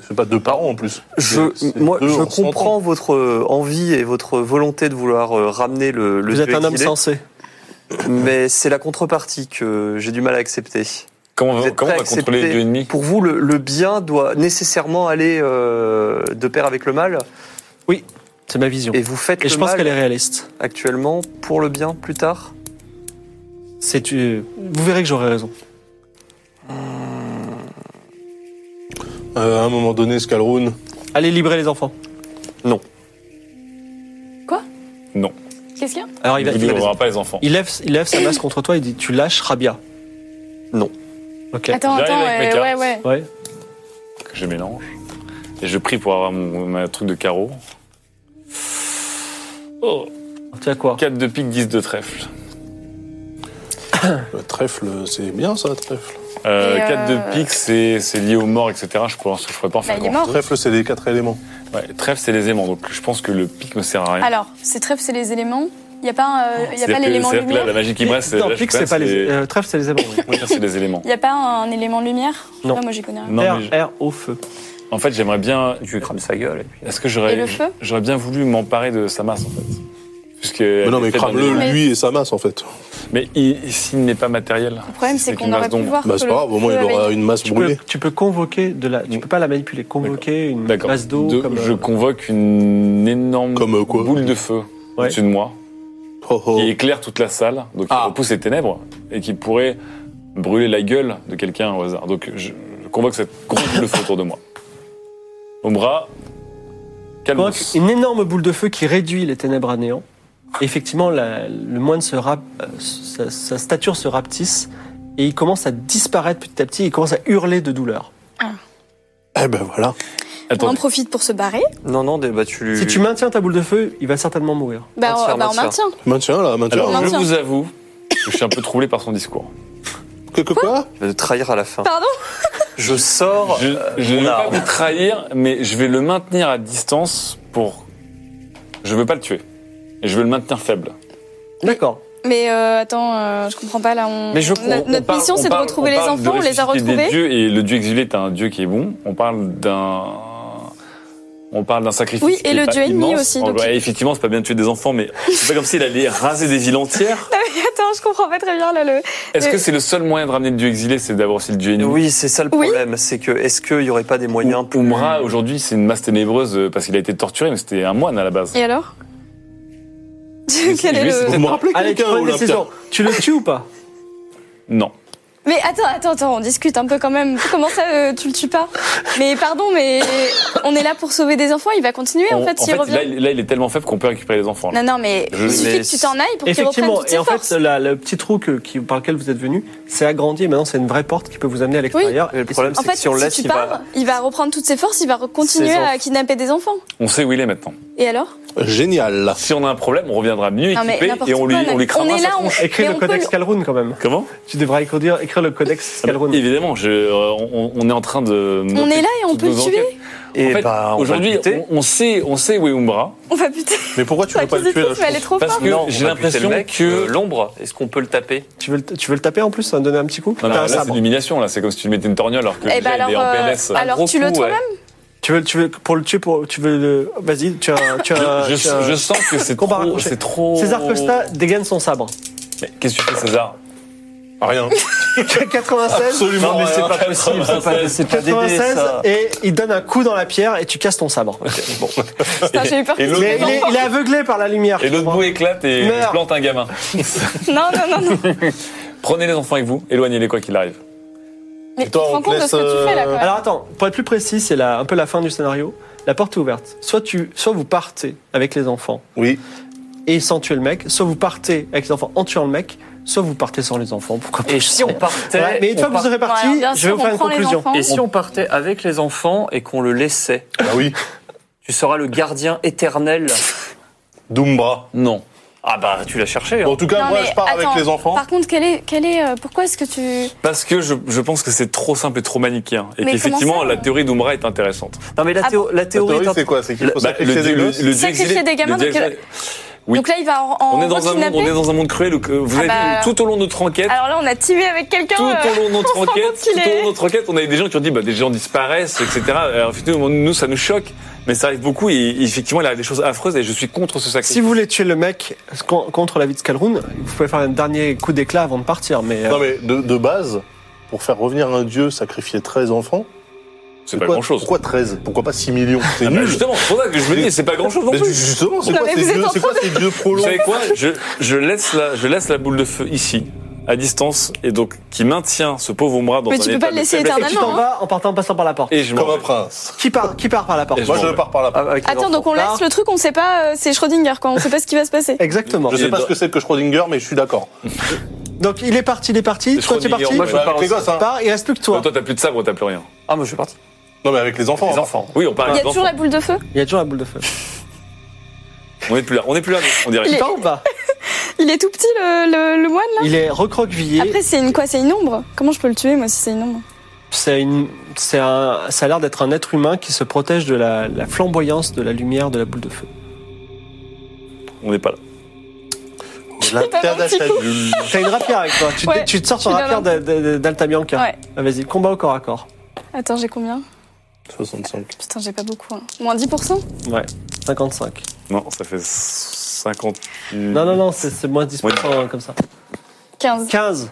c'est pas deux parents, en plus. C'est-
Je,
c'est
moi,
deux
je
en cent
comprends
ans.
votre euh, envie et votre volonté de vouloir euh, ramener le, le
vous êtes
Dieu
un homme
exilé,
sensé.
mais c'est la contrepartie que j'ai du mal à accepter.
Comment, on
Vous
va-
êtes
comment on
prêt
va
à
contrôler
accepter-
deux ennemis
Pour vous, le, le bien doit nécessairement aller euh, de pair avec le mal,
C'est ma vision.
et
Et,
vous faites le
je pense
mal
qu'elle est réaliste.
actuellement pour le bien plus tard.
C'est, euh, vous verrez que j'aurai raison.
Euh, à un moment donné, Scalroon,
Allez libérer les enfants.
Non,
Qu'est-ce qu'il y a
Alors il, va,
il
il,
ne
va-
aura pas les enfants.
il lève, il lève sa masse contre toi et dit Tu lâches Rabia
Non.
Ok.
Attends,
J'arrive
attends,
avec mes
euh, ouais,
cartes.
ouais.
Ouais.
Que je mélange. Et je prie pour avoir mon, ma truc de carreau. Oh,
Tu as quoi
4 de pique, 10 de trèfle.
le euh, trèfle, c'est bien, ça, trèfle.
Euh,
Et, euh,
4 de pique, c'est c'est lié aux morts, etc. Je pense que je ne pourrais pas en
Bah,
faire
il est
grand.
mort.
Trèfle, c'est les quatre éléments.
Ouais, trèfle, c'est les aimants, donc je pense que le pic ne sert à rien.
Alors, ces trèfles, c'est les éléments. Il n'y a pas, un- Ah, euh, il y a
C'est-à-dire
pas
que-
l'élément
c'est-à-dire que là,
lumière
la magie qui brasse,
Non, Pix, c'est pas les.
éléments.
euh, trèfle, c'est les aimants. oui.
c'est les éléments.
Il n'y a pas un élément lumière
Non.
Ah, moi, j'y connais rien.
Non, mais
R, R au feu.
je- en fait, j'aimerais bien.
Tu crames sa gueule. Et puis...
Est-ce que
Et
j'aurais
le feu
j'aurais bien voulu m'emparer de sa masse en fait Puisque
Mais non, mais crame-le,
Mais-
lui et sa masse, en fait.
Mais il- s'il n'est pas matériel.
Le problème,
si
c'est qu'on
qu'une
aurait
masse
pu
d'ombre.
voir
Bah,
que
c'est
Ah, le
pas grave, au moins,
feu
il
avait-
aura une masse
Tu peux,
brûlée.
tu peux convoquer de la. Tu
Mm.
peux pas la manipuler, convoquer une
D'accord.
masse d'eau.
De-
Comme,
Je
euh,
convoque une énorme
Comme euh, quoi
boule de feu
Ouais.
au-dessus de moi
Oh, oh.
qui éclaire toute la salle, donc qui
Ah.
repousse les ténèbres et qui pourrait brûler la gueule de quelqu'un au hasard. Donc je, je convoque cette grosse boule de feu autour de moi. Au bras, calme.
convoque une énorme boule de feu qui réduit les ténèbres à néant. Et effectivement, la- le moine se rap- euh, sa, sa stature se rapetisse et il commence à disparaître petit à petit. Il commence à hurler de douleur.
Eh ben voilà.
On en
Attends,
profite pour se barrer.
Non, non, des- bah, tu lui.
Si tu maintiens ta boule de feu, il va certainement mourir.
Ah,
Bah,
Maintien,
on, bah, on
maintien.
maintient.
Maintiens, là, maintiens.
alors je
Maintien.
vous avoue que je suis un peu troublé par son discours.
Que, que quoi
Tu vas te trahir à la fin.
Pardon
Je
Oh,
sors.
euh,
euh,
Je, je ne
mon
vais pas
arme.
vous trahir, mais je vais le maintenir à distance pour. Je veux pas le tuer. Et je veux le maintenir faible.
D'accord.
Mais euh, attends, euh, je comprends pas là. On...
Mais je,
No- notre mission, c'est de retrouver les enfants, on les a
Des
retrouvés.
dieux, et le dieu exilé est un dieu qui est bon. On parle d'un. On parle d'un sacrifice.
Oui, et
qui est
le
pas
dieu ennemi
immense.
aussi,
En-
donc-
ouais, effectivement, c'est pas bien de tuer des enfants, mais c'est pas comme s'il allait raser des villes entières.
Attends, je comprends pas très bien là le.
Est-ce
Euh,
que c'est le seul moyen de ramener le dieu exilé, c'est d'avoir aussi le dieu ennemi
Oui, c'est ça le
Oui.
problème. C'est que est-ce qu'il y aurait pas des moyens
Ou- Oumra, aujourd'hui, c'est une masse ténébreuse euh, parce qu'il a été torturé, mais c'était un moine à la base.
Et alors
c'est-
Quel est
lui, c'est-
Vous
le.
me rappelez
Allez, tu
quelqu'un,
prends une
Olympia
décision. Tu le tues ou pas
Non.
Mais attends, attends, attends, on discute un peu quand même. Comment ça, euh, tu le tues pas Mais pardon, mais on est là pour sauver des enfants. Il va continuer en
On-
fait s'il revient.
là, il- là, il est tellement faible qu'on peut récupérer les enfants. là.
Non, non, mais
Je-
il suffit
mais-
que tu t'en ailles pour qu'il reprenne
Effectivement.
toutes
Et
ses
en
forces.
fait, la, le petit trou que- qui, par lequel vous êtes venu s'est agrandi et maintenant c'est une vraie porte qui peut vous amener à l'extérieur.
Et le
Et
problème,
En
c'est
fait,
que si on le laisse,
tu
il
pars,
va.
il va reprendre toutes ses forces, il va continuer
Ses
à
enfants.
kidnapper des enfants.
On sait où il est maintenant.
Et alors
Génial. là.
Si on a un problème, on reviendra mieux
Non, mais
équipé
n'importe
et on lui,
quoi,
on lui
on
cramera
est
sa
là, on-
tronche.
Écris
Mais
le
on peut
codex
le-
Calroun quand même.
Comment
Tu devras écrire, écrire le
Ah
codex
bah,
Calroun.
Évidemment, je, euh, on, on est en train de.
On est là et on
toutes
peut le
nos
tuer.
enquêtes.
Et
En fait,
bah, on va le
aujourd'hui,
buter.
on, on sait, on sait où est Umbra.
On va buter.
Mais pourquoi tu
Ça
veux pas le
accuse
tuer
tous,
là
mais elle est trop
Parce
forte.
que
Non, on
j'ai
va buter
l'impression
le mec,
que
euh, l'ombre. Est-ce qu'on peut le taper
Tu veux, le, tu veux le taper en plus, hein, donner un petit coup
Ah,
Non, non,
T'as un
là, c'est
sabre.
de l'humiliation. Là, c'est comme si tu lui mettais une torgnole alors que
Eh
déjà,
ben
il est
alors,
en
euh,
PLS.
alors
gros
tu le
coup,
toi-même.
ouais.
Tu veux, tu veux, pour le tuer, pour, tu veux le. Vas-y, tu as. Tu as
Je,
tu as-
euh,
je sens que c'est
Combat
trop,
rapproché.
c'est trop.
César Costa dégaine son sabre.
Mais Qu'est-ce que tu fais, César
Rien.
96.
Absolument
Non, mais c'est
rien.
pas possible, c'est pas, c'est pas DD,
96
ça.
et il donne un coup dans la pierre et tu casses ton sabre.
Putain, j'ai eu peur.
Et
que-
l'autre-
Mais il est, il est aveuglé par la lumière.
Et l'autre bout éclate et
Meurs.
plante un gamin.
Non, non, non, non.
Prenez les enfants avec vous, éloignez-les quoi qu'il arrive.
Mais tu te
Attends, on
rends
te
compte de ce que
laisse,
tu fais là, quand
euh,
même.
Alors attends, pour être plus précis, c'est la- un peu la fin du scénario. La porte est ouverte. Soit tu, soit vous partez avec les enfants
Oui.
et sans tuer le mec, soit vous partez avec les enfants en tuant le mec, soit vous partez sans les enfants. Pourquoi pas
Et si on partait,
Voilà, Mais une
on
fois que
part-
vous serez parti,
Ouais, bien
je vais
sûr,
vous faire
on
une
prend les
conclusion.
enfants.
et si on partait avec les enfants et qu'on le laissait,
Bah oui.
tu seras le gardien éternel.
Doumbra.
Non.
Ah bah tu l'as cherché.
Bon,
Hein.
en tout cas,
Non,
moi,
mais
je pars
attends,
avec les enfants.
Par contre, quel est, quel est, euh, pourquoi est-ce que tu.
Parce que je, je pense que c'est trop simple et trop manichéen. Et
Mais
qu'effectivement,
comment ça,
la
euh
théorie d'Umbra est intéressante.
Non mais la,
Ah
théo- la
La
théorie,
théorie,
est un-
c'est quoi C'est qu'il faut
Bah,
sacrifier des gosses
dieu
Sacrifier
exilé-
des gamins,
le dieu
donc, euh,
exilé- Oui.
Donc là, il va en, en
On est, dans un monde,
rekidnapper.
on est dans un monde cruel où que- vous
Ah
avez
bah.
vu tout au long de notre enquête,
Alors là, on a timé avec quelqu'un.
tout
euh,
au long de notre
on se rend
enquête,
compte qu'il
tout au long
est-
de notre enquête, on avait des gens qui ont dit bah, des gens disparaissent, etc. Alors, effectivement, nous, ça nous choque, mais ça arrive beaucoup et, et effectivement, il arrive des choses affreuses et je suis contre ce sacrifice.
Si vous voulez tuer le mec ce qu'on- contre la vie de Skalroun, vous pouvez faire un dernier coup d'éclat avant de partir. Mais euh,
Non, mais de, de base, pour faire revenir un dieu, sacrifier 13 enfants.
c'est pas grand chose.
Pourquoi 13 Pourquoi pas 6 millions C'est
Ah bah,
nul.
justement, c'est pour ça que je me dis, c'est pas grand chose non
Mais
plus.
justement, c'est
Non,
quoi,
mais
ces
vous êtes
vieux-
en
c'est quoi ces vieux
Vous
prolos
savez quoi je, je laisse la, je laisse la boule de feu ici, à distance, et donc qui maintient ce pauvre Umbra dans
Mais
un
tu peux
état
pas le
de
laisser
faiblesse.
et tu t'en
hein.
vas en partant en passant par la porte.
Et je m'en
Comme un
vais.
prince.
Qui part, qui part par la porte
Et je
Moi,
m'en
je
vais.
pars par là.
Ah, avec les
Attends, donc
enfants.
on
Là.
laisse le truc, on sait pas, euh, c'est Schrödinger quoi, on sait pas ce qui va se passer.
Exactement.
Je sais pas
Et bah-
ce que c'est que Schrödinger, mais je suis d'accord.
Donc il est parti, il est parti.
Et
Toi tu es
Schrödinger,
parti.
moi,
Je vais avec les
aussi.
gosses, hein.
Pars, il reste plus que
Toi,
toi.
toi, t'as plus de sabre, t'as plus rien.
Ah moi je Oh, suis parti.
Non, mais avec les enfants.
Les
hein.
enfants.
Oui, on parle
Il y
des
a toujours
enfants.
la boule de feu.
Il y a toujours la boule de feu.
On est plus là, on est plus là, on dirait.
Il est-
Pas ou pas
Il est tout petit le, le, le moine là
Il est recroquevillé.
Après, c'est une quoi C'est une ombre Comment je peux le tuer moi si c'est une ombre
C'est une, c'est un, ça a l'air d'être un être humain qui se protège de la, la flamboyance de la lumière de la boule de feu.
On n'est pas là.
La
pas
terre
un petit coup.
d'Achadul.
T'as une rapière avec toi. Tu, te-
Ouais,
tu te sors ton
je suis
rapière
là-bas.
de- de- de- d'Altabianca.
Ouais.
Ah, Vas-y, combat au corps à corps.
Attends, j'ai combien
65.
Putain, j'ai pas beaucoup. hein. Moins 10%
Ouais. 55.
Non, ça fait 50.
Non, non, non, c'est c'est moins 10% comme ça.
15.
15.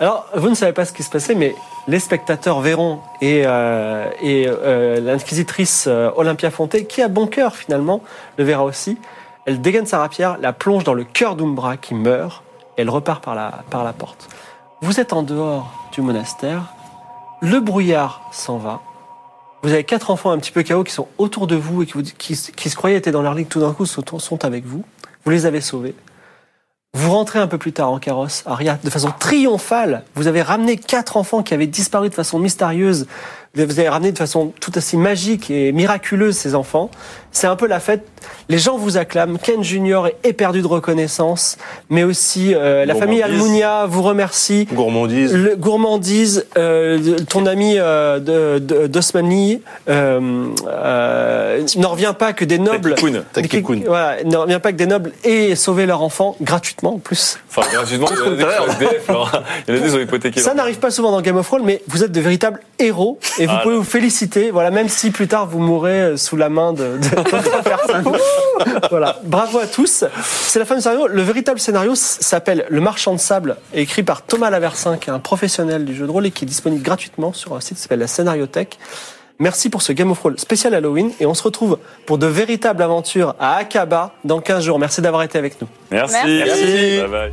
Alors, vous ne savez pas ce qui se passait, mais les spectateurs verront et, euh, et euh, l'inquisitrice euh, Olympia Fonté, qui a bon cœur finalement, le verra aussi. Elle dégaine sa rapière, la plonge dans le cœur d'Umbra qui meurt, et elle repart par la, par la porte. Vous êtes en dehors du monastère, le brouillard s'en va. Vous avez quatre enfants un petit peu chaos qui sont autour de vous et qui, vous- qui, se- qui se croyaient étaient dans leur ligue, tout d'un coup sont, sont avec vous. Vous les avez sauvés. Vous rentrez un peu plus tard en carrosse, Aria, de façon triomphale. Vous avez ramené quatre enfants qui avaient disparu de façon mystérieuse. Vous avez ramené de façon tout aussi magique et miraculeuse ces enfants. C'est un peu la fête. Les gens vous acclament. Ken Junior est éperdu de reconnaissance, mais aussi euh, la famille
Gourmandise.
Almunia vous remercie.
Gourmandise.
Le gourmandise, euh, ton ami euh, de, de, d'Osmanli, euh, euh, n'en revient pas que des nobles.
Takikoun.
Takikoun.
Voilà, n'en revient pas que des nobles et sauver leur enfant gratuitement en plus.
Enfin, gratuitement, il y en a des qui sont SDF, hein. Il y en a des qui sont hypothéqués.
Ça n'arrive pas souvent dans Game of Thrones, mais vous êtes de véritables héros et vous
Ah
pouvez vous féliciter. Voilà, même si plus tard vous mourrez euh, sous la main de, de d'autres personnes. voilà, bravo à tous. C'est la fin du scénario. Le véritable scénario s- s'appelle Le Marchand de sable, écrit par Thomas Laversin, qui est un professionnel du jeu de rôle et qui est disponible gratuitement sur un site qui s'appelle la Scénariothèque. Merci pour ce Game of Thrones spécial Halloween et on se retrouve pour de véritables aventures à Akaba dans 15 jours. Merci d'avoir été avec nous.
Merci.
Merci.
Merci. Bye bye.